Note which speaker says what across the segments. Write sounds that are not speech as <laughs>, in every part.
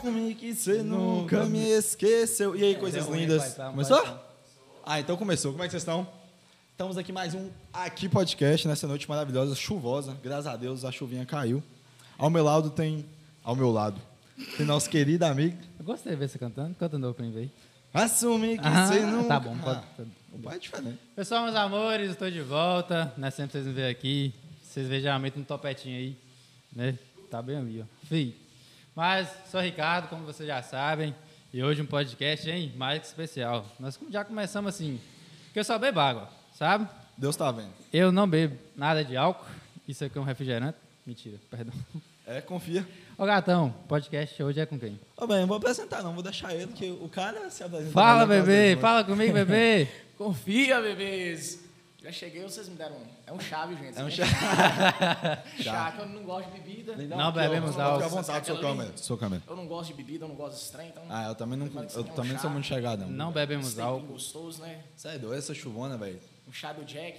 Speaker 1: comigo que você nunca me esqueceu. E aí, coisas
Speaker 2: ruim,
Speaker 1: lindas.
Speaker 2: pai, tá,
Speaker 1: começou?
Speaker 2: pai, tá.
Speaker 1: Ah, então começou. Como é que vocês estão? Estamos aqui mais um Aqui Podcast nessa noite maravilhosa, chuvosa. Graças a Deus a chuvinha caiu. Ao meu lado tem. Ao meu lado. Tem nosso querido amigo.
Speaker 2: Eu gostei de ver você cantando. Canta de novo pra mim ver.
Speaker 1: Assume que
Speaker 2: Ah,
Speaker 1: você nunca.
Speaker 2: tá bom, pode-
Speaker 1: Ah, o pai é diferente.
Speaker 2: Pessoal, meus amores, estou de volta. Não é sempre que vocês me veem aqui. Vocês veem geralmente um topetinho aí, né? Tá bem ali, ó. Fih. Mas, sou Ricardo, como vocês já sabem. E hoje um podcast, hein? Mais que especial. Nós já começamos assim, porque eu só bebo água, sabe?
Speaker 1: Deus tá vendo.
Speaker 2: Eu não bebo nada de álcool. Isso aqui é um refrigerante. Mentira, perdão.
Speaker 1: É, confia.
Speaker 2: Ô, Gatão, podcast hoje é com quem?
Speaker 1: Ô, bem, eu vou apresentar, não. Vou deixar ele, que o cara se apresenta.
Speaker 2: Fala,
Speaker 1: melhor que nós
Speaker 2: bebê.
Speaker 1: dois,
Speaker 2: Fala comigo, bebê.
Speaker 3: Confia, bebês! Já cheguei, vocês me deram um. É um chave, gente.
Speaker 1: É um
Speaker 3: chave.
Speaker 1: Chá.
Speaker 3: chá, que eu não gosto de bebida.
Speaker 1: mano.
Speaker 2: Não bebemos
Speaker 1: fica
Speaker 2: álcool.
Speaker 1: à vontade, sou
Speaker 3: Aquela ali.
Speaker 1: câmera. Sou câmera.
Speaker 3: Eu não gosto de bebida, eu não gosto de estranho, então.
Speaker 1: Ah, eu também não,
Speaker 3: Mas isso
Speaker 1: eu
Speaker 3: aqui é um
Speaker 1: também não sou
Speaker 3: chá.
Speaker 1: muito chegado,
Speaker 2: Não
Speaker 3: esse
Speaker 2: bebemos
Speaker 3: tempinho
Speaker 2: álcool.
Speaker 3: gostoso, né?
Speaker 1: Você é doido, essa chuvona, velho.
Speaker 3: Um chá do Jack.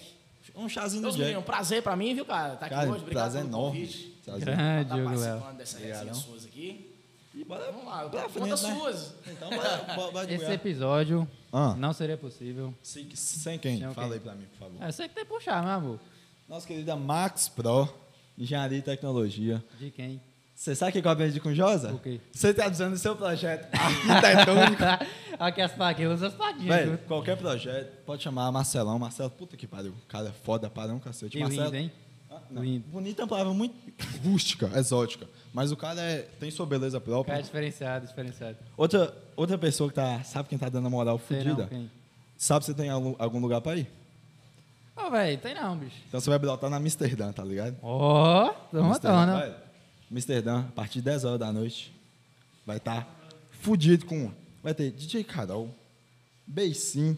Speaker 1: Um chazinho do
Speaker 3: Deus
Speaker 1: Jack.
Speaker 3: menino, um prazer pra mim, viu, cara? Tá aqui
Speaker 1: Cara,
Speaker 3: hoje, obrigado
Speaker 1: prazer
Speaker 3: pelo
Speaker 1: enorme.
Speaker 3: convite.
Speaker 1: Prazer.
Speaker 3: Pra
Speaker 2: Ah,
Speaker 3: tá
Speaker 2: Diogo Léo.
Speaker 3: participando dessa
Speaker 1: Obrigado.
Speaker 3: resenha suas aqui.
Speaker 1: E bora,
Speaker 3: Vamos lá,
Speaker 1: pra frente,
Speaker 3: conta as
Speaker 1: né?
Speaker 3: suas.
Speaker 1: Então,
Speaker 3: <laughs>
Speaker 1: bora, bora, bora de
Speaker 2: Esse
Speaker 1: goiaba.
Speaker 2: episódio
Speaker 1: Ah,
Speaker 2: não seria possível.
Speaker 1: se- sem quem?
Speaker 2: Sem
Speaker 1: Fala
Speaker 2: quem.
Speaker 1: aí pra mim, por favor.
Speaker 2: É, Eu sei que tem que puxar, meu amor.
Speaker 1: Nossa querida Max Pro, Engenharia e Tecnologia.
Speaker 2: De <laughs> quem?
Speaker 1: Você sabe o que eu aprendi com o Josa?
Speaker 2: O quê?
Speaker 1: Você tá dizendo o seu projeto <laughs> arquitetônico.
Speaker 2: Aqui as plaquinhas, as
Speaker 1: Velho,
Speaker 2: plaquinhas. viu?
Speaker 1: qualquer projeto, pode chamar Marcelão. Marcelo, puta que pariu. Cara, é foda, para um cacete.
Speaker 2: Que
Speaker 1: Marcelo,
Speaker 2: lindo, hein?
Speaker 1: Ah, não.
Speaker 2: Lindo.
Speaker 1: Bonita é uma palavra muito rústica, exótica. Mas o cara é- tem sua beleza própria.
Speaker 2: Cara É diferenciado, diferenciado.
Speaker 1: Outra, outra pessoa que tá. Sabe quem tá dando a moral
Speaker 2: Sei não
Speaker 1: fodida?
Speaker 2: quem.
Speaker 1: Sabe se tem alu- algum lugar pra ir?
Speaker 2: Ô, velho, tem não, bicho.
Speaker 1: Então você vai brotar na Amsterdã, tá ligado?
Speaker 2: Ó, toma,
Speaker 1: Amsterdã,
Speaker 2: toma.
Speaker 1: vai. Amsterdã, a partir de 10 horas da noite, vai estar tá fudido com. um. Vai ter DJ Carol, Beicinho,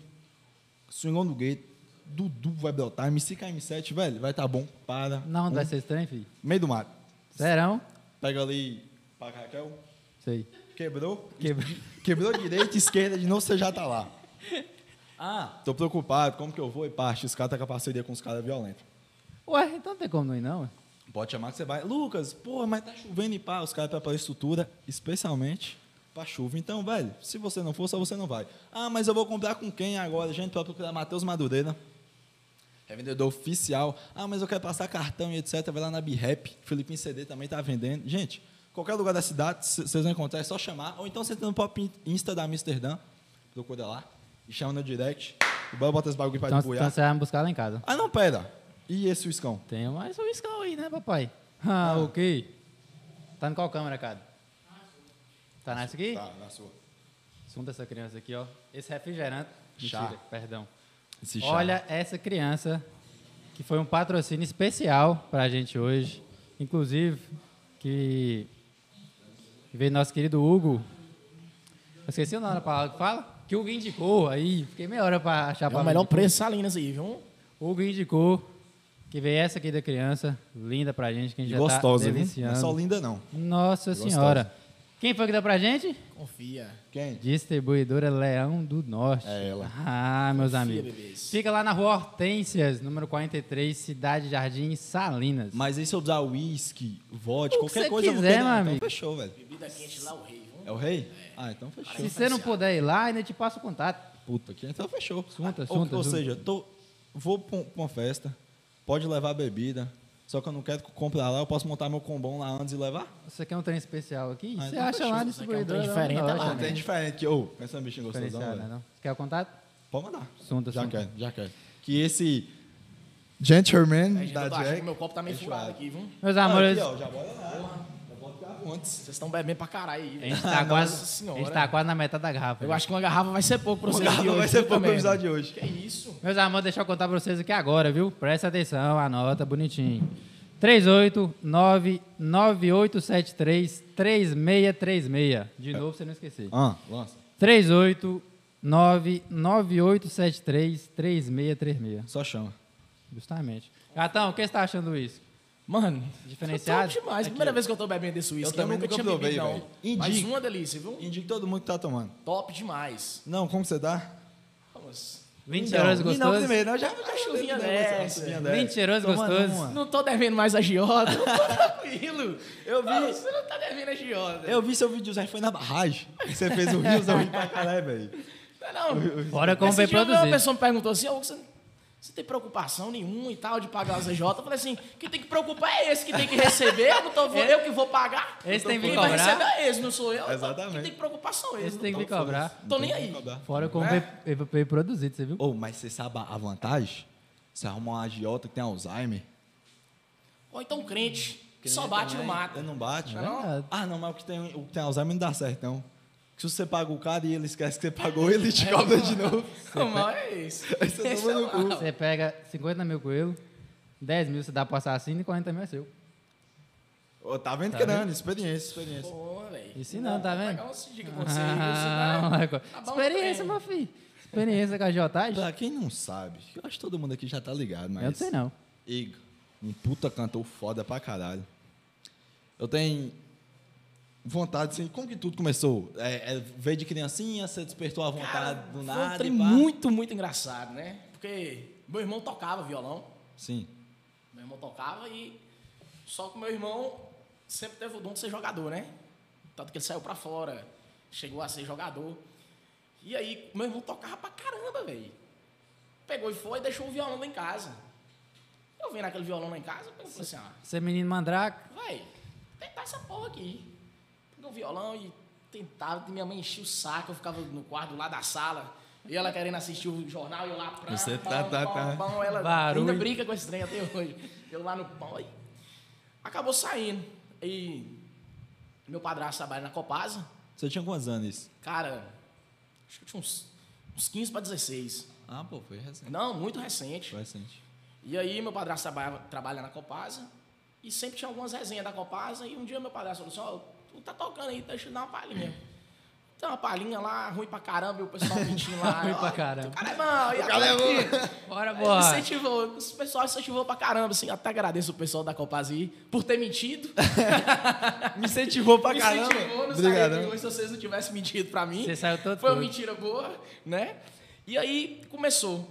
Speaker 1: Swingão do Gate, Dudu vai brotar, MC KM7, velho, vai tá bom, para.
Speaker 2: Não, não
Speaker 1: um,
Speaker 2: vai ser estranho, filho.
Speaker 1: Meio do mato.
Speaker 2: Serão?
Speaker 1: Pega ali pra Raquel,
Speaker 2: Sei.
Speaker 1: quebrou,
Speaker 2: Quebra.
Speaker 1: Quebrou direita e esquerda de novo, você já tá lá. Ah, tô preocupado, como que eu vou? E parte, os caras tá com a parceria com os caras violentos.
Speaker 2: <laughs> Ué, então não tem como não ir, não. ué.
Speaker 1: Pode chamar que você vai. Lucas, porra, mas tá chovendo e pá. Os caras preparam estrutura especialmente pra chuva. Então, velho, se você não for, só você não vai. Ah, mas eu vou comprar com quem agora? Gente, pra procurar Matheus Madureira. É vendedor oficial. Ah, mas eu quero passar cartão e etc. Vai lá na BRAP. Filipinho CD também tá vendendo. Gente, qualquer lugar da cidade, c- vocês vão encontrar, é só chamar. Ou então você entra no pop Insta da Amsterdã, procura lá e chama no direct. O Bel bota esse bagulho pra
Speaker 2: Então,
Speaker 1: então,
Speaker 2: então você vai me buscar lá em casa.
Speaker 1: Ah, não, pera. E esse uiscão?
Speaker 2: Tem mais um iscão aí, né, papai? Ah, ok. Tá em qual câmera, cara? Tá nessa aqui?
Speaker 1: Tá, na sua.
Speaker 2: Assunto essa criança aqui, ó. Esse refrigerante.
Speaker 1: Chá.
Speaker 2: Mentira, perdão.
Speaker 1: Esse chá.
Speaker 2: Olha essa criança que foi um patrocínio especial pra gente hoje. Inclusive, que que veio nosso querido Hugo. Eu esqueci o nome da palavra que fala. Que o Hugo indicou aí. Fiquei meia hora pra achar a
Speaker 3: É o
Speaker 2: palavra.
Speaker 3: melhor
Speaker 2: indicou.
Speaker 3: preço Salinas aí, viu?
Speaker 2: Hugo indicou que veio essa aqui da criança. Linda pra gente, que a gente
Speaker 1: E
Speaker 2: já
Speaker 1: gostosa,
Speaker 2: tá
Speaker 1: viu? Não é
Speaker 2: deliciando.
Speaker 1: só linda, não.
Speaker 2: Nossa
Speaker 1: gostosa.
Speaker 2: Senhora. Quem foi que deu pra gente?
Speaker 3: Confia.
Speaker 1: Quem?
Speaker 2: Distribuidora Leão do Norte.
Speaker 1: É ela.
Speaker 2: Ah, meus amigos.
Speaker 3: bebês.
Speaker 2: Fica lá na rua Hortências, número 43, Cidade Jardim, Salinas.
Speaker 1: Mas aí se eu usar whisky, vodka,
Speaker 2: O que
Speaker 1: qualquer
Speaker 2: você
Speaker 1: coisa,
Speaker 2: quiser,
Speaker 1: eu vou
Speaker 2: meu
Speaker 1: querer.
Speaker 2: amigo.
Speaker 1: Então fechou, velho.
Speaker 3: Bebida quente lá, o rei, viu?
Speaker 1: É o rei? Ah, então fechou.
Speaker 2: Se você não puder ir lá, ainda te passa o contato.
Speaker 1: Puta que então fechou.
Speaker 2: Assunto,
Speaker 1: Ah,
Speaker 2: assunto,
Speaker 1: ou, ou
Speaker 2: assunto.
Speaker 1: seja, tô, vou pra um- pra uma festa, pode levar bebida, só que eu não quero comprar lá, eu posso montar meu combão lá antes e levar?
Speaker 2: Você quer um trem especial aqui?
Speaker 1: Ah,
Speaker 2: você
Speaker 1: então
Speaker 2: acha
Speaker 1: fechou.
Speaker 2: lá
Speaker 3: Você
Speaker 2: no
Speaker 3: quer um trem
Speaker 2: distribuidor.
Speaker 3: diferente, tá lá,
Speaker 2: né?
Speaker 1: Ah, tem diferente que... Ô, pensa no bichinho gostosão,
Speaker 2: é Diferenciado, né,
Speaker 1: velho.
Speaker 2: não? Você quer o contato?
Speaker 1: Pode mandar.
Speaker 2: Assunto,
Speaker 1: né? Já
Speaker 2: assunto.
Speaker 1: quero, já quero. Que esse gentleman
Speaker 3: Aí, gente,
Speaker 1: da
Speaker 3: eu tô achando
Speaker 1: Jack...
Speaker 3: que meu copo tá meio
Speaker 1: Fechou.
Speaker 3: furado aqui, viu?
Speaker 2: Meus
Speaker 1: Ah,
Speaker 2: amores,
Speaker 1: aqui, ó, já bora lá. Já bota carro antes.
Speaker 3: Vocês estão bebendo pra caralho aí,
Speaker 2: a
Speaker 3: viu?
Speaker 2: gente
Speaker 1: <laughs>
Speaker 2: tá,
Speaker 3: Nossa
Speaker 2: quase, a
Speaker 3: senhora.
Speaker 2: gente tá quase na metade da garrafa.
Speaker 3: Eu
Speaker 2: gente.
Speaker 3: acho que uma garrafa vai ser pouco pra
Speaker 1: Uma
Speaker 3: vocês
Speaker 1: garrafa
Speaker 3: aqui hoje.
Speaker 1: <laughs> vai ser
Speaker 3: puta
Speaker 1: pouco o
Speaker 3: merda.
Speaker 2: né?
Speaker 1: episódio de hoje.
Speaker 3: Que É isso?
Speaker 2: Meus amores, deixa eu contar pra vocês aqui agora, viu? Presta atenção, anota bonitinho. 389-9873-3636. De novo, pra você não esquecer.
Speaker 1: Ah, lança.
Speaker 2: 389-9873-3636.
Speaker 1: Só chama.
Speaker 2: Justamente. Gatão, o que você tá achando isso?
Speaker 3: Mano,
Speaker 2: Diferenciado?
Speaker 3: eu tô demais. Primeira vez que eu tô bebendo esse uísque. Eu,
Speaker 1: também
Speaker 3: nunca
Speaker 1: nunca
Speaker 3: tinha
Speaker 1: provei,
Speaker 3: bebido, não.
Speaker 1: velho. Indica.
Speaker 3: Mas uma delícia, viu?
Speaker 1: Indique todo mundo que tá tomando.
Speaker 3: Top demais.
Speaker 1: Não, como você tá?
Speaker 3: Vamos.
Speaker 2: 20
Speaker 1: Então,
Speaker 2: euros
Speaker 1: Não,
Speaker 2: gostosos.
Speaker 1: primeiro, nós já, já
Speaker 3: Acho que eu vinha
Speaker 1: dessa,
Speaker 3: dessa.
Speaker 1: vinha dessa.
Speaker 2: Mentiroso
Speaker 1: Tomando né?
Speaker 2: gostoso.
Speaker 1: uma.
Speaker 3: <laughs> Não tô devendo mais agiota. tô tranquilo. devendo. Eu vi. você não tá devendo a Giota.
Speaker 1: Eu vi seu videozão, foi na barragem. Você fez o Rios, eu ri pra caralho, velho.
Speaker 3: Não, não.
Speaker 2: Bora como
Speaker 3: Esse
Speaker 2: bem
Speaker 3: dia Uma
Speaker 2: produzido.
Speaker 3: pessoa me perguntou assim, ô, você, você tem preocupação nenhuma e tal de pagar as EJ? Eu falei assim, quem tem que preocupar é esse que tem que receber, eu, não tô, eu que vou pagar.
Speaker 2: Esse tem que
Speaker 3: Quem
Speaker 2: vir
Speaker 3: vai receber
Speaker 2: cobrar.
Speaker 3: é esse, não sou eu.
Speaker 1: Exatamente.
Speaker 3: Quem tem que preocupação é
Speaker 2: Esse
Speaker 3: esse.
Speaker 2: tem que vir cobrar.
Speaker 3: Tô nem aí.
Speaker 2: Fora como bem- bem- bem produzido, você viu?
Speaker 1: Ô, mas você sabe a vantagem? Você arruma uma agiota que tem Alzheimer.
Speaker 3: Ou então crente, que só bate no
Speaker 1: Ele <laughs>
Speaker 3: mato.
Speaker 1: não bate.
Speaker 3: Não é não?
Speaker 2: Verdade.
Speaker 1: Ah, não, mas o que, tem, o que tem Alzheimer não dá certo, não. Se você paga o cara e ele esquece que você pagou, ele
Speaker 2: É
Speaker 1: te cobra de novo.
Speaker 3: Não, mas é isso.
Speaker 1: <laughs> Aí você
Speaker 3: Esse
Speaker 1: toma
Speaker 3: é
Speaker 1: no
Speaker 3: o
Speaker 1: cu.
Speaker 3: mal.
Speaker 2: Você pega 50 mil coelho, 10 mil você dá pro assassino e 40 mil é seu.
Speaker 1: Ô, tá vendo
Speaker 2: Tá
Speaker 1: que
Speaker 2: vendo?
Speaker 1: não, experiência, experiência.
Speaker 3: Pô, velho.
Speaker 2: Isso não, tá vendo?
Speaker 3: Pegar umas dicas com você.
Speaker 2: <laughs>
Speaker 3: isso
Speaker 2: Ah,
Speaker 3: dá-
Speaker 2: Michael.
Speaker 3: dá Tá bom
Speaker 2: Experiência,
Speaker 3: treino.
Speaker 2: meu filho. Experiência com a agiotagem?
Speaker 1: Pra quem não sabe, eu acho que todo mundo aqui já tá ligado, mas...
Speaker 2: Eu não sei não.
Speaker 1: Igor, um puta cantor foda pra caralho. Eu tenho vontade, assim, como que tudo começou? É, é, veio de criancinha, você despertou a vontade
Speaker 3: Cara,
Speaker 1: Tá do
Speaker 3: foi
Speaker 1: nada
Speaker 3: um
Speaker 1: e
Speaker 3: trem
Speaker 1: pá?
Speaker 3: muito, muito engraçado, né? Porque meu irmão tocava violão,
Speaker 1: Sim.
Speaker 3: meu irmão tocava e só que meu irmão sempre teve o dom de ser jogador, né? Tanto que ele saiu pra fora, chegou a ser jogador. E aí meu irmão tocava pra caramba, velho. Pegou e foi e deixou o violão lá em casa. Eu vendo aquele violão lá em casa, eu pensei assim, ah,
Speaker 2: Você é menino mandrake?
Speaker 3: Véi, tentar essa porra aqui. Peguei o violão e tentava, minha mãe enchia o saco, eu ficava no quarto lá da sala. E ela querendo assistir o jornal, eu lá pra
Speaker 1: Você tá, tá, tá.
Speaker 3: pão, ela
Speaker 2: Barulho.
Speaker 3: ainda brinca com esse trem até hoje. Eu lá no pão, aí acabou saindo. E meu padrasto trabalha na Copasa,
Speaker 1: Você tinha quantos anos?
Speaker 3: cara, acho que eu tinha uns, uns 15 pra 16.
Speaker 1: Ah, pô, foi recente.
Speaker 3: Não, muito recente.
Speaker 1: Foi recente.
Speaker 3: E aí meu padrasto trabalha, trabalha na Copasa e sempre tinha algumas resenhas da Copasa e um dia meu padrasto falou assim, ó, tu tá tocando aí, deixa eu dar uma palhinha. Tem uma palhinha lá, ruim pra caramba, e o pessoal mentindo
Speaker 2: <laughs>
Speaker 3: lá.
Speaker 2: Ruim pra
Speaker 3: "Ó,
Speaker 2: caramba."
Speaker 3: O cara é bom, e agora aqui?
Speaker 2: Bora,
Speaker 3: Aí ele
Speaker 2: bora.
Speaker 3: Incentivou, o pessoal incentivou pra caramba, assim, até agradeço o pessoal da Copasa aí por ter mentido.
Speaker 1: <laughs> Me incentivou pra
Speaker 3: Me
Speaker 1: caramba.
Speaker 3: incentivou, não
Speaker 1: Obrigado.
Speaker 3: sairia de hoje se vocês não tivessem mentido pra mim.
Speaker 2: Você saiu todo
Speaker 3: Foi uma
Speaker 2: todo.
Speaker 3: mentira boa, né? E aí começou.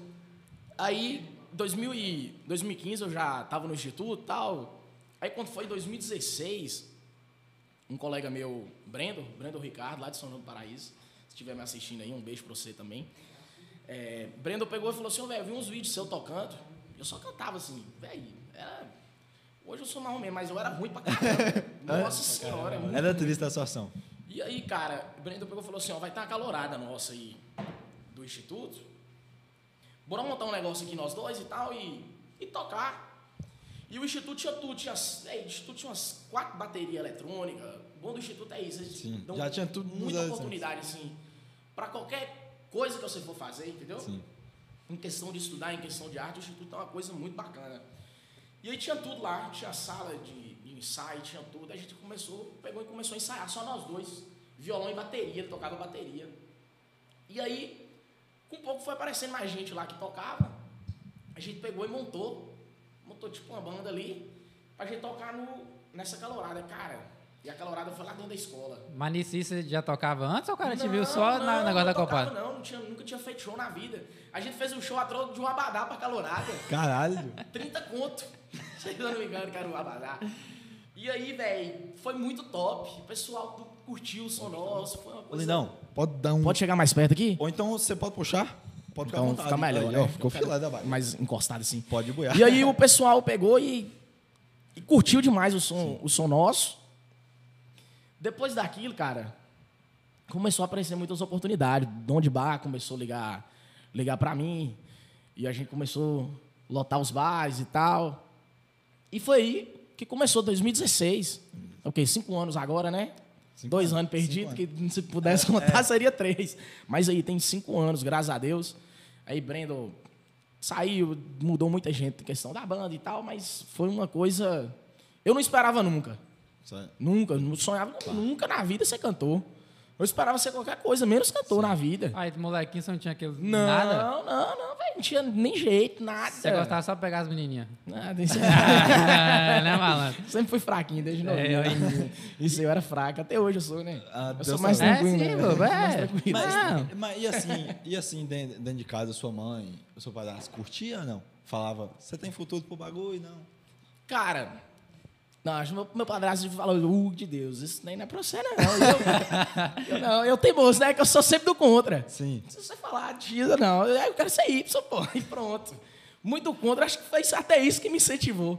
Speaker 3: Aí, 2000 e 2015 eu já tava no instituto e tal. Aí quando foi 2016, um colega meu, Brendo, Brendo Ricardo, lá de São João do Paraíso, se estiver me assistindo aí, um beijo pra você também. É, Brendo pegou e falou assim, "Ô, velho, eu vi uns vídeos seu tocando. Eu só cantava assim, velho, era... Hoje eu sou mais ou menos, mas eu era ruim pra caramba. Nossa senhora, é muito
Speaker 1: Era triste a situação.
Speaker 3: e aí, cara, o Brendo pegou e falou assim, ó, vai estar tá uma calorada nossa aí do Instituto. Bora montar um negócio aqui nós dois e tal e, e tocar. E o Instituto tinha tudo, tinha, as- é, o Instituto tinha umas quatro baterias eletrônicas. O bom do Instituto é isso, eles
Speaker 1: Sim,
Speaker 3: dão
Speaker 1: já tinha tudo nos
Speaker 3: muita
Speaker 1: anos,
Speaker 3: oportunidade, assim, pra qualquer coisa que você for fazer, entendeu?
Speaker 1: Sim.
Speaker 3: Em questão de estudar, em questão de arte, o Instituto é uma coisa muito bacana. E aí tinha tudo lá, tinha sala de, de ensaio, tinha tudo. Aí a gente começou, pegou e começou a ensaiar, só nós dois. Violão e bateria, ele tocava bateria. E aí, com um pouco foi aparecendo mais gente lá que tocava. A gente pegou e montou. Montou tipo uma banda ali, pra gente tocar no, nessa calorada, cara. E a calorada foi lá dentro da escola.
Speaker 2: Manici, você já tocava antes ou o cara te
Speaker 3: Não,
Speaker 2: viu só na-
Speaker 3: não,
Speaker 2: no negócio da
Speaker 3: não tocava,
Speaker 2: Copa?
Speaker 3: Não, não tinha, nunca tinha feito show na vida. A gente fez um show atrás de um abadá pra calorada.
Speaker 1: Caralho.
Speaker 3: 30 conto. <laughs> Se eu não me engano, cara, o abadá. E aí, velho, foi muito top. O pessoal tu- curtiu o som nosso. Foi uma
Speaker 1: Ô,
Speaker 3: coisa...
Speaker 1: Lindão, pode dar um...
Speaker 3: chegar mais perto aqui?
Speaker 1: Ou então você pode puxar? Pode ficar à
Speaker 3: Então
Speaker 1: vontade.
Speaker 3: fica melhor,
Speaker 1: Aí,
Speaker 3: né?
Speaker 1: ó, ficou filada, vai.
Speaker 3: Mais encostado assim.
Speaker 1: Pode boiar.
Speaker 3: E aí o pessoal pegou e, e curtiu demais o som, o som nosso. Depois daquilo, cara, começou a aparecer muitas oportunidades. Dom de bar começou a ligar, ligar para mim. E a gente começou a lotar os bares e tal. E foi aí que começou 2016. É O quê? Cinco anos agora, né?
Speaker 1: Cinco
Speaker 3: Dois
Speaker 1: anos, É,
Speaker 3: anos perdidos,
Speaker 1: cinco
Speaker 3: que se pudesse contar, seria três. Mas aí tem cinco anos, graças a Deus. Aí Brendo saiu, mudou muita gente em questão da banda e tal, mas foi uma coisa. Eu não esperava nunca.
Speaker 1: Só-
Speaker 3: Nunca, não sonhava nunca na vida ser cantor. Eu esperava ser qualquer coisa, menos cantor na vida.
Speaker 2: Aí, molequinho, você não tinha aquele
Speaker 3: Não, é.
Speaker 2: nada?
Speaker 3: não, não, velho. Não tinha nem jeito, nada.
Speaker 2: Você gostava só de pegar as menininhas. <laughs>
Speaker 3: Nada, isso- é,
Speaker 2: Ah, né, malandro?
Speaker 3: Sempre fui fraquinho desde novo.
Speaker 2: É, eu
Speaker 3: Isso eu era fraco, até hoje eu sou, né?
Speaker 1: Ah,
Speaker 3: eu
Speaker 1: Deus
Speaker 3: sou mais
Speaker 1: sabe.
Speaker 2: É,
Speaker 3: tranquilo.
Speaker 2: sim,
Speaker 3: né?
Speaker 2: pô,
Speaker 3: Mais
Speaker 2: é.
Speaker 3: tranquilo.
Speaker 1: Mas,
Speaker 2: Não.
Speaker 1: mas e assim, e assim den- dentro, de casa, sua mãe, o seu padrasto curtia ou não? Falava, você tem futuro pro bagulho? Não.
Speaker 3: Cara, Não, acho que meu, meu padrasto falou, uh, de Deus, isso nem não é pra
Speaker 2: <laughs>
Speaker 3: você, não. Eu, eu não, eu tenho moço, né? Que eu sou sempre do contra.
Speaker 1: Sim.
Speaker 3: Se você falar disso, não, eu quero ser Y, pô, e pronto. Muito contra, acho que foi isso- até isso que me incentivou.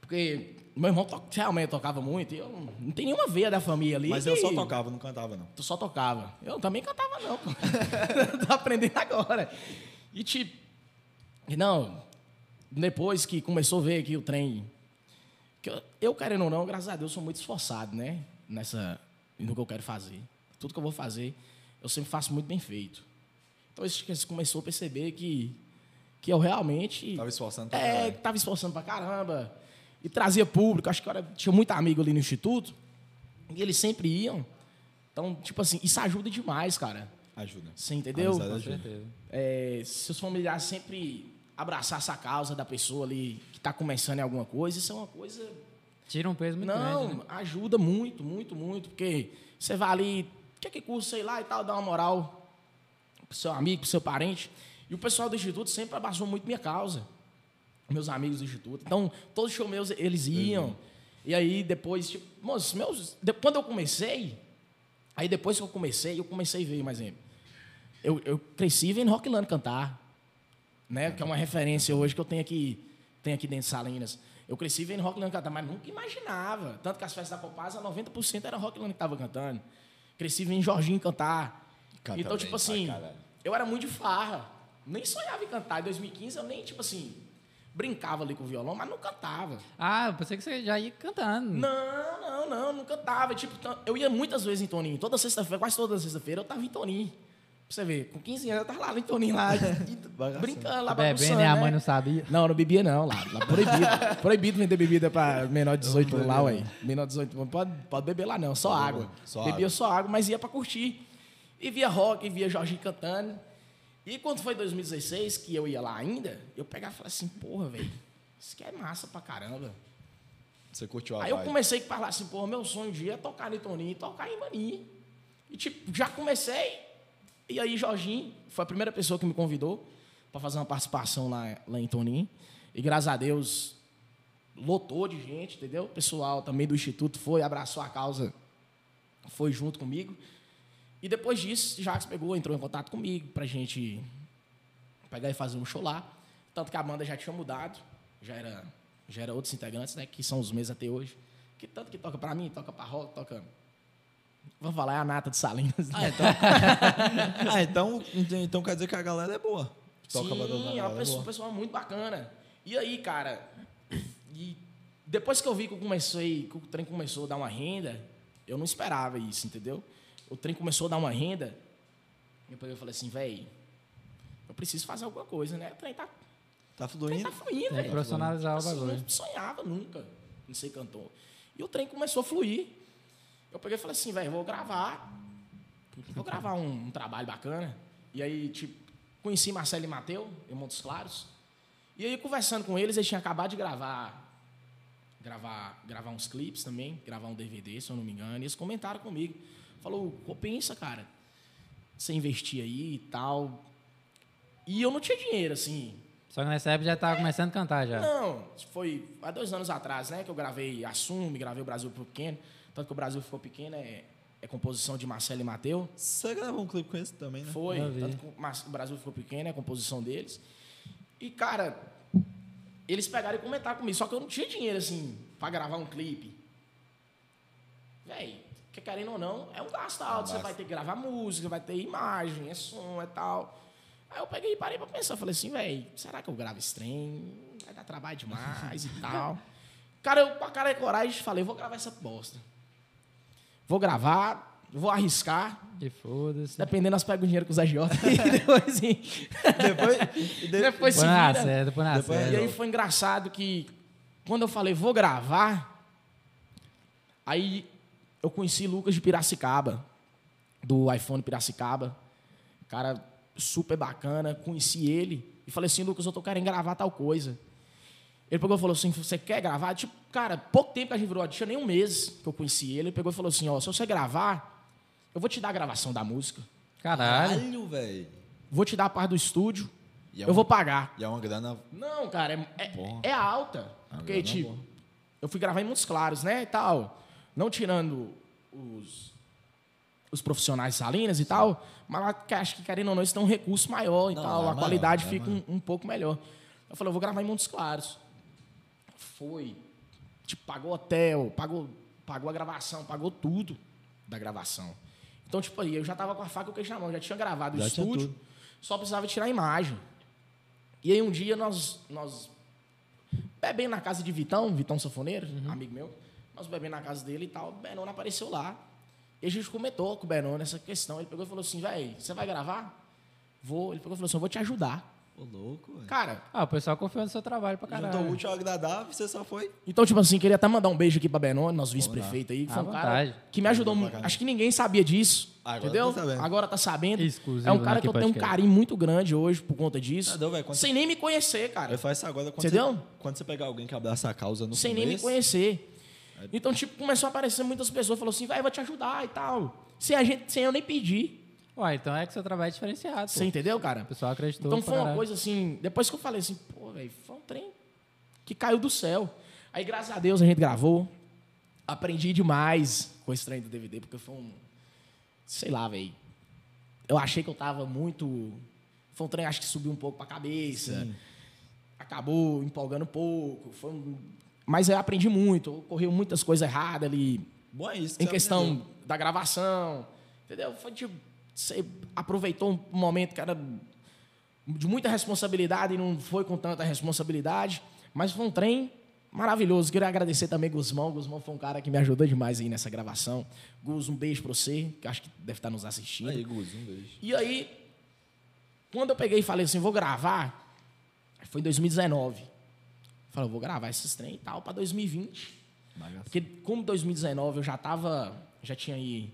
Speaker 3: Porque meu irmão to- realmente tocava muito, e eu não, não tenho nenhuma veia da família ali.
Speaker 1: Mas eu só
Speaker 3: que-
Speaker 1: tocava, não cantava, não.
Speaker 3: Tu só tocava. Eu também cantava, não. pô. <laughs> Tô aprendendo agora. E tipo. e Não, depois que começou a ver aqui o trem. Que eu, eu, querendo ou não, graças a Deus, sou muito esforçado, né? Nessa. No que eu quero fazer. Tudo que eu vou fazer, eu sempre faço muito bem feito. Então eles eles começou a perceber que. Que eu realmente.
Speaker 1: Tava esforçando pra
Speaker 3: É,
Speaker 1: caralho.
Speaker 3: que tava esforçando pra caramba. E trazia público. Acho que era, tinha muito amigo ali no instituto. E eles sempre iam. Então, tipo assim, isso ajuda demais, cara.
Speaker 1: Ajuda.
Speaker 3: Você entendeu?
Speaker 1: Amizade
Speaker 2: Com
Speaker 1: ajuda.
Speaker 2: certeza.
Speaker 3: É, seus familiares sempre abraçar essa causa da pessoa ali que tá começando em alguma coisa. Isso é uma coisa
Speaker 2: Tira um peso muito
Speaker 3: não,
Speaker 2: grande. né?
Speaker 3: ajuda muito, muito, muito, porque você vai ali, o que é que curso, sei lá e tal, dá uma moral pro seu amigo, pro seu parente. E o pessoal do Instituto sempre abraçou muito minha causa, meus amigos do Instituto. Então, todos os shows meus,
Speaker 2: Uhum.
Speaker 3: eles iam. E aí, depois, tipo, moço, meus, de- quando eu comecei, aí depois que eu comecei, eu comecei a ver, mais exemplo. Eu, eu cresci vendo Rockland cantar né? Que é uma referência hoje que eu tenho aqui, tenho aqui dentro de Salinas. Eu cresci vendo Rockland cantar, mas nunca imaginava. Tanto que as festas da Copasa, 90% era Rockland que estava cantando. Cresci vendo Jorginho cantar.
Speaker 1: Canta
Speaker 3: então,
Speaker 1: bem
Speaker 3: tipo
Speaker 1: pra
Speaker 3: assim,
Speaker 1: caralho.
Speaker 3: eu era muito de farra. Nem sonhava em cantar. Em 2015, eu nem, tipo assim, brincava ali com o violão, mas não cantava.
Speaker 2: Ah, eu pensei que você já ia cantando.
Speaker 3: Não, não, não, não cantava. Tipo, tan- eu ia muitas vezes em Toninho. Toda sexta-feira, quase toda sexta-feira, eu tava em Toninho. Pra você ver, com 15 anos eu tava lá em
Speaker 1: <laughs>
Speaker 3: Toninho, lá, e- e brincando, lá
Speaker 2: Bebendo,
Speaker 3: bagunçando,
Speaker 2: né? A
Speaker 3: né?
Speaker 2: mãe não sabia.
Speaker 3: Não, não bebia não, lá. lá proibido. proibido vender bebida pra menor de 18 lá, ué. Menor de 18 não pode, pode beber lá não, só água.
Speaker 1: só
Speaker 3: Bebia
Speaker 1: água.
Speaker 3: só água, mas ia pra curtir. E via rock, e via Jorginho cantando. E quando foi 2016, que eu ia lá ainda, eu pegava e falava assim, porra, velho, isso aqui é massa pra caramba.
Speaker 1: Você curtiu a
Speaker 3: Aí eu
Speaker 1: vibe.
Speaker 3: comecei a falar assim, porra, meu sonho um dia é tocar em Toninho e tocar em Maninho. E tipo, já comecei. E aí Jorginho foi a primeira pessoa que me convidou para fazer uma participação lá, lá em Toninho. E graças a Deus lotou de gente, entendeu? O pessoal também do instituto foi, abraçou a causa, foi junto comigo. E depois disso, Jacques pegou, entrou em contato comigo pra gente pegar e fazer um show lá. Tanto que a banda já tinha mudado, já era, já era outros integrantes, né? Que são os meus até hoje. Que tanto que toca pra mim, toca pra rock, toca. Vamos falar, é a nata de Salinas. né?
Speaker 1: Ah, então, então- então quer dizer que a galera é boa. Toca pra tocar, a
Speaker 3: Sim, é
Speaker 1: galera
Speaker 3: uma pessoa,
Speaker 1: boa.
Speaker 3: pessoal muito bacana. E aí, cara, e depois que eu vi que eu comecei, que o trem começou a dar uma renda, eu não esperava isso, entendeu? O trem começou a dar uma renda, e depois eu falei assim, velho, eu preciso fazer alguma coisa, né? O trem tá, o
Speaker 1: Tá
Speaker 3: trem
Speaker 1: fluindo?
Speaker 3: tá fluindo,
Speaker 2: Tem que
Speaker 3: velho.
Speaker 2: profissionalizar o
Speaker 3: Assim,
Speaker 2: bagulho.
Speaker 3: não sonhava nunca em ser cantor. E o trem começou a fluir. Eu peguei e falei assim, velho, vou gravar. Vou gravar um, um trabalho bacana. E aí, tipo, conheci Marcelo e Mateu, em Montes Claros. E aí, conversando com eles, eles tinham acabado de gravar gravar, gravar uns clipes também, gravar um DVD, se eu não me engano. E eles comentaram comigo. Falou, pô, pensa, cara, você investir aí e tal. E eu não tinha dinheiro, assim.
Speaker 2: Só que nessa época já tava começando a cantar já.
Speaker 3: Não, foi há dois anos atrás, né? Que eu gravei Assume, gravei o Brasil Ficou Pequeno. Tanto que o Brasil Ficou Pequeno é, é composição de Marcelo e Mateu.
Speaker 1: Você gravou um clipe com esse também, né?
Speaker 3: Foi.
Speaker 2: Eu vi.
Speaker 3: Tanto que o Mar- o Brasil Ficou Pequeno é a composição deles. E, cara, eles pegaram e comentaram comigo. Só que eu não tinha dinheiro, assim, pra gravar um clipe. Véi, que querendo ou não, é um gasto alto. Você
Speaker 1: gasto.
Speaker 3: vai ter que gravar música, vai ter imagem, é som, é tal. Aí eu peguei e parei pra pensar. Falei assim, véi, será que eu gravo esse trem? Vai dar trabalho
Speaker 1: <laughs>
Speaker 3: demais e tal. Cara, eu com a cara e coragem falei, vou gravar essa bosta. Vou gravar, vou arriscar.
Speaker 2: E foda-se.
Speaker 3: Dependendo, nós pegamos o dinheiro com os agiotas e depois, assim,
Speaker 1: <laughs> Depois, e de-
Speaker 3: depois se
Speaker 2: Põe na
Speaker 3: vira.
Speaker 2: certa, põe na
Speaker 1: Depois-
Speaker 3: E
Speaker 2: certa.
Speaker 3: aí foi engraçado que quando eu falei, vou gravar, aí eu conheci Lucas de Piracicaba, do iPhone Piracicaba. Cara super bacana, conheci ele e falei assim, Lucas, eu tô querendo gravar tal coisa. Ele pegou e falou assim, você quer gravar? Tipo, cara, pouco tempo que a gente virou, tinha nem um mês que eu conheci ele. Ele pegou e falou assim, ó, se você gravar, eu vou te dar a gravação da música.
Speaker 2: Caralho.
Speaker 1: Caralho, velho.
Speaker 3: vou te dar a parte do estúdio,
Speaker 1: E é
Speaker 3: eu
Speaker 1: um-
Speaker 3: vou pagar.
Speaker 1: E é uma grana.
Speaker 3: Não, cara, é, é-
Speaker 1: Porra.
Speaker 3: é alta.
Speaker 1: Ah,
Speaker 3: porque,
Speaker 1: grana
Speaker 3: tipo,
Speaker 1: boa.
Speaker 3: eu eu fui gravar em Montes Claros, né? E tal. Não tirando os, os profissionais salinas e tal, mas lá, que acho que querendo ou não, isso dá um recurso maior e
Speaker 1: Não, é
Speaker 3: tal. a
Speaker 1: maior,
Speaker 3: qualidade
Speaker 1: é
Speaker 3: fica um, um pouco melhor. Eu falei, eu vou gravar em Montes Claros. Foi. Tipo, pagou hotel, pagou, pagou a gravação, pagou tudo da gravação. Então, tipo, aí eu já tava com a faca e o queijo na mão, já tinha gravado o
Speaker 1: Já tinha
Speaker 3: estúdio,
Speaker 1: tudo.
Speaker 3: só precisava tirar a imagem. E aí um dia nós, nós bebendo na casa de Vitão, Vitão Sanfoneiro,
Speaker 1: Uhum.
Speaker 3: amigo meu, nós bebendo na casa dele e tal, o Benoni apareceu lá. E a gente comentou com o Benoni essa questão. Ele pegou e falou assim, véi, você vai gravar? Vou. Ele pegou e falou assim, eu vou te ajudar.
Speaker 1: Ô, louco, velho.
Speaker 3: Cara,
Speaker 2: Ah, o pessoal confiou no seu trabalho pra caralho.
Speaker 1: Juntou útil ao agradável, você só foi.
Speaker 3: Então, tipo assim, queria até mandar um beijo aqui pra Benoni, nosso vice-prefeito aí, que
Speaker 2: À
Speaker 3: foi um
Speaker 2: vontade.
Speaker 3: cara que me ajudou
Speaker 1: Pra
Speaker 3: muito.
Speaker 1: caramba.
Speaker 3: Acho que ninguém sabia disso,
Speaker 1: Tá Agora
Speaker 3: entendeu?
Speaker 1: tá sabendo.
Speaker 3: Agora tá sabendo.
Speaker 2: Exclusivo né,
Speaker 3: é um cara
Speaker 2: aqui
Speaker 3: que eu tenho um
Speaker 2: podcast.
Speaker 3: carinho muito grande hoje por conta disso.
Speaker 1: Entendeu, Tá velho? Quando-
Speaker 3: Sem nem me conhecer,
Speaker 1: Eu
Speaker 3: cara.
Speaker 1: faço isso agora quando
Speaker 3: Entendeu?
Speaker 1: você, quando você pegar alguém que abraça a causa no
Speaker 3: Sem nem
Speaker 1: começo, É.
Speaker 3: me conhecer. Então, tipo, começou a aparecer muitas pessoas, falou assim, vai, eu vou te ajudar e tal. Sem, a gente, sem eu nem pedir.
Speaker 2: Ué, então é que seu trabalho é diferenciado. pô.
Speaker 3: Você entendeu, cara?
Speaker 2: O pessoal acreditou.
Speaker 3: Então
Speaker 2: pra
Speaker 3: foi uma
Speaker 2: caralho.
Speaker 3: coisa assim, depois que eu falei assim, pô, velho, foi um trem que caiu do céu. Aí, graças a Deus, a gente gravou. Aprendi demais com esse trem do DVD, porque foi um. Sei lá, velho. Eu achei que eu tava muito. Foi um trem, acho que subiu um pouco pra cabeça. Acabou empolgando um pouco. Foi um- Mas eu aprendi muito. Ocorreu muitas coisas erradas ali
Speaker 1: Bom, é isso. que
Speaker 3: em
Speaker 1: você
Speaker 3: questão
Speaker 1: aprendeu.
Speaker 3: da gravação, entendeu? Foi tipo, você aproveitou um momento que era de muita responsabilidade e não foi com tanta responsabilidade, mas foi um trem maravilhoso. Queria agradecer também Guzmão. Guzmão foi um cara que me ajudou demais aí nessa gravação. Guz, um beijo pra você, que acho que deve estar nos assistindo.
Speaker 1: Aí, Guz, um beijo.
Speaker 3: E aí, quando eu peguei e falei assim, vou gravar, foi em 2019. Falei, eu vou gravar esses trem e tal pra 2020.
Speaker 1: Bagaço.
Speaker 3: Porque como 2019 eu já tava, já tinha aí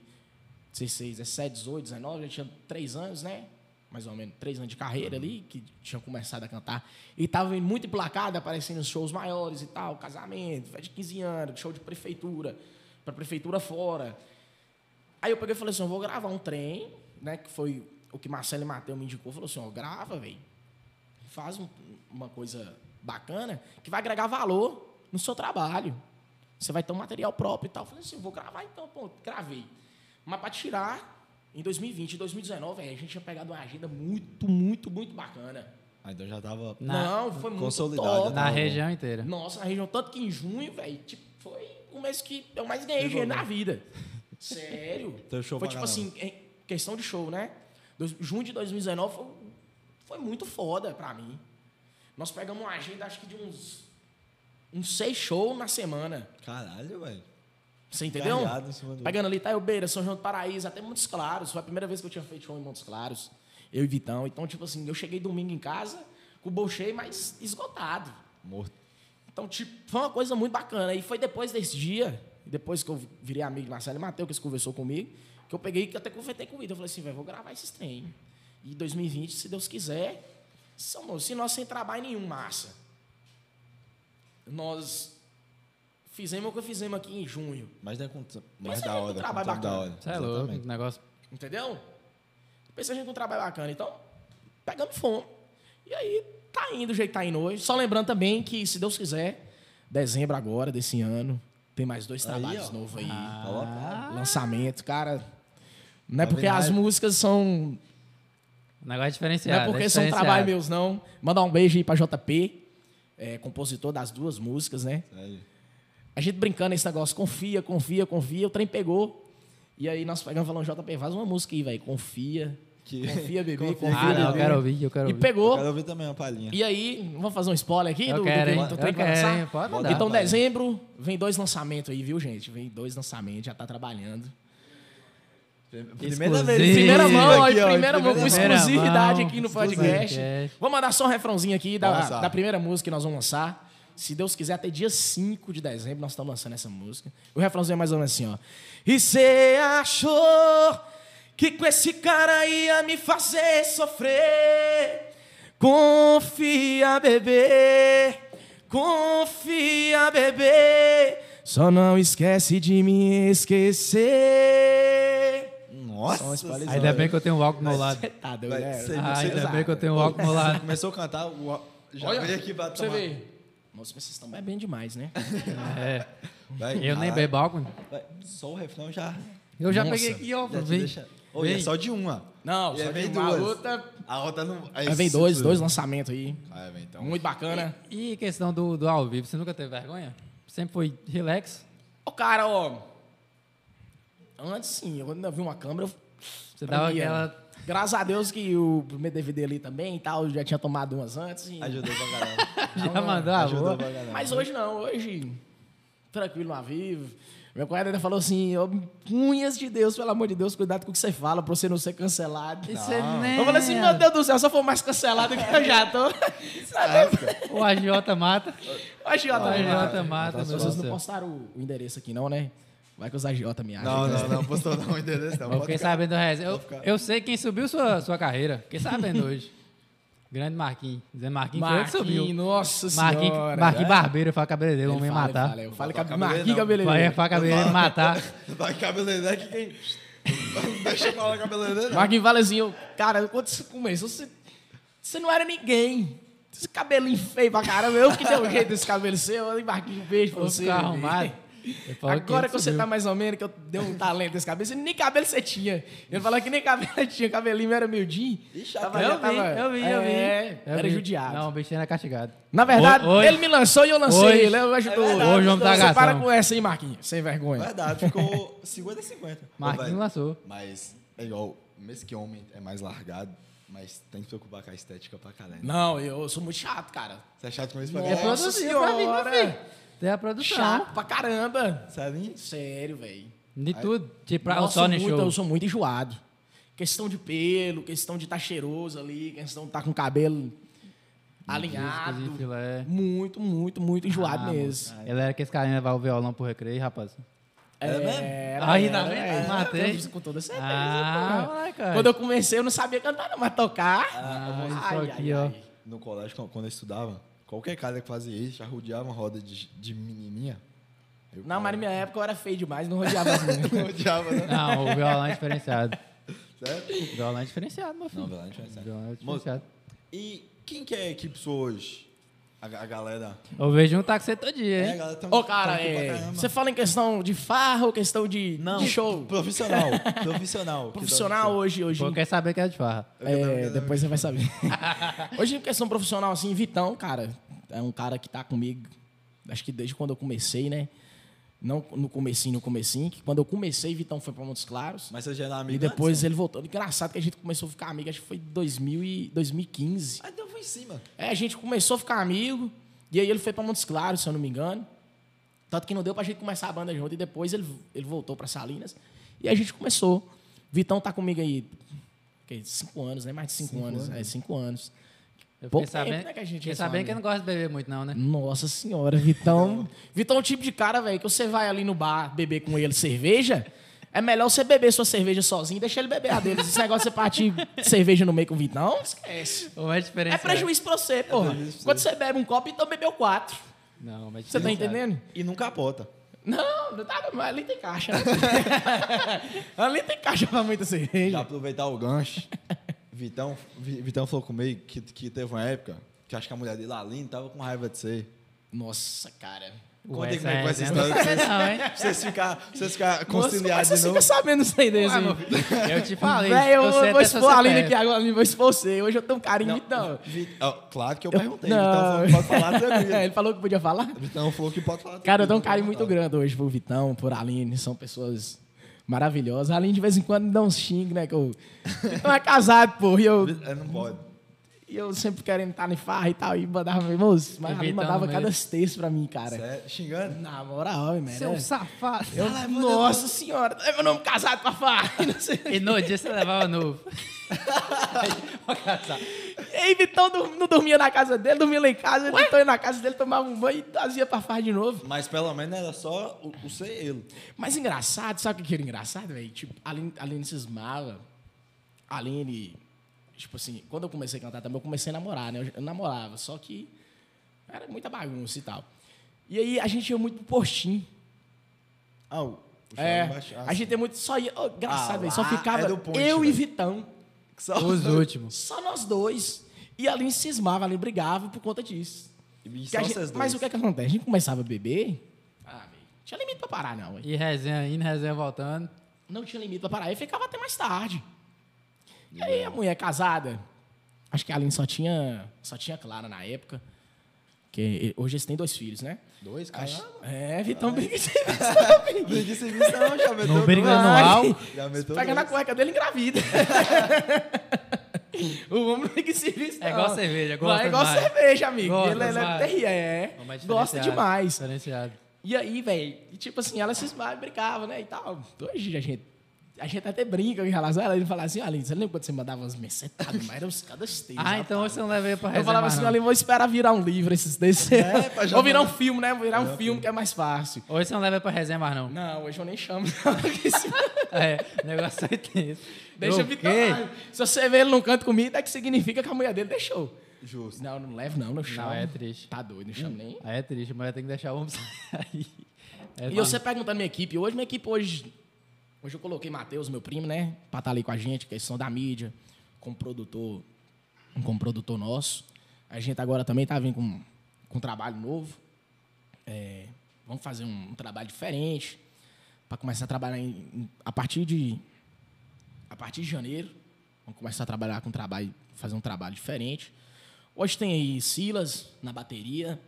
Speaker 3: 16, 17, 18, 19, já tinha três anos, né? Mais ou menos três anos de carreira ali, que tinha começado a cantar. E tava muito emplacado, aparecendo em shows maiores e tal, casamento, festa de 15 anos, show de prefeitura, pra prefeitura fora. Aí eu peguei e falei assim, eu vou gravar um trem, né? Que foi o que Marcelo e Matheus me indicou, falou assim, ó, grava, velho. Faz um- uma coisa bacana que vai agregar valor no seu trabalho. Você vai ter um material próprio e tal. Eu falei assim, eu vou gravar então, pô, gravei. Mas para tirar, em 2020, em 2019, aí é, a gente tinha pegado uma agenda muito, muito, muito bacana.
Speaker 1: Ah, então já tava.
Speaker 2: Na-
Speaker 3: Não, foi muito
Speaker 1: Consolidada,
Speaker 3: top.
Speaker 2: Na
Speaker 1: Tá bom.
Speaker 2: região inteira.
Speaker 3: Nossa, na região, tanto que em junho, velho, tipo, foi o mês que eu mais ganhei dinheiro
Speaker 1: <laughs>
Speaker 3: na vida. Sério.
Speaker 1: Teu Então, show
Speaker 3: foi
Speaker 1: pra
Speaker 3: tipo
Speaker 1: caramba.
Speaker 3: assim, em questão de show, né? Dois- junho de 2019 foi, foi muito foda pra mim. Nós pegamos uma agenda, acho que de uns, uns seis shows na semana.
Speaker 1: Caralho, velho.
Speaker 3: Você entendeu?
Speaker 1: Carregado em cima do-
Speaker 3: Pegando ali Taiobeira, São João do Paraíso, até Montes Claros. Foi a primeira vez que eu tinha feito show em Montes Claros. Eu e Vitão. Então, tipo assim, eu cheguei domingo em casa com o bolcheio, mas esgotado.
Speaker 1: Morto.
Speaker 3: Então, tipo, foi uma coisa muito bacana. E foi depois desse dia, depois que eu virei amigo de Marcelo e Matheus, que eles conversou comigo, que eu peguei e até confetei com o Vitor. Eu falei assim, velho, vou gravar esses trem. E 2020, se Deus quiser, são- se nós sem trabalho nenhum, massa. Nós fizemos o que fizemos aqui em junho.
Speaker 1: Mas não é com. Mas,
Speaker 3: Mas
Speaker 1: da
Speaker 3: é um
Speaker 1: hora.
Speaker 3: trabalho
Speaker 1: com tanto da
Speaker 3: bacana.
Speaker 1: hora.
Speaker 2: Você é louco,
Speaker 1: Exatamente.
Speaker 2: um negócio.
Speaker 3: Entendeu? Pensa a gente com um trabalho bacana. Então, pegamos fome. E aí, tá indo do jeito que tá indo hoje. Só lembrando também que, se Deus quiser, dezembro agora desse ano, tem mais dois
Speaker 1: Aí,
Speaker 3: trabalhos
Speaker 1: ó.
Speaker 3: novos aí.
Speaker 1: Tá
Speaker 3: Ah.
Speaker 1: lotado.
Speaker 3: Lançamento, cara. Não é
Speaker 1: Tá
Speaker 3: porque
Speaker 1: vendo?
Speaker 3: as músicas são.
Speaker 2: Um negócio
Speaker 3: Não é
Speaker 2: diferenciado.
Speaker 3: porque
Speaker 2: é
Speaker 3: são
Speaker 2: diferenciado.
Speaker 3: trabalho meus, não. Mandar um beijo aí pra JP, é, compositor das duas músicas, né?
Speaker 1: Aí.
Speaker 3: A gente brincando nesse negócio, confia, confia, confia, o trem pegou. E aí nós pegamos e falamos, JP, faz uma música aí, velho. Confia.
Speaker 1: Que-
Speaker 3: Confia, bebê, confia,
Speaker 1: Confia,
Speaker 2: Ah, não, eu
Speaker 3: bebê.
Speaker 2: quero ouvir, eu quero
Speaker 3: né? E
Speaker 2: ouvir.
Speaker 1: Eu
Speaker 3: pegou.
Speaker 1: quero ouvir também uma palhinha.
Speaker 3: E aí, vamos fazer um spoiler aqui
Speaker 2: Eu
Speaker 3: do,
Speaker 2: quero,
Speaker 3: do,
Speaker 2: hein?
Speaker 3: do
Speaker 2: Eu
Speaker 3: trem que vai
Speaker 2: quero,
Speaker 3: lançar?
Speaker 2: hein? Pode
Speaker 1: mandar.
Speaker 3: Então,
Speaker 1: Vai.
Speaker 3: dezembro, vem dois lançamentos aí, viu, gente? Vem dois lançamentos, já tá trabalhando.
Speaker 1: Primeira
Speaker 2: Exclusivo.
Speaker 1: vez.
Speaker 3: Primeira
Speaker 2: Sim,
Speaker 3: mão,
Speaker 1: aqui,
Speaker 3: ó,
Speaker 1: ó,
Speaker 3: primeira mão, com
Speaker 2: primeira
Speaker 3: exclusividade
Speaker 2: mão,
Speaker 3: aqui no
Speaker 2: exclusivo.
Speaker 3: podcast.
Speaker 2: Podcast.
Speaker 3: Vou mandar só um refrãozinho aqui
Speaker 1: Vamos
Speaker 3: da,
Speaker 1: lançar.
Speaker 3: da primeira música que nós vamos lançar. Se Deus quiser, até dia 5 de dezembro nós estamos lançando essa música. O refrãozinho é mais ou menos assim, ó. E cê achou que com esse cara ia me fazer sofrer? Confia, bebê. Confia, bebê. Só não esquece de me esquecer.
Speaker 1: Nossa.
Speaker 3: Só um spoiler.
Speaker 1: senhora.
Speaker 2: Ainda bem que eu tenho o álcool do meu lado.
Speaker 3: Você tá doido,
Speaker 1: Vai
Speaker 3: né?
Speaker 1: ser-
Speaker 2: Ah,
Speaker 1: você
Speaker 2: ainda
Speaker 1: tá- <laughs>
Speaker 2: bem que eu tenho o álcool do meu lado.
Speaker 1: Começou a cantar, o... já
Speaker 3: um Olha,
Speaker 1: veio aqui pra
Speaker 3: pra você
Speaker 1: tomar.
Speaker 3: ver. Nossa, mas vocês estão bebendo demais, né?
Speaker 2: É,
Speaker 1: Vai,
Speaker 2: eu nem
Speaker 1: caralho.
Speaker 2: bebo álcool.
Speaker 1: Vai, Só o refrão já.
Speaker 2: Eu já
Speaker 3: Nossa,
Speaker 2: peguei aqui, ó,
Speaker 1: já te
Speaker 2: vem.
Speaker 1: deixa- Ô, e é
Speaker 2: Vem.
Speaker 1: só de uma.
Speaker 3: Não,
Speaker 1: E
Speaker 3: só
Speaker 1: aí
Speaker 3: de
Speaker 1: vem
Speaker 3: uma
Speaker 1: duas. É
Speaker 3: outra.
Speaker 1: A outra não. aí
Speaker 3: Aí vem
Speaker 1: se
Speaker 3: dois,
Speaker 1: fudeu.
Speaker 3: dois lançamentos aí.
Speaker 1: Ah, velho, então.
Speaker 3: Muito bacana.
Speaker 2: E questão do, do ao vivo, você nunca teve vergonha? Sempre foi relax?
Speaker 3: Ô, cara, ó. Antes sim, eu, quando eu vi uma câmera, eu
Speaker 2: Você
Speaker 3: Pra
Speaker 2: dava
Speaker 3: mim,
Speaker 2: aquela.
Speaker 3: ó, Graças a Deus que o primeiro DVD ali também e tal, eu já tinha tomado umas antes. e-
Speaker 1: Um Ajudou pra caralho.
Speaker 2: Já mandou a
Speaker 1: Ajudou
Speaker 2: boa.
Speaker 1: pra caralho.
Speaker 3: Mas hoje não, hoje, tranquilo, no vivo. Meu cunhado ainda falou assim, ó, cunhas de Deus, pelo amor de Deus, cuidado com o que você fala pra você não ser cancelado.
Speaker 2: E você nem.
Speaker 3: Eu falei assim, meu Deus do céu, se eu for mais cancelado que eu já tô. <laughs>
Speaker 2: O agiota mata.
Speaker 3: O agiota
Speaker 2: O
Speaker 3: me mata.
Speaker 2: agiota mata, meu Deus
Speaker 3: Vocês
Speaker 2: do
Speaker 3: não
Speaker 2: céu.
Speaker 3: postaram o- o endereço aqui não, né? Vai que os agiota me acham.
Speaker 1: Não, não, <laughs> não. Postou não o endereço, não.
Speaker 2: Eu
Speaker 1: Pode
Speaker 2: fiquei
Speaker 1: ficar.
Speaker 2: sabendo do resto. Eu,
Speaker 1: Pode ficar.
Speaker 2: eu sei quem subiu sua, sua carreira. Fiquei
Speaker 3: <laughs>
Speaker 2: sabendo hoje. Grande Marquinhos. Dizendo Marquinhos foi ele que
Speaker 3: Marquinhos,
Speaker 2: subiu.
Speaker 3: nossa
Speaker 2: Marquinhos,
Speaker 3: senhora.
Speaker 2: Marquinhos Barbeiro, eu falo cabeleireiro,
Speaker 3: Ele
Speaker 2: vão me
Speaker 3: fala, ele
Speaker 2: matar. é
Speaker 3: fala, Eu falei
Speaker 1: Fala cabeleireiro,
Speaker 3: que Marquinhos
Speaker 1: não.
Speaker 2: Vai falar
Speaker 3: cabeleireiro.
Speaker 2: cabeleireiro me
Speaker 3: <laughs>
Speaker 2: matar.
Speaker 1: Vai cabeleireiro né? que quem. Não <laughs> Deixa falar cabeleireiro. né? não.
Speaker 3: Marquinhos fala assim, eu, cara, quando você começou, você, você não era ninguém. Esse cabelinho feio pra caramba, eu que dei um jeito desse cabelo seu. Eu, Marquinhos, um beijo pra
Speaker 2: Vou
Speaker 3: você.
Speaker 2: ficar
Speaker 3: meu
Speaker 2: arrumado.
Speaker 3: bem.
Speaker 2: Eu falo
Speaker 3: Agora que você
Speaker 2: subiu.
Speaker 3: tá mais ou menos, que eu dei um talento nesse cabelo, você- nem cabelo você tinha. Ele falou que nem cabelo <laughs> tinha, o cabelinho era miudinho.
Speaker 1: Ixi,
Speaker 3: Tava- já
Speaker 2: Eu vi,
Speaker 3: tava-
Speaker 2: eu vi, eu vi.
Speaker 3: É,
Speaker 2: Eu
Speaker 3: era
Speaker 2: vi.
Speaker 3: judiado.
Speaker 2: Não, o bicho era castigado.
Speaker 3: Na verdade,
Speaker 2: Hoje-
Speaker 3: ele me lançou e eu lancei.
Speaker 2: hoje- tá
Speaker 3: ele eu ajudou.
Speaker 1: É verdade, Hoje
Speaker 2: vamos dar
Speaker 3: Você para
Speaker 2: gação.
Speaker 3: com essa aí, Marquinhos, sem vergonha.
Speaker 1: Verdade, ficou 50-50.
Speaker 2: Marquinhos
Speaker 1: Ô, velho,
Speaker 2: lançou.
Speaker 1: Mas é igual, mesmo que homem é mais largado, mas tem que se preocupar com a estética pra caralho.
Speaker 3: Não, eu sou muito chato, cara.
Speaker 1: Você é chato com isso pra
Speaker 3: Nossa
Speaker 2: É
Speaker 1: caralho?
Speaker 2: produzido pra mim, meu
Speaker 3: Senhora.
Speaker 2: filho. Tem a produção.
Speaker 3: Chato pra caramba.
Speaker 1: Sério?
Speaker 3: Sério, velho.
Speaker 2: De tudo. Tipo, pra- o
Speaker 3: Nossa,
Speaker 2: Sony
Speaker 3: muito,
Speaker 2: Show.
Speaker 3: Eu sou muito enjoado. Questão de pelo, questão de estar cheiroso ali, questão de estar com o cabelo
Speaker 2: Discos e
Speaker 3: alinhado.
Speaker 2: filé.
Speaker 3: Muito, muito, muito enjoado
Speaker 2: é. Ah,
Speaker 3: mesmo.
Speaker 2: Ele era que esse carinha levar o violão pro recreio, rapaz.
Speaker 1: É mesmo?
Speaker 3: era,
Speaker 2: Aí, tá
Speaker 3: era,
Speaker 2: vendo?
Speaker 3: era.
Speaker 2: Matei.
Speaker 3: Eu- Com toda certeza.
Speaker 2: Ah,
Speaker 3: pô.
Speaker 2: moleque. cara.
Speaker 3: Quando <laughs> eu comecei, eu não sabia cantar, não, mas tocar.
Speaker 2: Ah, isso aqui, ó.
Speaker 1: No colégio, quando- quando eu estudava, qualquer cara que fazia isso já rodeava uma roda de, de menininha. Eu,
Speaker 3: Não, mas na minha época eu era feio demais, não rodeava
Speaker 1: <laughs>
Speaker 3: as meninas. <laughs>
Speaker 1: não rodeava, né?
Speaker 2: Não, o violão é diferenciado.
Speaker 1: Certo?
Speaker 2: O violão é diferenciado, meu filho.
Speaker 1: Não, verdade, não é
Speaker 2: O
Speaker 1: certo.
Speaker 2: violão é
Speaker 1: Moço,
Speaker 2: diferenciado.
Speaker 1: E quem que é a equipe sua hoje? A, ga- a galera.
Speaker 2: Eu vejo um táxi todo dia,
Speaker 1: É, a
Speaker 2: hein?
Speaker 1: galera tá
Speaker 3: Ô, cara,
Speaker 1: tá aqui pra
Speaker 3: é,
Speaker 1: caramba.
Speaker 3: você fala em questão de farro, questão de, de show. <laughs>
Speaker 1: Profissional. Profissional. que
Speaker 3: Profissional
Speaker 1: dá-
Speaker 3: hoje, hoje.
Speaker 2: Pô, quer saber que é de farra.
Speaker 3: É, depois você vai saber. <laughs> Hoje, em questão profissional, assim, Vitão, cara, é um cara que tá comigo, acho que desde quando eu comecei, né? Não no comecinho, no comecinho, que quando eu comecei, Vitão foi pra Montes Claros. né?
Speaker 1: Mas você já era amigo né?
Speaker 3: e depois ele voltou. Engraçado que a gente começou a ficar amigo, acho que foi em 2000 e 2015.
Speaker 1: antes, né? Ah, então foi em cima.
Speaker 3: É, a gente começou a ficar amigo, e aí ele foi pra Montes Claros, se eu não me engano. Tanto que não deu pra gente começar a banda junto, e depois ele, ele voltou pra Salinas, e a gente começou. Vitão tá comigo aí, que, cinco anos, né? Mais de cinco, anos, é, cinco anos.
Speaker 2: Eu
Speaker 3: Pouco
Speaker 2: fiquei sabendo,
Speaker 3: tempo, né, que a gente
Speaker 2: fiquei
Speaker 3: é
Speaker 2: sabendo
Speaker 3: família.
Speaker 2: que ele não gosta de beber muito, não, né?
Speaker 3: Nossa senhora, <laughs> Vitão. Vitão é o tipo de cara, velho, que você vai ali no bar beber com ele cerveja. É melhor você beber sua cerveja sozinho e deixar ele beber a dele. Esse negócio de você partir cerveja no meio com o Vitão, esquece.
Speaker 2: Ou é
Speaker 3: É
Speaker 2: diferenciado?
Speaker 3: prejuízo pra você, porra.
Speaker 1: prejuízo pra você.
Speaker 3: Quando você bebe um copo, então bebeu quatro.
Speaker 2: Não, mas
Speaker 3: Você tá entendendo?
Speaker 1: E não capota.
Speaker 3: Não, não tá, mas ali tem caixa. né? <laughs> ali tem caixa pra assim. muita
Speaker 1: Já
Speaker 3: cerveja.
Speaker 1: aproveitar o gancho. <laughs> Vitão, Vi- Vitão falou comigo que, que teve uma época que acho que a mulher dele, a Aline, tava com raiva de você.
Speaker 3: Nossa, cara.
Speaker 1: Conta aí
Speaker 2: Ué,
Speaker 1: como é que vai essa
Speaker 2: essa é-
Speaker 1: história. Pra
Speaker 2: Não,
Speaker 3: <laughs>
Speaker 2: hein?
Speaker 1: vocês ficarem vocês ficar
Speaker 3: Nossa,
Speaker 1: conciliados
Speaker 3: como é que
Speaker 1: de
Speaker 3: você
Speaker 1: novo.
Speaker 3: fica sabendo isso aí,
Speaker 2: Ué,
Speaker 3: Dezinho?
Speaker 2: meu filho, Assim, Eu te falei.
Speaker 3: Véi, eu
Speaker 2: você
Speaker 3: vou,
Speaker 2: é
Speaker 3: vou
Speaker 2: dessa
Speaker 3: expor a Aline
Speaker 2: CPF.
Speaker 3: aqui agora, eu vou expor você. Hoje eu tenho um carinho, então.
Speaker 1: Vi- ó, claro que eu perguntei.
Speaker 3: Não.
Speaker 1: Vitão falou que pode
Speaker 3: <laughs>
Speaker 1: falar tranquilo.
Speaker 3: É, Ele falou que podia falar?
Speaker 1: Vitão falou que pode falar né?
Speaker 3: Cara, eu dou um
Speaker 1: tranquilo,
Speaker 3: carinho
Speaker 1: fica à
Speaker 3: muito
Speaker 1: vontade.
Speaker 3: grande hoje pro Vitão, por Aline, são pessoas maravilhosas. A Aline de vez em quando dá uns xing, né? Que eu... Vitão é casado, porra, e eu,
Speaker 1: Vi- é, Não pode.
Speaker 3: e eu sempre querendo estar em farra e tal, e mandava, moço, mas
Speaker 2: O
Speaker 3: a Aline
Speaker 2: Vitão
Speaker 3: mandava
Speaker 2: no
Speaker 3: cada
Speaker 2: meio.
Speaker 3: texto pra mim, cara.
Speaker 1: Sério? é Xingando?
Speaker 3: Na moral, velho.
Speaker 2: Seu
Speaker 3: né?
Speaker 2: safado.
Speaker 3: Eu- nossa senhora, é meu nome casado pra farra. e <laughs> não sei o quê.
Speaker 2: E no dia você levava
Speaker 3: <laughs>
Speaker 2: novo.
Speaker 3: E aí, Vitão dur- não dormia na casa dele, dormia lá em casa. ele Vitão ia na casa dele, tomava um banho e trazia pra farra de novo.
Speaker 1: Mas pelo menos era só o, o ser ele.
Speaker 3: Mas engraçado, sabe o que que era engraçado, velho? Tipo, a Aline, a Aline cismava. A Aline, tipo assim, quando eu comecei a cantar também, eu comecei a namorar, né? Eu, já- eu namorava, só que era muita bagunça e tal. E aí a gente ia muito pro postinho.
Speaker 1: Ah, o, o
Speaker 3: É,
Speaker 1: Thiago baixo- ah,
Speaker 3: a gente ia muito, só ia. Ô, engraçado,
Speaker 1: Ah,
Speaker 3: velho. Só
Speaker 1: lá
Speaker 3: ficava
Speaker 1: é do ponte,
Speaker 3: eu e
Speaker 1: velho.
Speaker 3: Vitão.
Speaker 1: só-
Speaker 2: Os últimos.
Speaker 3: Só nós dois. E a Aline cismava, a Aline brigava por conta disso.
Speaker 1: E
Speaker 3: Porque
Speaker 1: só
Speaker 3: a gente-
Speaker 1: vocês dois.
Speaker 3: mas o que é que acontece? A gente começava a beber. Ah, velho. não Tinha limite pra parar, não, hein?
Speaker 2: E resenha indo, resenha voltando.
Speaker 3: Não tinha limite pra parar. E ficava até mais tarde. E aí a mulher casada. Acho que a Aline só tinha, só tinha Clara na época. Porque hoje eles têm dois filhos, né?
Speaker 1: Dois,
Speaker 3: Acho-
Speaker 1: caralho.
Speaker 3: É, Vitão briga <laughs> de
Speaker 1: Briga de serviço não, já meteu
Speaker 2: No briga
Speaker 1: dois. Ah,
Speaker 2: anual.
Speaker 1: Já meteu
Speaker 3: Pega na
Speaker 1: dois.
Speaker 3: cueca dele e engravida. o homem não tem que serviço,
Speaker 2: É
Speaker 3: não.
Speaker 2: igual cerveja,
Speaker 3: Não,
Speaker 2: gosta
Speaker 3: é igual
Speaker 2: demais.
Speaker 3: cerveja, amigo.
Speaker 2: Gosta
Speaker 3: ele, ele é,
Speaker 2: demais.
Speaker 3: terri- é,
Speaker 2: Não, mas
Speaker 3: gosta
Speaker 2: diferenciado,
Speaker 3: demais.
Speaker 2: Diferenciado. Ah,
Speaker 3: E aí, velho, e tipo assim, ela se esmava, brincava, né, e tal. Hoje a gente, a gente até brinca em relação a ela. Ele fala assim, Aline, você lembra quando você mandava umas mensetadas? Mas eram os cadasteiros.
Speaker 2: <laughs> Ah, então hoje você não leva ele pra resenha
Speaker 3: Eu falava
Speaker 2: mais,
Speaker 3: assim,
Speaker 2: não.
Speaker 3: Aline, vou esperar virar um livro esses desses. <laughs>
Speaker 1: É, pra já
Speaker 3: Ou virar um
Speaker 1: mandar.
Speaker 3: filme, né? Vou virar um filme que é mais fácil.
Speaker 2: Hoje você não leva ele pra resenha mais, não.
Speaker 3: Não, hoje eu nem chamo. não, <laughs>
Speaker 2: <laughs>
Speaker 3: porque se-
Speaker 2: É, o negócio é tenso.
Speaker 3: Deixa eu
Speaker 2: O quê?
Speaker 3: Vitor lá. Se você vê ele num canto comigo, é que significa que a mulher dele deixou.
Speaker 1: Justo.
Speaker 3: Não, não levo não, não chamo.
Speaker 2: é triste.
Speaker 3: Tá doido, não chamo nem.
Speaker 2: Aí é triste, a mulher tem que deixar o homem <laughs> sair. É
Speaker 3: E
Speaker 2: triste.
Speaker 3: você perguntando minha equipe, hoje minha equipe hoje. Hoje eu coloquei Matheus, meu primo, né? Pra estar ali com a gente, questão da mídia, com um produtor, um, com produtor nosso. A gente agora também tá vindo com, com um trabalho novo. É, vamos fazer um, trabalho diferente. Pra começar a trabalhar em- em- a partir de. A partir de janeiro. Vamos começar a trabalhar com trabalho, fazer um trabalho diferente. Hoje tem aí Silas na bateria,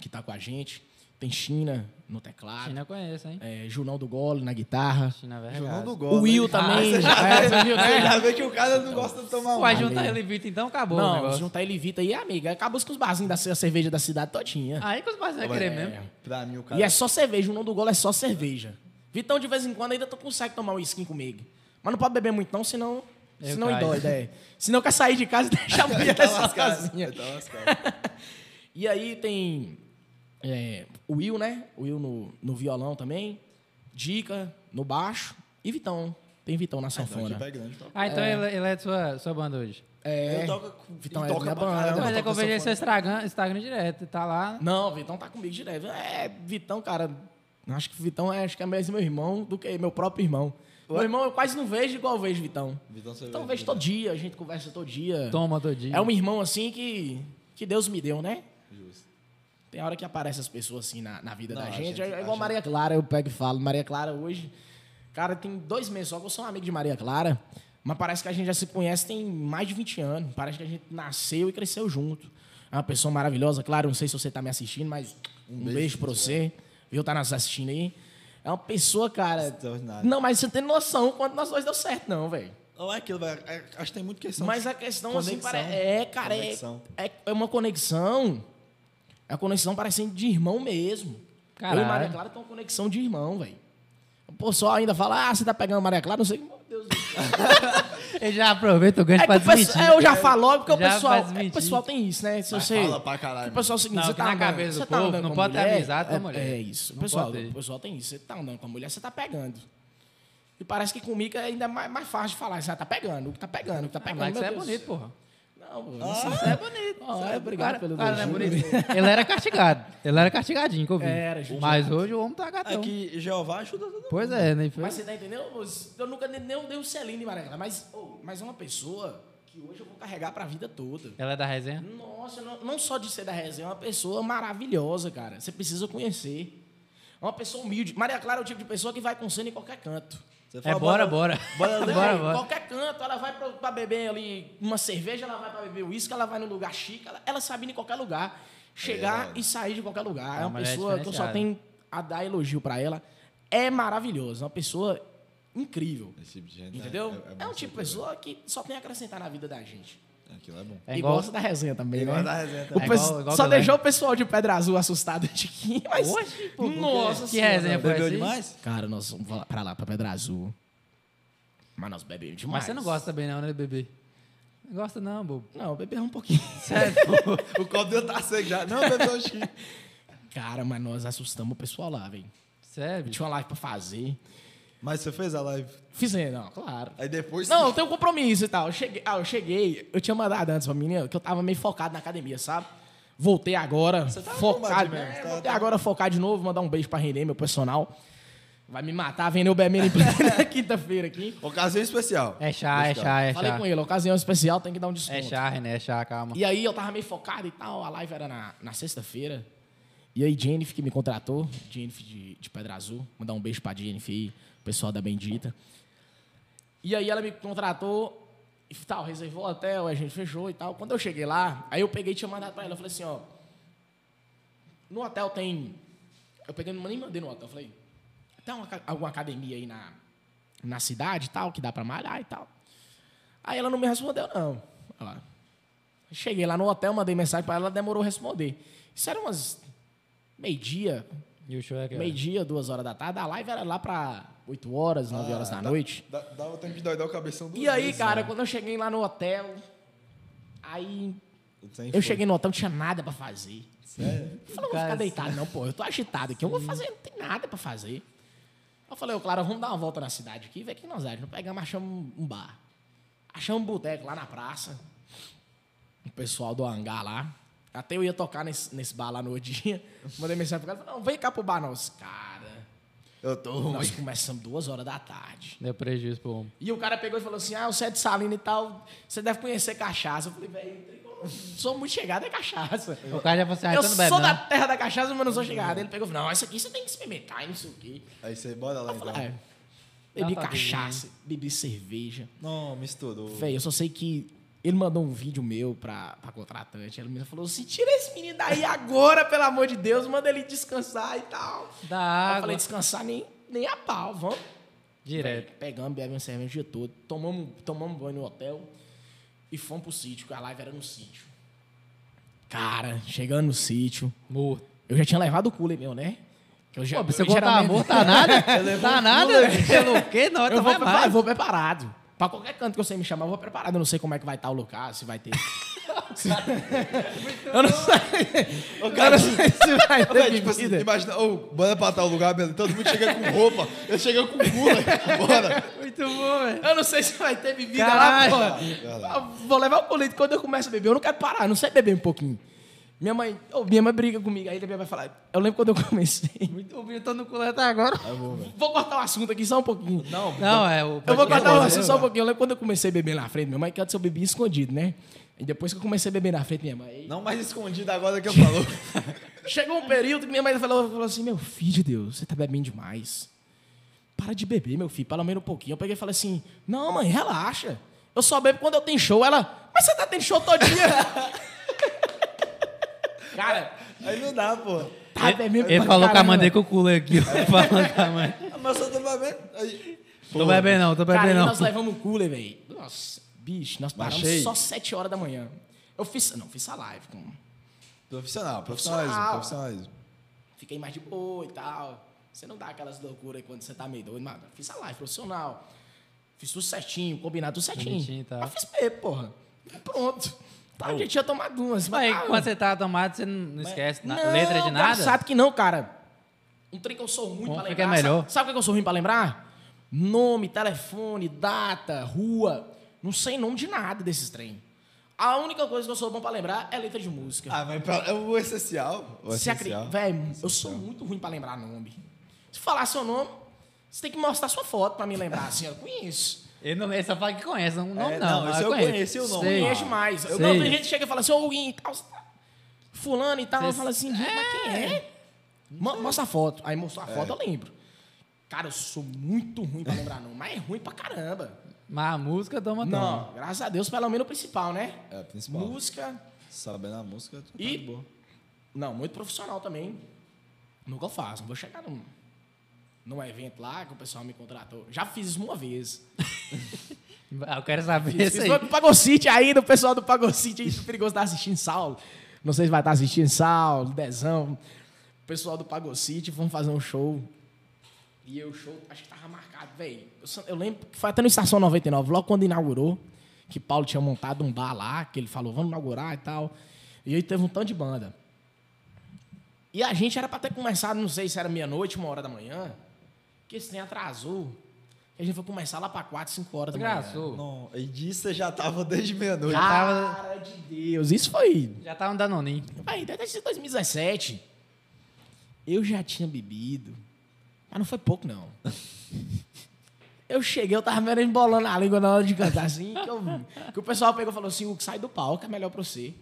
Speaker 3: que tá com a gente. Tem China no teclado.
Speaker 2: China eu conheço, hein?
Speaker 3: É, Junão do Gole na guitarra.
Speaker 2: China é velho.
Speaker 1: João do
Speaker 3: é O
Speaker 1: Gol.
Speaker 3: Will
Speaker 1: né?
Speaker 3: também.
Speaker 1: Ah, você já-
Speaker 3: É, você viu,
Speaker 1: Você
Speaker 3: né?
Speaker 1: já vê que o cara não gosta de tomar
Speaker 2: Vai
Speaker 1: um.
Speaker 2: juntar
Speaker 3: Valeu.
Speaker 2: ele e Vitor, então acabou o
Speaker 3: Não,
Speaker 2: negócio.
Speaker 3: juntar ele Vita aí, amiga. Acabou com os barzinhos da ce- a cerveja da cidade todinha.
Speaker 2: Aí que os parceiros vão querer
Speaker 3: É.
Speaker 2: mesmo.
Speaker 1: um. Pra mim, o cara. tá
Speaker 3: E é só cerveja, o nome do golo é só cerveja. Vitão, de vez em quando, ainda tu consegue tomar um skin comigo. Mas não pode beber muito, não, senão.
Speaker 2: Eu
Speaker 3: senão
Speaker 2: caio.
Speaker 3: endoida, é. Senão quer sair de casa e deixar a mulher
Speaker 1: tá
Speaker 3: nessa
Speaker 1: lascado.
Speaker 3: casinha.
Speaker 1: Tá lascado.
Speaker 3: E aí tem é, o Will, né? O Will no, no violão também. Dica, no baixo. E Vitão. Tem Vitão na
Speaker 1: Então,
Speaker 3: sanfona.
Speaker 1: tipo, é grande. pra-
Speaker 2: Ah, então ele, ele é de sua, sua banda hoje.
Speaker 3: É,
Speaker 1: Ele toca,
Speaker 3: Vitão
Speaker 1: ele
Speaker 3: é
Speaker 1: toca
Speaker 3: minha
Speaker 1: pra
Speaker 3: banda.
Speaker 1: caramba,
Speaker 2: Mas é que
Speaker 1: toca
Speaker 2: eu vejo ele seu
Speaker 1: sanfona.
Speaker 2: Instagram, Instagram direto. Tá lá.
Speaker 3: Não, o Vitão tá comigo direto. É, Vitão, cara. Acho que o Vitão é, acho que é mais meu irmão do que meu próprio irmão. Meu irmão eu quase não vejo igual eu vejo Vitão.
Speaker 1: Vitão, você
Speaker 3: Então eu
Speaker 1: vê-
Speaker 3: vejo todo dia, a gente conversa todo dia.
Speaker 2: Toma todo dia.
Speaker 3: É um irmão assim que, que Deus me deu, né?
Speaker 1: Justo.
Speaker 3: Tem hora que aparecem as pessoas assim na, na vida
Speaker 1: Não,
Speaker 3: da
Speaker 1: a
Speaker 3: gente.
Speaker 1: gente-
Speaker 3: É
Speaker 1: a
Speaker 3: igual
Speaker 1: gente-
Speaker 3: Maria Clara, eu pego e falo. Maria Clara hoje. Cara, tem dois meses só que eu sou um amigo de Maria Clara. Mas parece que a gente já se conhece tem mais de 20 anos. Parece que a gente nasceu e cresceu junto. É uma pessoa maravilhosa, claro. Não sei se você tá me assistindo, mas um, beijo, pra você. Viu? Tá nos assistindo aí. É uma pessoa, cara.
Speaker 1: Extraordinário.
Speaker 3: Não, mas você não tem noção quanto nós dois deu certo, não, velho.
Speaker 1: Ou é aquilo, velho. é- Acho que tem muito questão.
Speaker 3: Mas a questão, assim,
Speaker 1: Conexão.
Speaker 3: parece. É, cara, é-
Speaker 1: Conexão.
Speaker 3: É, é uma conexão. É uma conexão parecendo de irmão mesmo.
Speaker 2: Caralho.
Speaker 3: Eu e Maria Clara tem uma conexão de irmão, velho. O pessoal ainda fala, ah, você tá pegando Maria Clara, não sei. Meu Deus do céu.
Speaker 2: Ele já aproveita o gancho
Speaker 3: É que
Speaker 2: pra
Speaker 3: o pessoal-
Speaker 2: desmentir.
Speaker 3: é, eu já falo logo, porque
Speaker 2: Já
Speaker 3: o pessoal.
Speaker 2: faz
Speaker 3: é,
Speaker 2: mentir.
Speaker 3: o pessoal tem isso, né? Se
Speaker 1: Mas
Speaker 3: você.
Speaker 1: Fala pra
Speaker 3: o
Speaker 1: caralho.
Speaker 3: pessoal é o seguinte,
Speaker 2: Não,
Speaker 3: você
Speaker 2: que
Speaker 3: tá
Speaker 2: na
Speaker 3: andando-
Speaker 2: cabeça do
Speaker 3: você tá
Speaker 2: povo,
Speaker 3: andando
Speaker 2: não
Speaker 3: com
Speaker 2: pode ter
Speaker 3: mulher,
Speaker 2: amizade com a
Speaker 3: é-
Speaker 2: mulher.
Speaker 3: É isso. O
Speaker 2: Não
Speaker 3: pessoal,
Speaker 2: pode ter.
Speaker 3: o pessoal tem isso. Você tá andando com a mulher, você tá pegando. E parece que comigo é ainda mais, mais fácil de falar. Você tá pegando, o que tá pegando, o que tá
Speaker 2: Ah,
Speaker 3: pegando.
Speaker 2: mas
Speaker 3: meu
Speaker 2: isso é
Speaker 3: Deus do
Speaker 2: bonito,
Speaker 3: céu.
Speaker 2: porra.
Speaker 3: Não, pô, não sei.
Speaker 2: Isso é bonito.
Speaker 3: Ah,
Speaker 2: Isso é-
Speaker 3: obrigado
Speaker 2: cara,
Speaker 3: pelo
Speaker 2: cara, não é
Speaker 3: elogio.
Speaker 2: bonito. <laughs> Ele era castigado. Ele era castigadinho que eu vi.
Speaker 3: Era, judiado.
Speaker 2: Mas hoje o homem tá gatão.
Speaker 3: então.
Speaker 1: É que Jeová ajuda todo mundo.
Speaker 2: Pois é, nem foi.
Speaker 3: Mas você tá entendendo? Os- Eu nunca nem, nem dei um selinho de Maria mas, ô, mas é uma pessoa que hoje eu vou carregar pra vida toda.
Speaker 2: Ela é da resenha?
Speaker 3: Nossa, não, não só de ser da resenha, é uma pessoa maravilhosa, cara. Você precisa conhecer. É uma pessoa humilde. Maria Clara é o tipo de pessoa que vai com cena em qualquer canto.
Speaker 1: Você
Speaker 2: É,
Speaker 1: fala,
Speaker 2: bora, bora.
Speaker 1: Bora,
Speaker 2: <laughs> bora,
Speaker 1: lembra?
Speaker 3: é
Speaker 2: bora.
Speaker 3: Qualquer canto, ela vai pra, pra beber ali uma cerveja, ela vai pra beber uísque, ela vai num lugar chique, ela, ela sabe ir em qualquer lugar. Chegar
Speaker 1: verdade.
Speaker 3: e sair de qualquer lugar.
Speaker 2: É
Speaker 3: É
Speaker 2: uma
Speaker 3: uma
Speaker 2: mulher
Speaker 3: pessoa que eu só
Speaker 2: diferenciada.
Speaker 3: tenho a dar elogio pra ela. É maravilhosa, é uma pessoa incrível.
Speaker 1: Esse tipo de gente.
Speaker 3: Entendeu?
Speaker 1: bom
Speaker 3: É, um tipo de
Speaker 1: saber.
Speaker 3: pessoa que só tem a acrescentar na vida da gente.
Speaker 1: Aquilo é bom.
Speaker 2: É
Speaker 3: e
Speaker 2: igual-
Speaker 3: gosta da resenha também,
Speaker 1: E
Speaker 3: né?
Speaker 1: gosta da resenha
Speaker 3: O
Speaker 1: também.
Speaker 2: É
Speaker 3: pes-
Speaker 2: igual- igual
Speaker 3: só
Speaker 2: Belém.
Speaker 3: deixou o pessoal de Pedra Azul assustado de aqui, mas...
Speaker 2: Oxe, pô, por quê?
Speaker 3: Nossa
Speaker 2: Que
Speaker 3: Senhora.
Speaker 2: resenha foi
Speaker 1: Bebeu
Speaker 2: essa?
Speaker 1: demais?
Speaker 3: Cara, nós vamos lá- pra lá, pra Pedra Azul. Mas nós bebemos demais.
Speaker 2: Mas você não gosta bem não, né, bebê? Não gosta não, bobo.
Speaker 3: Não, beber um pouquinho. <laughs>
Speaker 2: Sério?
Speaker 1: <laughs> O copo deu tá seco já. Não, bebeu xixi.
Speaker 3: Cara, mas nós assustamos o pessoal lá, velho.
Speaker 2: Sério? é, bicho?
Speaker 3: Tinha uma live pra fazer.
Speaker 1: Mas você fez a live.
Speaker 3: Fizemos, não, claro.
Speaker 1: Aí depois.
Speaker 3: Não, eu tenho um compromisso e tal. Eu cheguei, ah, eu cheguei, eu tinha mandado antes pra menina que eu tava meio focado na academia, sabe? Voltei agora,
Speaker 1: tava
Speaker 3: focado.
Speaker 1: bombadinho tá mesmo,
Speaker 3: é,
Speaker 1: tá-
Speaker 3: voltei
Speaker 1: tá-
Speaker 3: agora focado de novo, mandar um beijo pra Renê, meu personal. Vai me matar vendo o Bemino em plena <laughs> quinta-feira aqui.
Speaker 1: Ocasião especial.
Speaker 2: É chá, é
Speaker 1: Especial.
Speaker 2: chá, é
Speaker 3: Falei
Speaker 2: chá.
Speaker 3: com ele, ocasião especial, tem que dar um desconto.
Speaker 2: É chá, René, é chá, calma.
Speaker 3: E aí eu tava meio focado e tal, a live era na, na sexta-feira. E aí Jennifer que me contratou, Jennifer de, de Pedra Azul, mandar um beijo pra Jennifer aí, pessoal da Bendita. E aí ela me contratou e tal, reservou o hotel, a gente fechou e tal. Quando eu cheguei lá, aí eu peguei e tinha mandado pra ela, eu falei assim, ó, no hotel tem... Eu peguei, não nem mandei no hotel, eu falei, tem uma ca- alguma academia aí na, na cidade e tal, que dá pra malhar e tal. Aí ela não me respondeu, não. Ela, Cheguei lá no hotel, mandei mensagem pra ela, ela demorou a responder. Isso era umas meio-dia,
Speaker 2: E o show é que hora?
Speaker 3: meio-dia, duas horas da tarde. A live era lá pra 8 horas, 9 horas da
Speaker 1: Ah,
Speaker 3: noite.
Speaker 1: Dá, dá o tempo de doidar o cabeção do
Speaker 3: E aí, cara,
Speaker 1: né?
Speaker 3: quando eu cheguei lá no hotel, aí
Speaker 1: né?
Speaker 3: eu cheguei no hotel, não tinha nada pra fazer.
Speaker 1: Sério?
Speaker 3: Eu falei, eu vou ficar
Speaker 2: Cara,
Speaker 3: deitado, não, pô. Eu tô agitado aqui, eu não vou fazer, não tem nada pra fazer. Eu falei, ô, Clara, vamos dar uma volta na cidade aqui, ver que nós é. Não pegamos, achamos um bar. Achamos um boteco lá na praça. O pessoal do hangar lá. Até eu ia tocar nesse, nesse bar lá no outro <laughs> dia. Mandei mensagem pro cara, falei, não, vem cá pro bar, não. Os cara,
Speaker 1: Eu tô
Speaker 3: nós
Speaker 1: ruim.
Speaker 3: começamos duas horas da tarde.
Speaker 2: Deu prejuízo pro homem.
Speaker 3: E o cara pegou e falou assim, ah, você é de Salina e tal, você deve conhecer cachaça. Eu falei, velho, eu não sou muito chegado em cachaça
Speaker 2: O cara já falou assim, ah,
Speaker 3: eu
Speaker 2: então não bebe,
Speaker 3: sou da
Speaker 2: não.
Speaker 3: terra da cachaça, mas não sou chegado. Ele pegou e falou, não, isso aqui você tem que experimentar, e não sei o quê.
Speaker 1: Aí você bora lá
Speaker 3: Eu falei,
Speaker 1: então.
Speaker 3: ah,
Speaker 2: Dá
Speaker 3: bebi
Speaker 2: É. pra né?
Speaker 3: cachaça, bebi cerveja.
Speaker 1: Não, misturou.
Speaker 3: Véi, eu só sei que ele mandou um vídeo meu pra, pra contratante. Ela me falou assim, tira esse menino daí agora, pelo amor de Deus, manda ele descansar e tal.
Speaker 2: Da
Speaker 3: Eu
Speaker 2: água.
Speaker 3: falei, assim, descansar nem, nem a pau, vamos.
Speaker 2: Direto.
Speaker 3: Pegamos, bebemos cerveja todo, tomamos, tomamos banho no hotel e fomos pro sítio, porque a live era no sítio. Cara, chegando no sítio,
Speaker 2: Morto.
Speaker 3: eu já tinha levado o cooler meu, né? Que eu já,
Speaker 2: Pô,
Speaker 3: eu
Speaker 2: você contar
Speaker 3: geralmente-
Speaker 2: amor, tá
Speaker 3: <laughs>
Speaker 2: nada? tá <laughs> nada? Pelo quê? Na hora
Speaker 3: Eu
Speaker 2: tá
Speaker 3: vou,
Speaker 2: vai
Speaker 3: preparado,
Speaker 2: mais.
Speaker 3: vou preparado. Pra qualquer canto que você me chamar, eu vou preparado. Eu não sei como é que vai estar o lugar, se vai ter. eu não sei. um <laughs> Eu não sei se vai ter.
Speaker 1: Véi, tipo assim,
Speaker 3: bebida.
Speaker 1: imagina, ô, bora patar o lugar, beleza? Todo mundo chega com roupa, eu chego com gula, bora.
Speaker 2: Muito bom, velho.
Speaker 3: <laughs> Eu não sei se vai ter bebida
Speaker 2: Caralho.
Speaker 3: lá, porra. Eu vou levar o colete quando eu começo a beber. Eu não quero parar, eu não sei beber um pouquinho. Minha mãe, ô, minha mãe briga comigo, aí minha mãe vai falar. Eu lembro quando eu comecei. <laughs>
Speaker 2: Muito bom, eu tô no culé até agora.
Speaker 3: Vou cortar o assunto aqui só um pouquinho.
Speaker 1: Não,
Speaker 2: Não, é o...
Speaker 3: Eu vou
Speaker 1: Pode
Speaker 3: contar um
Speaker 1: desenvolver,
Speaker 3: assunto só um
Speaker 1: vai.
Speaker 3: pouquinho. Eu lembro quando eu comecei a beber na frente, minha mãe, que antes eu bebia escondido, né? E depois que eu comecei a beber na frente, minha mãe.
Speaker 1: <laughs> não mais escondido agora que eu falo.
Speaker 3: Chegou um período que minha mãe falou, falou assim: Meu filho de Deus, você tá bebendo demais. Para de beber, meu filho, pelo menos um pouquinho. Eu peguei e falei assim: Não, mãe, relaxa. Eu só bebo quando eu tenho show. Ela, mas você tá tendo show todo
Speaker 2: <laughs>
Speaker 3: dia. Cara,
Speaker 1: Aí não dá, pô.
Speaker 3: tá bebendo
Speaker 2: Ele
Speaker 3: pra
Speaker 2: falou com a
Speaker 3: caramba.
Speaker 2: mãe dele com o culé aqui. ó. Falando com a mãe.
Speaker 1: Ah, Mas eu tô bebendo. Aí,
Speaker 2: Tô bebendo não, tô
Speaker 3: Cara,
Speaker 2: bebendo
Speaker 3: aí
Speaker 2: não.
Speaker 3: nós levamos o cooler, velho. Nossa, bicho, nós paramos
Speaker 1: Baixei.
Speaker 3: só 7 horas da manhã. Eu fiz. Não, fiz a live com.
Speaker 1: profissional, profissionalismo,
Speaker 3: Profissional.
Speaker 1: profissionalismo.
Speaker 3: Fiquei mais de boa e tal. Você não dá aquelas loucuras quando você tá meio doido, mas eu fiz a live profissional. Fiz tudo certinho, combinado tudo certinho.
Speaker 2: Bonitinho tá. e tal.
Speaker 3: Mas fiz pé, porra. Pronto. Tá, eu já tinha tomado umas.
Speaker 2: Mas
Speaker 3: ah,
Speaker 2: aí, quando você tá tomado, você não não esquece na-
Speaker 3: não,
Speaker 2: letra de nada?
Speaker 3: Engraçado que não, cara. Um trem que eu sou ruim
Speaker 2: Bom,
Speaker 3: pra
Speaker 2: fica
Speaker 3: lembrar.
Speaker 2: melhor.
Speaker 3: Sabe, sabe o que eu sou ruim pra lembrar? Nome, telefone, data, rua. Não sei nome de nada desses trem. A única coisa que eu sou bom pra lembrar é letra de música.
Speaker 1: Ah, mas pra- é o essencial. O
Speaker 3: Você
Speaker 1: é essencial.
Speaker 3: acredita? Velho, eu sou muito ruim pra lembrar nome. Se falar seu nome, você tem que mostrar sua foto pra me lembrar. Assim, eu conheço.
Speaker 2: Ele não ele só fala que conhece, não, não,
Speaker 1: É,
Speaker 2: não.
Speaker 1: não,
Speaker 2: mas
Speaker 1: isso eu
Speaker 2: conheço.
Speaker 1: conheci o nome.
Speaker 2: Sei.
Speaker 1: Conheço
Speaker 3: Conheço demais. Eu,
Speaker 2: Sei.
Speaker 3: não, tem gente que chega e fala assim, ô Huguinho e tal. você tá- Fulano e tal. Eu
Speaker 2: Cês-
Speaker 3: falo assim, gente, mas quem é? Mo- Mostra a foto. Aí mostrou
Speaker 1: É.
Speaker 3: a foto, eu lembro. Cara, eu sou muito ruim pra lembrar nome, mas é ruim pra caramba.
Speaker 2: Mas a música toma toma.
Speaker 3: Não, graças a Deus, pelo menos o principal, né?
Speaker 1: É, Então. principal.
Speaker 3: Música.
Speaker 1: Sabendo a música, tá de
Speaker 3: E-
Speaker 1: boa.
Speaker 3: Não, muito profissional também. Nunca eu faço. Não vou chegar num, num evento lá que o pessoal me contratou. Já fiz isso uma vez.
Speaker 2: Ah, Eu quero saber
Speaker 3: Fiz,
Speaker 2: isso
Speaker 3: fiz
Speaker 2: aí.
Speaker 3: uma do Pagocite ainda, o pessoal do Pagocite aí, perigoso tá assistindo Saulo. Não sei se vai estar assistindo Saulo, Dezão. O pessoal do Pagocite, vamos fazer um show. E eu, o show, acho que tava marcado, velho. Eu, só- eu lembro que foi até no Estação 99, logo quando inaugurou, que Paulo tinha montado um bar lá, que ele falou, vamos inaugurar e tal. E aí teve um tanto de banda. E a gente era pra ter começado, não sei se era meia-noite, uma hora da manhã, que esse trem atrasou. E a gente foi começar lá pra quatro, cinco horas da manhã.
Speaker 2: Engraçou.
Speaker 1: tá Não, e disso você já tava desde meia-noite.
Speaker 2: Já tava-
Speaker 3: Cara de Deus, isso foi.
Speaker 2: Já tá um tava no Danoninho.
Speaker 3: Vai, desde 2017. Eu já tinha bebido. Mas Mas não foi pouco, não. <laughs> Eu cheguei, eu tava meio embolando a língua na hora de cantar, assim, que, eu- que o pessoal pegou e falou assim, Hugo, sai do palco, é melhor pra você.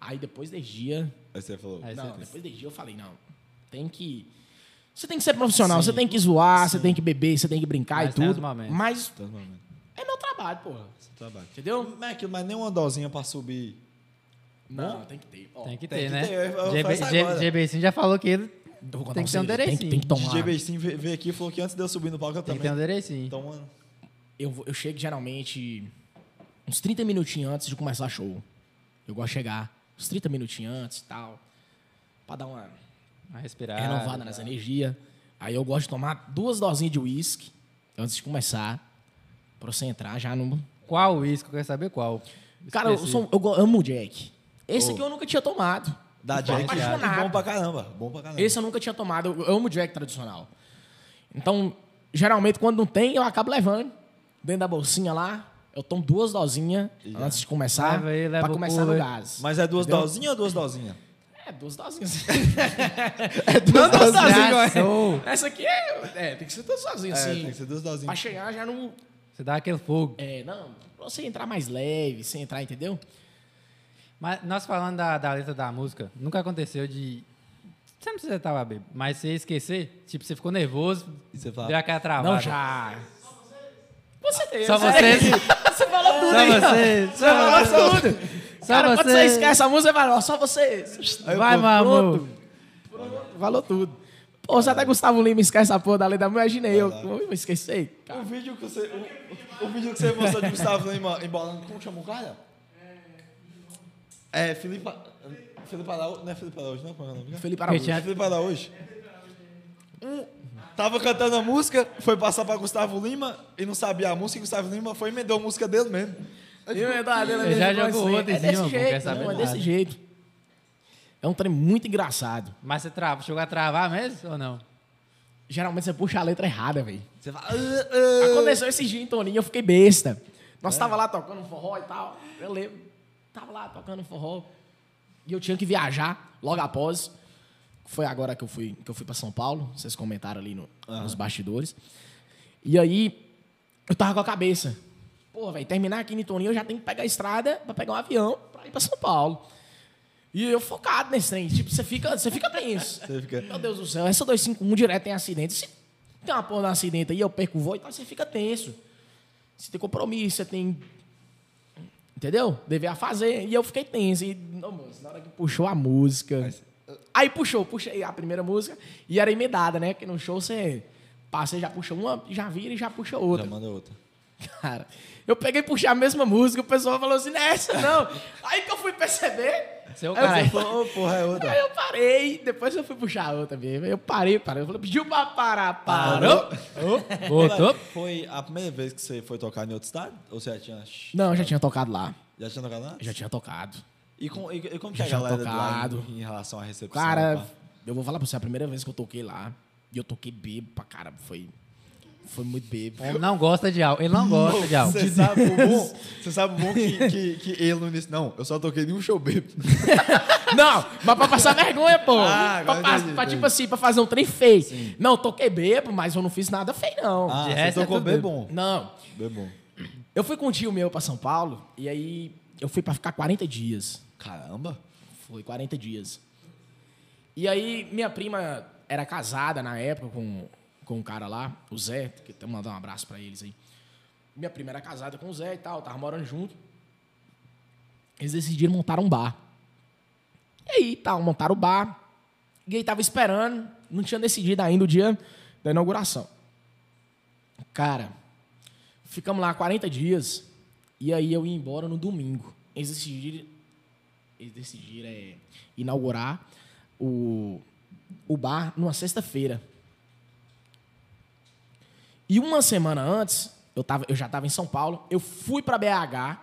Speaker 3: Aí depois de dia,
Speaker 1: Aí você falou.
Speaker 2: Aí você
Speaker 3: não,
Speaker 2: fez.
Speaker 3: depois de dia eu falei, não, tem que... Você tem que ser profissional, você tem que zoar, você tem que beber, você tem que brincar
Speaker 2: Mas
Speaker 3: e
Speaker 2: tem
Speaker 3: tudo,
Speaker 2: os momentos.
Speaker 3: mas
Speaker 1: Tá bom, mano.
Speaker 3: é meu trabalho, porra,
Speaker 1: Tá bom.
Speaker 2: Hum.
Speaker 3: entendeu?
Speaker 1: Mas é aquilo, mas nem uma dosinha pra subir.
Speaker 3: Não, tem que ter, ó.
Speaker 2: Tem que
Speaker 1: Tem
Speaker 2: ter,
Speaker 1: que
Speaker 2: né?
Speaker 1: ter, eu- eu
Speaker 2: GB
Speaker 1: faço
Speaker 2: G-
Speaker 1: agora.
Speaker 2: GBC já falou que ele
Speaker 3: Eu vou contar
Speaker 2: tem que ter um
Speaker 3: segredo, tem que-
Speaker 2: enderecinho.
Speaker 3: Tem que tomar.
Speaker 1: DJ Bestin ve- veio aqui e falou que antes de eu subir no palco eu
Speaker 2: tem que ter um
Speaker 1: também.
Speaker 2: enderecinho.
Speaker 1: Então, mano.
Speaker 3: eu, vou- eu chego geralmente uns 30 minutinhos antes de começar show. Eu gosto de chegar uns 30 minutinhos antes e tal. Pra dar uma
Speaker 2: Uma
Speaker 1: Ah,
Speaker 2: respirada.
Speaker 3: renovada
Speaker 1: tá.
Speaker 3: nas energias. Aí eu gosto de tomar duas dosinhas de uísque antes de começar. Pra você entrar já no.
Speaker 2: Qual uísque? Eu quero saber qual.
Speaker 3: Cara, eu, sou, um, eu go- amo Jack. Esse
Speaker 1: Oh.
Speaker 3: aqui eu nunca tinha tomado.
Speaker 1: Da
Speaker 3: Eu tô
Speaker 1: Jack. é.
Speaker 3: apaixonado.
Speaker 1: né? Bom pra caramba. Bom pra caramba.
Speaker 3: Esse eu nunca tinha tomado. Eu, eu amo Jack tradicional. Então, geralmente, quando não tem, eu acabo levando dentro da bolsinha lá. Eu tomo duas dosinhas antes de começar.
Speaker 2: Leva aí, leva
Speaker 3: pra
Speaker 2: o
Speaker 3: começar no
Speaker 2: cooler.
Speaker 3: gás.
Speaker 1: Mas é duas dosinhas ou duas dosinhas?
Speaker 3: É,
Speaker 2: <laughs>
Speaker 3: duas dosinhas. é duas,
Speaker 2: dosinhas,
Speaker 3: dosinhas.
Speaker 2: sou.
Speaker 3: Essa aqui é, é. Tem que ser duas dosinhas,
Speaker 1: É,
Speaker 3: sim.
Speaker 1: tem que ser duas
Speaker 3: Pra
Speaker 1: dosinhas.
Speaker 3: chegar já no.
Speaker 2: Você dá aquele fogo.
Speaker 3: É, não. Pra você entrar mais leve, sem entrar, entendeu?
Speaker 2: Mas nós falando da, da letra da música, nunca aconteceu de. Você não precisa estar bêbado, mas você esquecer, tipo, você ficou nervoso,
Speaker 1: E você fala-
Speaker 2: deu aquela travada.
Speaker 3: Não, já. Com certeza.
Speaker 2: Tá Só vocês.
Speaker 3: Você falou tudo
Speaker 2: Só
Speaker 3: aí. ó.
Speaker 2: vocês.
Speaker 3: Você
Speaker 2: Só vocês.
Speaker 3: falou tudo.
Speaker 2: Só
Speaker 3: Cara, quando você
Speaker 2: vocês.
Speaker 3: esquece a música, vai, ó, só vocês.
Speaker 2: Vai, meu amor.
Speaker 3: Falou tudo. Pô, se até Gustavo Lima esquece a porra da lei da mulher, imaginei eu.
Speaker 1: Verdade.
Speaker 3: Eu esqueci. cara.
Speaker 1: O vídeo que você. O, o- o vídeo que você mostrou de Gustavo Lima embolando. Como chama o cara? É. Felipe. Felipe Araújo. Não é Felipe Araújo, não? Como é o nome?
Speaker 3: Felipe Araújo.
Speaker 1: É Felipe Araújo. Um Tava cantando a música, foi passar pra Gustavo Lima e não sabia a música, e Gustavo Lima foi e emendou a música dele mesmo.
Speaker 2: Eu já jogo outro em
Speaker 3: É
Speaker 2: cima,
Speaker 3: desse
Speaker 2: não quer
Speaker 3: jeito,
Speaker 2: saber
Speaker 3: não, é
Speaker 2: nada.
Speaker 3: desse jeito. É um trem muito engraçado.
Speaker 2: Mas você trava, chegou a travar mesmo ou não?
Speaker 3: Geralmente você puxa a letra errada, velho.
Speaker 1: Você fala. "Ah,
Speaker 3: Aconteceu esse dia em Toninho, eu fiquei besta. Nós tava lá tocando um forró e tal. Eu lembro. Tava lá tocando um forró. E eu tinha que viajar logo após. Foi agora que eu fui, que eu fui pra São Paulo. Vocês comentaram ali no- nos bastidores. E aí, eu tava com a cabeça. Pô, velho, terminar aqui em Toninho, eu já tenho que pegar a estrada pra pegar um avião pra ir pra São Paulo. E eu focado nesse trem. Tipo, você fica, você fica tenso.
Speaker 1: Você fica.
Speaker 3: Meu Deus do céu, essa 251 direto tem acidente. Se tem uma porra de um acidente aí, eu perco o voo, então você fica tenso. Você tem compromisso, você tem. Entendeu? Dever a fazer. E eu fiquei tenso. E, não, moço, na hora que puxou a música. Aí puxou, puxei a primeira música e era emendada, né? Porque no show você passa e já puxa uma, já vira e já puxa outra.
Speaker 1: Já manda outra.
Speaker 3: Cara, eu peguei e puxei a mesma música, o pessoal falou assim, não é essa não. Aí que eu fui perceber.
Speaker 2: Seu
Speaker 3: aí eu
Speaker 2: caralho.
Speaker 1: Pô, ô, porra, é outra.
Speaker 3: Aí eu parei, depois eu fui puxar a outra mesmo. Eu parei, parei. Eu falei, pediu pra parar, parou.
Speaker 2: Voltou?
Speaker 1: Foi a primeira vez que você foi tocar em outro estado? Ou você já tinha.
Speaker 3: Não, eu já tinha tocado lá.
Speaker 1: Já tinha tocado lá?
Speaker 3: Eu já tinha tocado.
Speaker 1: E, com, e, e como que é
Speaker 3: Já
Speaker 1: a galera de lá
Speaker 3: tocado.
Speaker 1: em, em relação à recepção?
Speaker 3: Cara,
Speaker 1: pá?
Speaker 3: eu vou falar pra você, a primeira vez que eu toquei lá, e eu toquei bebo pra caramba, foi, foi muito bebo.
Speaker 2: Ele não gosta de álcool. Ele não gosta de álcool.
Speaker 1: Você sabe o bom,
Speaker 3: <laughs>
Speaker 1: você sabe o bom que, que, que ele não disse, não, eu só toquei de um show bêbado.
Speaker 3: <laughs> Não, mas pra passar vergonha, pô.
Speaker 1: Ah,
Speaker 3: pra,
Speaker 1: agora
Speaker 3: pa-
Speaker 1: entendi,
Speaker 3: pra,
Speaker 1: entendi.
Speaker 3: tipo assim, pra fazer um trem feio. Não, eu toquei bebo, mas eu não fiz nada feio, não.
Speaker 1: Ah,
Speaker 2: De
Speaker 1: você
Speaker 2: resto é
Speaker 1: tocou
Speaker 2: tudo
Speaker 1: bem
Speaker 2: bêbado.
Speaker 1: bom.
Speaker 3: Não,
Speaker 1: Bem bom.
Speaker 3: eu fui com um tio meu pra São Paulo, e aí eu fui pra ficar 40 dias.
Speaker 1: Caramba.
Speaker 3: Foi 40 dias. E aí, minha prima era casada na época com, com um cara lá, o Zé, que até mandar um abraço pra eles aí. Minha prima era casada com o Zé e tal, tava morando junto. Eles decidiram montar um bar. E aí, tal, montaram o bar. E aí, tava esperando, não tinha decidido ainda o dia da inauguração. Cara, ficamos lá 40 dias. E aí, eu ia embora no domingo. Eles decidiram eles decidiram é, inaugurar o, o bar numa sexta-feira. E uma semana antes, eu, tava, eu já estava em São Paulo, eu fui para BH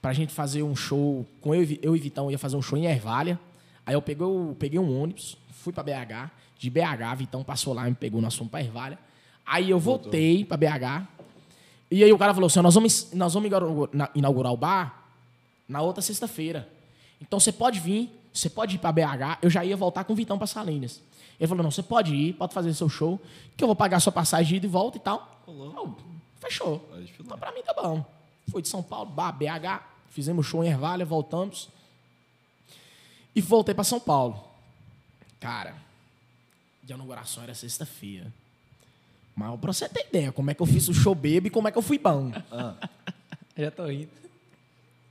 Speaker 3: pra gente fazer um show com eu, e Vi- eu e Vitão, ia fazer um show em Ervalha. Aí eu peguei, o- peguei um ônibus, fui para BH, de BH, Vitão passou lá e me pegou, nós fomos pra Ervalha. Aí eu voltei para BH. E aí o cara falou assim: "Ó, nós vamos, nós vamos inaugurar- na- inaugurar o bar na outra sexta-feira. Então você pode vir, você pode ir pra BH? Eu já ia voltar com o Vitão pra Salinas. Ele falou, não, você pode ir, pode fazer seu show, que eu vou pagar a sua passagem de ida e volta e tal.
Speaker 1: Rolou.
Speaker 3: Eu, fechou.
Speaker 1: Aí, filé.
Speaker 3: Então, pra mim tá bom. Fui de São Paulo, bah, BH, fizemos show em Ervalha, voltamos. E voltei pra São Paulo. Cara, de inauguração era sexta-feira. Mas pra você ter ideia, como é que eu fiz o show bebo e como é que eu fui bom.
Speaker 2: Já tô rindo.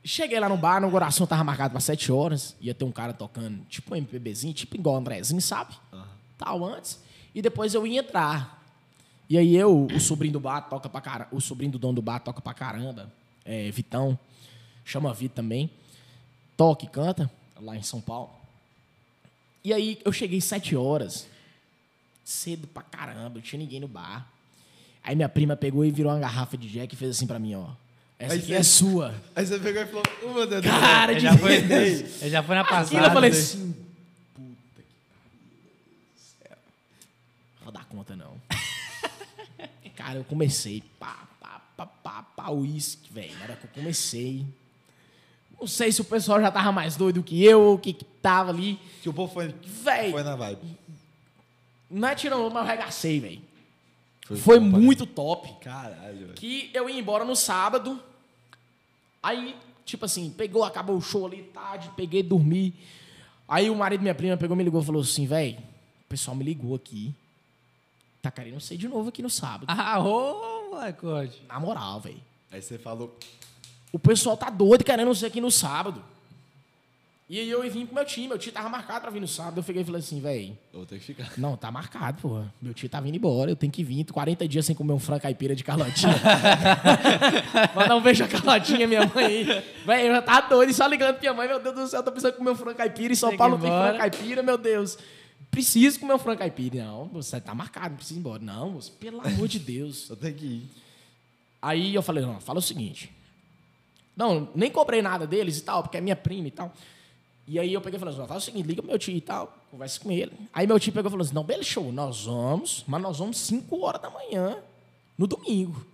Speaker 3: Cheguei lá no bar, a inauguração tava marcada pra 7 horas. Ia ter um cara tocando, tipo um MPBzinho, tipo igual o Andrezinho, sabe? Tal antes. E depois eu ia entrar. E aí eu, o sobrinho do bar toca pra caramba. O sobrinho do dono do bar toca pra caramba. É, Vitão. Chama Vito também. Toca e canta, lá em São Paulo. E aí eu cheguei 7 horas. Cedo pra caramba, não tinha ninguém no bar. Aí minha prima pegou e virou uma garrafa de Jack e fez assim pra mim, ó. Essa
Speaker 1: Aí
Speaker 3: aqui
Speaker 1: você-
Speaker 3: é sua.
Speaker 1: Aí você pegou e falou, oh, meu Deus do céu.
Speaker 3: Cara,
Speaker 2: Ele
Speaker 3: de
Speaker 2: já foi,
Speaker 3: Deus.
Speaker 2: ele já foi na
Speaker 3: Aquilo
Speaker 2: passada.
Speaker 3: eu falei
Speaker 2: né?
Speaker 3: assim, puta que pariu do céu. Vou dar conta, não. Cara, eu comecei, pá, pá, pá, pá, pá, uísque, velho. Na hora que eu comecei. Não sei se o pessoal já tava mais doido que eu, ou o que que tava ali.
Speaker 1: Que o povo foi,
Speaker 3: Véi.
Speaker 1: foi na vibe.
Speaker 3: Não é tirando, mas eu arregacei, velho. Foi,
Speaker 1: bom pra
Speaker 3: muito top.
Speaker 1: Caralho, velho.
Speaker 3: que eu ia embora no sábado. Aí, tipo assim, pegou, acabou o show ali tarde, peguei, dormi. Aí o marido da minha prima pegou, me ligou e falou assim, velho, o pessoal me ligou aqui. Tá querendo ser de novo aqui no sábado.
Speaker 2: Ah, ô, molecote.
Speaker 3: Na moral, velho.
Speaker 1: Aí você falou,
Speaker 3: O pessoal tá doido querendo ser aqui no sábado. E aí eu vim pro meu time, meu time tava marcado pra vir no sábado. Eu fiquei e falei assim, velho,
Speaker 1: eu vou ter que ficar.
Speaker 3: não, tá marcado, porra. Meu tio tá vindo embora, eu tenho que vir. Tô 40 dias sem comer um frango caipira de Carlotinha. Mandar um beijo a Carlotinha, minha mãe aí. Véi, eu já tava doido e só ligando pra minha mãe. Meu Deus do céu, eu tô precisando comer um frango caipira. Em São
Speaker 2: Tem que
Speaker 3: Paulo
Speaker 2: ir
Speaker 3: não tem frango
Speaker 2: embora.
Speaker 3: caipira, meu Deus. Preciso comer um frango caipira. Não, você tá marcado, não precisa ir embora. Não, moço, pelo amor de Deus.
Speaker 1: Eu tenho que ir.
Speaker 3: Aí eu falei, não, fala o seguinte. Não, nem comprei nada deles e tal, porque é minha prima e tal. E aí eu peguei e falei assim, ó, fala o seguinte, liga pro meu tio e tal, conversa com ele. Aí meu tio pegou e falou assim, não, beleza, show, nós vamos, mas nós vamos 5 horas da manhã, no domingo.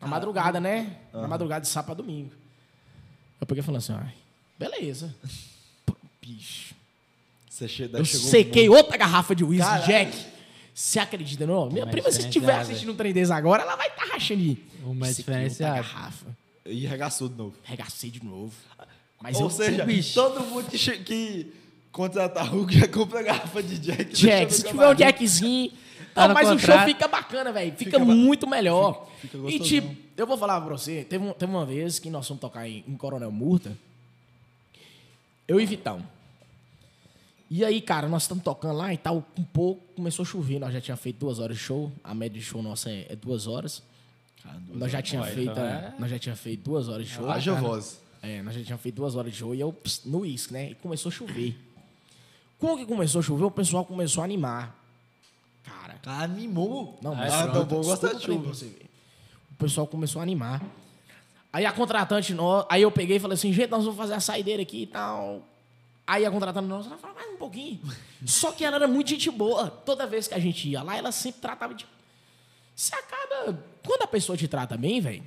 Speaker 3: Na madrugada, né? Na madrugada de sábado pra domingo. Eu peguei e falei assim, ai, beleza. Pô, Bicho,
Speaker 1: Você che... daí
Speaker 3: eu
Speaker 1: chegou um
Speaker 3: sequei outra garrafa de uísque
Speaker 1: Caralho.
Speaker 3: Jack. Você acredita, não? Minha
Speaker 2: Mas
Speaker 3: prima, se
Speaker 2: diferenciado,
Speaker 3: estiver
Speaker 2: é.
Speaker 3: assistindo um trem desse agora, ela vai estar tá rachando de rir.
Speaker 2: Uma
Speaker 3: Sequei outra
Speaker 2: diferenciada.
Speaker 3: garrafa.
Speaker 1: muito- E arregaçou de novo.
Speaker 3: Regacei de novo. Mas
Speaker 1: Ou
Speaker 3: eu
Speaker 1: seja,
Speaker 2: bicho.
Speaker 1: todo mundo que, che... que contratar Hulk já compra garrafa de Jack.
Speaker 3: Jack, se tiver um Jackzinho.
Speaker 2: Tá
Speaker 3: não,
Speaker 2: no
Speaker 3: mas o show
Speaker 2: contrato.
Speaker 3: fica bacana, velho. Fica,
Speaker 1: Fica ba-
Speaker 3: muito melhor.
Speaker 1: fica
Speaker 3: e
Speaker 1: gostosão.
Speaker 3: tipo, eu vou falar pra você, teve, um- teve uma vez que nós fomos tocar em, em Coronel Murta. Eu e Vitão. E aí, cara, nós estamos tocando lá e tal, um pouco, começou a chover, nós já tínhamos feito duas horas de show, a média de show nossa é, é duas horas.
Speaker 2: Ah,
Speaker 3: Nós já tínhamos feito,
Speaker 2: então é-
Speaker 3: nós já tínhamos feito duas horas de show.
Speaker 1: Haja voz.
Speaker 3: É, nós já tínhamos feito duas horas de show e eu pss, no uísque, né? E começou a chover. Como que começou a chover? O pessoal começou a animar. Cara.
Speaker 1: Cara, Ah, animou.
Speaker 3: Não, mas.
Speaker 1: ah,
Speaker 3: pronto,
Speaker 1: então vou gostar de
Speaker 3: desculpa,
Speaker 1: chuva.
Speaker 3: falei pra você ver. O pessoal começou a animar. Aí a contratante, nó- aí eu peguei e falei assim: gente, nós vamos fazer a saideira aqui e tal. Aí a contratante nossa, ela falou, mais
Speaker 1: <laughs>
Speaker 3: um pouquinho. Só que ela era muito gente boa. Toda vez que a gente ia lá, ela sempre tratava de. Você acaba. Quando a pessoa te trata bem, velho.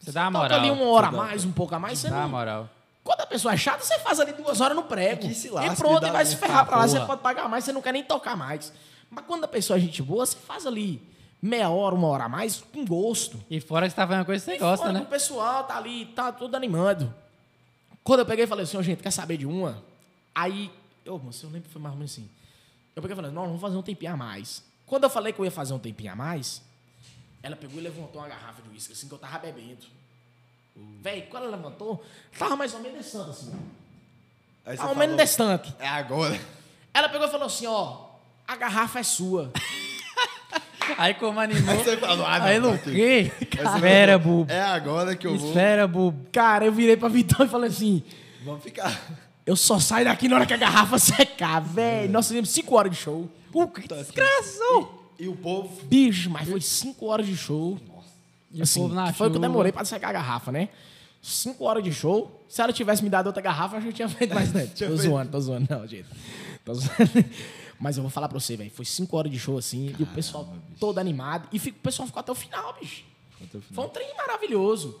Speaker 2: Você dá uma
Speaker 3: Toca
Speaker 2: moral.
Speaker 3: ali uma hora a mais, um pouco a mais, você
Speaker 2: Dá uma
Speaker 3: não,
Speaker 2: moral.
Speaker 3: quando a pessoa é chata, você faz ali duas horas no prego.
Speaker 1: E que se lasque,
Speaker 3: e pronto,
Speaker 1: dá
Speaker 3: e vai se
Speaker 1: essa
Speaker 3: ferrar pra lá. Você
Speaker 2: porra.
Speaker 3: pode pagar mais, você não quer nem tocar mais. Mas quando a pessoa é gente boa, você faz ali meia hora, uma hora a mais, com gosto.
Speaker 2: E fora que você tá fazendo uma coisa que você
Speaker 3: E
Speaker 2: gosta,
Speaker 3: fora que
Speaker 2: né?
Speaker 3: O pessoal tá ali, tá tudo animando. Quando eu peguei e falei assim, ó, gente, quer saber de uma? Aí, eu, moço, eu lembro que foi mais ou menos assim. Eu peguei e falei, não, vamos fazer um tempinho a mais. Quando eu falei que eu ia fazer um tempinho a mais, ela pegou e levantou uma garrafa de uísque, assim, que eu tava bebendo.
Speaker 1: Hum.
Speaker 3: Véi, quando ela levantou, tava mais ou menos desse tanto, assim.
Speaker 1: Aí você
Speaker 3: Tava mais ou menos
Speaker 1: falou,
Speaker 3: desse tanto.
Speaker 1: É agora.
Speaker 3: um
Speaker 1: <laughs>
Speaker 3: Ela pegou e falou assim, ó, a garrafa é sua.
Speaker 2: Aí como animou.
Speaker 1: Aí você falou, ah, não,
Speaker 2: Aí não.
Speaker 1: tá aqui.
Speaker 2: Que?
Speaker 1: Aí você
Speaker 2: Espera,
Speaker 1: falou,
Speaker 2: bobo.
Speaker 1: É agora que eu vou.
Speaker 2: Espera, bobo.
Speaker 3: <laughs> Cara, eu virei pra Vitão e falei assim,
Speaker 1: Vamos ficar.
Speaker 3: Eu só saio daqui na hora que a garrafa <laughs> secar, velho. Nós fizemos 5 horas de show. O que
Speaker 1: Tá aqui.
Speaker 3: desgraçou!
Speaker 1: E o povo.
Speaker 3: Bicho, mas foi 5 horas de show.
Speaker 2: E o
Speaker 3: Assim,
Speaker 2: povo na
Speaker 3: foi o que eu
Speaker 2: chuva.
Speaker 3: demorei pra secar a garrafa, né? 5 horas de show. Se ela tivesse me dado outra garrafa, eu já <laughs> tinha feito mais tempo.
Speaker 1: Tinha
Speaker 3: tô
Speaker 1: feito.
Speaker 3: zoando, tô zoando, não, gente. Tô zoando. <laughs> Mas eu vou falar pra você, velho. Foi 5 horas de show assim, e o pessoal todo animado. E fica- o pessoal ficou até o final, bicho. Foi um trem maravilhoso.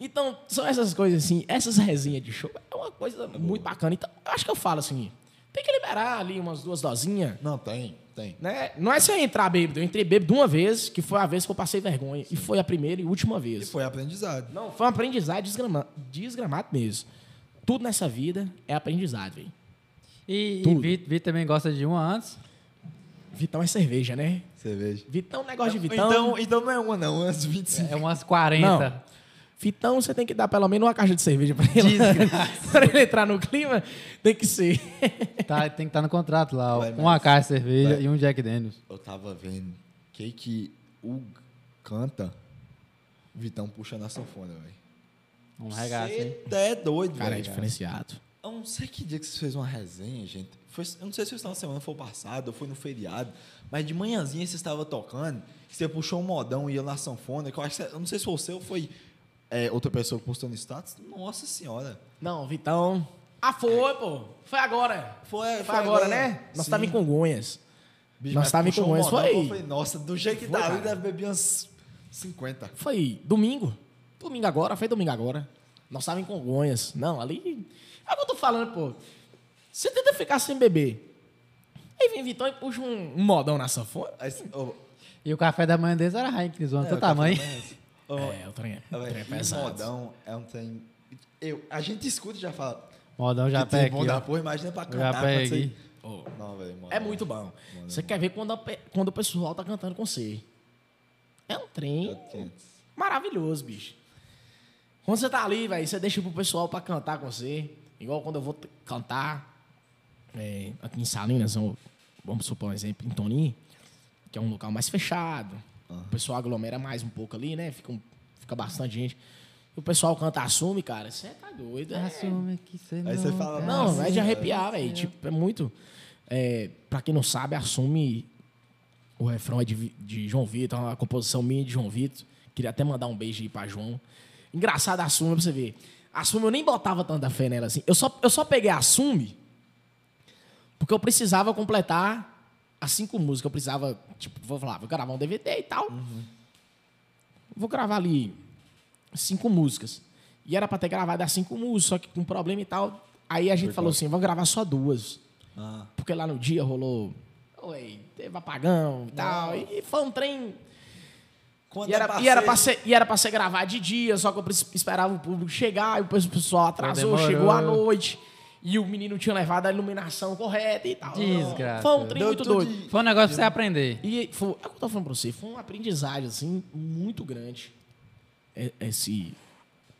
Speaker 3: Então, são essas coisas assim, essas resenhas de show é uma coisa muito bacana. Então, eu acho que eu falo assim, tem que liberar ali umas duas dosinhas,
Speaker 4: Não, tem, tem.
Speaker 3: né? Não é você entrar bêbado. Eu entrei bêbado uma vez, que foi a vez que eu passei vergonha. E foi a primeira e última vez.
Speaker 1: E foi aprendizado.
Speaker 3: Não, foi um aprendizado desgrama- desgramado mesmo. Tudo nessa vida é aprendizado, velho.
Speaker 2: E, e
Speaker 3: Tudo.
Speaker 2: Vi, Vi também gosta de uma antes.
Speaker 3: Vitão é cerveja, né?
Speaker 1: Cerveja.
Speaker 3: Vitão é um negócio de Vitão.
Speaker 4: Então, então não é uma, não, é umas 25.
Speaker 2: É umas 40.
Speaker 3: Vitão, você tem que dar pelo menos uma caixa de cerveja pra ele. <laughs> pra ele entrar no clima, tem que ser.
Speaker 2: Tá, tem que estar no contrato lá. ó.
Speaker 4: Vai,
Speaker 2: uma
Speaker 4: mas-
Speaker 2: caixa de cerveja
Speaker 4: vai.
Speaker 2: e um Jack Daniels.
Speaker 3: É.
Speaker 4: Eu tava vendo que que o canta, Vitão puxa na sanfona, velho.
Speaker 2: Um regaço, hein?
Speaker 1: Cê é doido,
Speaker 3: Cara, é
Speaker 1: velho.
Speaker 3: diferenciado.
Speaker 4: Eu não sei que dia que vocês fez uma resenha, gente.
Speaker 1: Foi- eu não sei se foi final de semana, foi o passado, ou foi no feriado, mas de manhãzinha você estava tocando, você puxou um modão e eu na sanfona, que eu acho que, você- eu não sei se foi o seu ou foi é, outra pessoa que postou no status. Nossa senhora.
Speaker 3: Não, Vitão. Ah, foi, pô. Foi agora.
Speaker 1: Foi,
Speaker 3: Foi,
Speaker 1: foi
Speaker 3: agora,
Speaker 1: agora.
Speaker 3: né? Nós
Speaker 1: Sim.
Speaker 3: estávamos em Congonhas.
Speaker 4: Bicho,
Speaker 3: Nós
Speaker 4: mas
Speaker 3: tava em
Speaker 1: um
Speaker 4: puxou
Speaker 3: Congonhas,
Speaker 4: modão,
Speaker 3: foi?
Speaker 4: Eu falei, nossa, do jeito que
Speaker 3: Foi,
Speaker 4: tá ali,
Speaker 3: cara.
Speaker 4: deve beber umas 50.
Speaker 3: Foi domingo. Domingo agora, foi domingo agora. Nós estávamos em Congonhas. Não, ali. É o que eu tô falando, pô. Você tenta ficar sem beber. Aí vem Vitão e puxa um, um modão na sanfona.
Speaker 1: Aí você- ô,
Speaker 2: E o café da manhã deles era Heineken, zoando
Speaker 1: é,
Speaker 2: teu
Speaker 1: o
Speaker 2: tamanho.
Speaker 1: café da manhã, ô,
Speaker 3: É, o trem, o trem é
Speaker 1: velho, e
Speaker 3: pesado.
Speaker 1: modão é um trem. Eu, a gente escuta e já fala.
Speaker 2: Modão já
Speaker 1: que trem
Speaker 2: pega
Speaker 1: bom
Speaker 2: aqui,
Speaker 1: da
Speaker 2: ó.
Speaker 1: porra, imagina pra
Speaker 2: Já
Speaker 1: cantar.
Speaker 2: pega
Speaker 1: quando você-
Speaker 2: aqui.
Speaker 3: Ô,
Speaker 1: Não, velho, modão.
Speaker 3: É muito bom. Você quer ver quando, a pe- quando o pessoal tá cantando com você. É um trem maravilhoso, bicho. Quando você tá ali, velho, você deixa pro pessoal pra cantar com você. Igual quando eu vou t- cantar é, aqui em Salinas, vamos- vamos supor um exemplo, em Toninho, que é um local mais fechado. O pessoal aglomera mais um pouco ali, né? Fica, um- fica bastante gente. E o pessoal canta, assume, cara. Você tá doido, é-
Speaker 2: Assume que você não.
Speaker 1: Aí você fala,
Speaker 2: quer.
Speaker 1: Ah,
Speaker 3: não, é
Speaker 1: sim,
Speaker 3: de
Speaker 1: é.
Speaker 3: arrepiar, velho. Tipo, é muito. É, pra quem não sabe, assume. O refrão é de, Vi- de João Vitor, é uma composição minha de João Vitor. Queria até mandar um beijo aí pra João. Engraçado, assume pra você ver. Assume, eu nem botava tanta fé nela assim. Eu só, eu só peguei assume porque eu precisava completar as cinco músicas. Eu precisava, tipo, vou falar, vou gravar um DVD e tal. Vou gravar ali cinco músicas. E era pra ter gravado as cinco músicas, só que com problema e tal. Aí a gente falou assim, vamos gravar só duas.
Speaker 1: Ah,
Speaker 3: Porque lá no dia rolou... Oi, teve apagão e tal. E foi um trem...
Speaker 1: quando
Speaker 3: E era,
Speaker 1: é
Speaker 3: e, era pra
Speaker 1: parceiro-
Speaker 3: ser, e era pra ser gravar de dia, só que eu pres- esperava o público chegar, e o pessoal atrasou,
Speaker 2: Demorou.
Speaker 3: chegou à noite. E o menino tinha levado a iluminação correta e tal.
Speaker 2: Desgraça.
Speaker 3: Foi um trem
Speaker 1: Deu
Speaker 3: muito
Speaker 1: tudo
Speaker 3: doido.
Speaker 1: de-
Speaker 2: Foi um negócio pra você aprender.
Speaker 3: E foi, é o que eu tô falando pra você, foi um aprendizagem, assim, muito grande. É- Esse,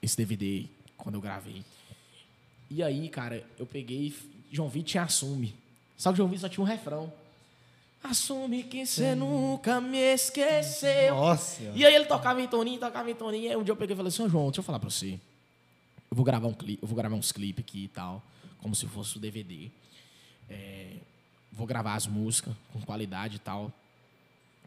Speaker 3: esse DVD, quando eu gravei. E aí, cara, eu peguei. e f- João Vitor tinha assume. Só que João Vitor só tinha um refrão. Assume que você nunca me esqueceu.
Speaker 1: Nossa.
Speaker 3: E aí ele tocava em Toninho, tocava em Toninho. Aí um dia eu peguei e falei assim, "Ô, João, deixa eu falar pra você. Eu vou gravar um clipe, eu vou gravar uns clipes aqui e tal, como se fosse o DVD. É, vou gravar as músicas com qualidade e tal.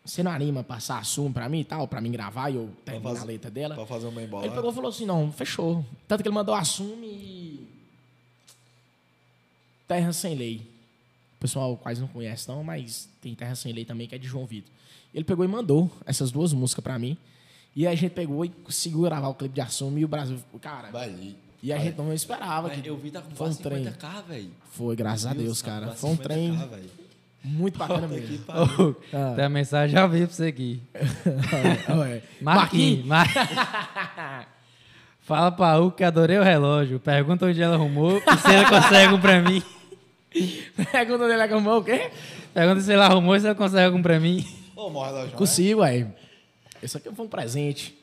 Speaker 3: Você não anima a passar assunto pra mim e tal, pra mim gravar e eu terminar a
Speaker 1: fazer-
Speaker 3: letra dela?
Speaker 1: Pra fazer uma
Speaker 3: Ele pegou
Speaker 1: embolada.
Speaker 3: e falou assim, não, fechou. Tanto que ele mandou assume e... Terra Sem Lei. O pessoal quase não conhece, não, mas tem Terra Sem Lei também, que é de João Vitor. Ele pegou e mandou essas duas músicas pra mim. E a gente pegou e conseguiu gravar o clipe de Assume e o Brasil... ficou, Cara,
Speaker 4: Vai
Speaker 3: e a gente não esperava.
Speaker 1: Velho,
Speaker 3: Que
Speaker 1: Eu vi tá com
Speaker 3: foi um
Speaker 1: quase
Speaker 3: trem.
Speaker 1: 50k, velho.
Speaker 3: Foi, graças a Deus, cara. é Foi um trem muito bacana <laughs> mesmo. Ah.
Speaker 2: Tem a mensagem ao vivo pra você aqui.
Speaker 3: Ué.
Speaker 2: Marquinhos. Mar... <laughs> Fala pra U que adorei o relógio. Pergunta onde ela arrumou e se ela consegue um pra mim.
Speaker 3: Pergunta dele <laughs> é que arrumou o quê?
Speaker 2: Pergunta se ela arrumou e se ela consegue um pra mim. <laughs>
Speaker 1: Ô, morre
Speaker 2: Então, é.
Speaker 1: lá, João.
Speaker 3: Consigo, aí. Isso aqui foi um presente.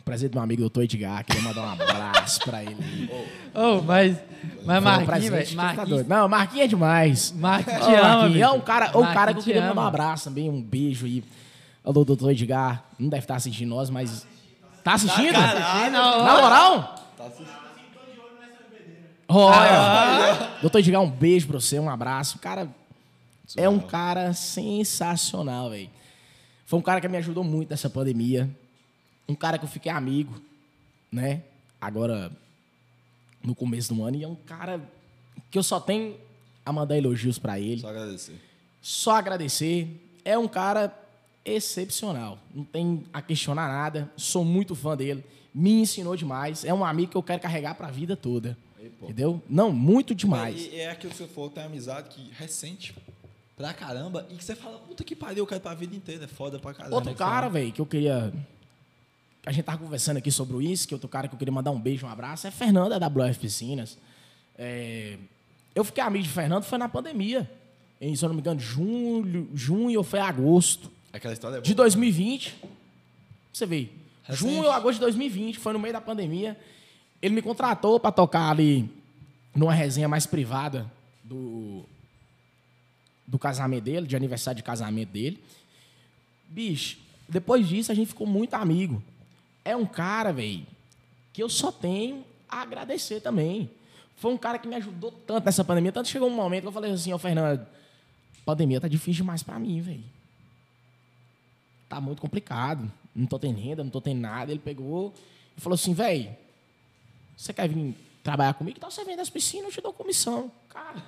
Speaker 3: Um presente do meu amigo doutor Edgar. Queria mandar um abraço pra ele.
Speaker 2: Ô, Oh, mas, mas
Speaker 3: Foi um
Speaker 2: Marquinhos,
Speaker 3: presente que
Speaker 2: velho.
Speaker 3: tá doido.
Speaker 2: Marquinhos,
Speaker 3: Não, Marquinhos é demais.
Speaker 2: Marquinhos
Speaker 3: Ô,
Speaker 2: te ama,
Speaker 3: Marquinhos, é um
Speaker 2: bicho.
Speaker 3: cara, é um
Speaker 2: Marquinhos
Speaker 3: cara que eu
Speaker 2: te
Speaker 3: queria
Speaker 2: ama.
Speaker 3: mandar um abraço também, um beijo aí. Alô, doutor Edgar. Não deve estar assistindo nós, mas. Tá assistindo?
Speaker 2: Caralho.
Speaker 3: Na moral?
Speaker 2: Tá ah,
Speaker 3: Olha, doutor Edgar, um beijo pra você, um abraço. Cara, é um cara sensacional, velho. Foi um cara que me ajudou muito nessa pandemia. Um cara que eu fiquei amigo, né? Agora, no começo do ano. E é um cara que eu só tenho a mandar elogios pra ele.
Speaker 1: Só agradecer.
Speaker 3: Só agradecer. É um cara excepcional. Não tem a questionar nada. Sou muito fã dele. Me ensinou demais. É um amigo que eu quero carregar pra vida toda. Entendeu? Não, muito demais.
Speaker 1: E, e é aquilo que você falou, tem amizade que recente pra caramba e que você fala, puta que pariu, eu quero pra vida inteira, é foda pra caramba.
Speaker 3: Outro cara, velho, que eu queria. A gente tava conversando aqui sobre isso, que outro cara que eu queria mandar um beijo, um abraço, é Fernanda da WF Piscinas. É, Eu fiquei amigo de Fernando, foi na pandemia. Em, se eu não me engano, julho, junho ou foi agosto
Speaker 1: Aquela história é boa.
Speaker 3: de 2020. Você vê.
Speaker 1: Recente.
Speaker 3: Junho ou agosto de 2020, foi no meio da pandemia. Ele me contratou pra tocar ali numa resenha mais privada do do casamento dele, de aniversário de casamento dele. Bicho, depois disso a gente ficou muito amigo. É um cara, velho, que eu só tenho a agradecer também. Foi um cara que me ajudou tanto nessa pandemia, tanto chegou um momento que eu falei assim, ó, Fernando, pandemia tá difícil demais pra mim, velho tá muito complicado. Não tô tendo renda, não tô tendo nada. Ele pegou e falou assim, velho, você quer vir trabalhar comigo? Então você vende as piscinas, eu te dou comissão. Cara,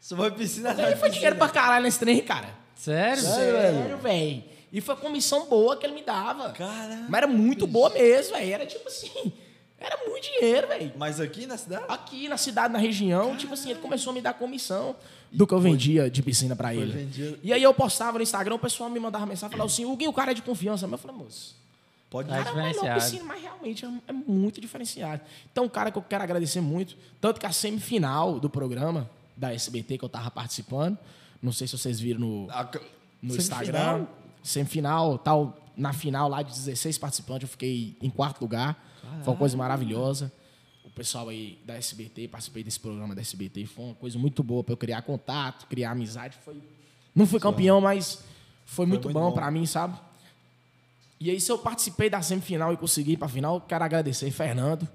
Speaker 1: Você vai piscina
Speaker 3: ele
Speaker 1: atrás de
Speaker 3: foi dinheiro pra
Speaker 1: piscina.
Speaker 3: caralho nesse trem, cara.
Speaker 2: Sério?
Speaker 3: Sério, velho. E foi comissão boa que ele me dava.
Speaker 1: Caralho.
Speaker 3: Mas era muito boa mesmo, velho. Era tipo assim, era muito dinheiro, velho.
Speaker 1: Mas aqui na cidade?
Speaker 3: Aqui na cidade, na região, tipo assim, ele começou a me dar comissão do que eu vendia de piscina pra ele.
Speaker 1: vendido.
Speaker 3: E aí eu postava no Instagram, o pessoal me mandava mensagem, falava assim, Huguinho, o cara é de confiança. Mas eu falei, moço,
Speaker 1: Pode
Speaker 3: Cara,
Speaker 1: ir.
Speaker 2: Tá
Speaker 3: é o melhor
Speaker 2: diferenciado.
Speaker 3: piscina, mas realmente é, é muito diferenciado. Então, um cara que eu quero agradecer muito, tanto que a semifinal do programa da SBT que eu tava participando, não sei se vocês viram no, no
Speaker 1: Semifinal?
Speaker 3: Instagram, semifinal, tal, na final lá de 16 participantes, eu fiquei em quarto lugar. Foi uma coisa maravilhosa. O pessoal aí da SBT, participei desse programa da SBT, foi uma coisa muito boa para eu criar contato, criar amizade, foi não fui campeão, mas foi muito
Speaker 1: muito
Speaker 3: bom,
Speaker 1: bom.
Speaker 3: pra mim, sabe? E aí, se eu participei da semifinal e consegui ir pra final, eu quero agradecer Fernando.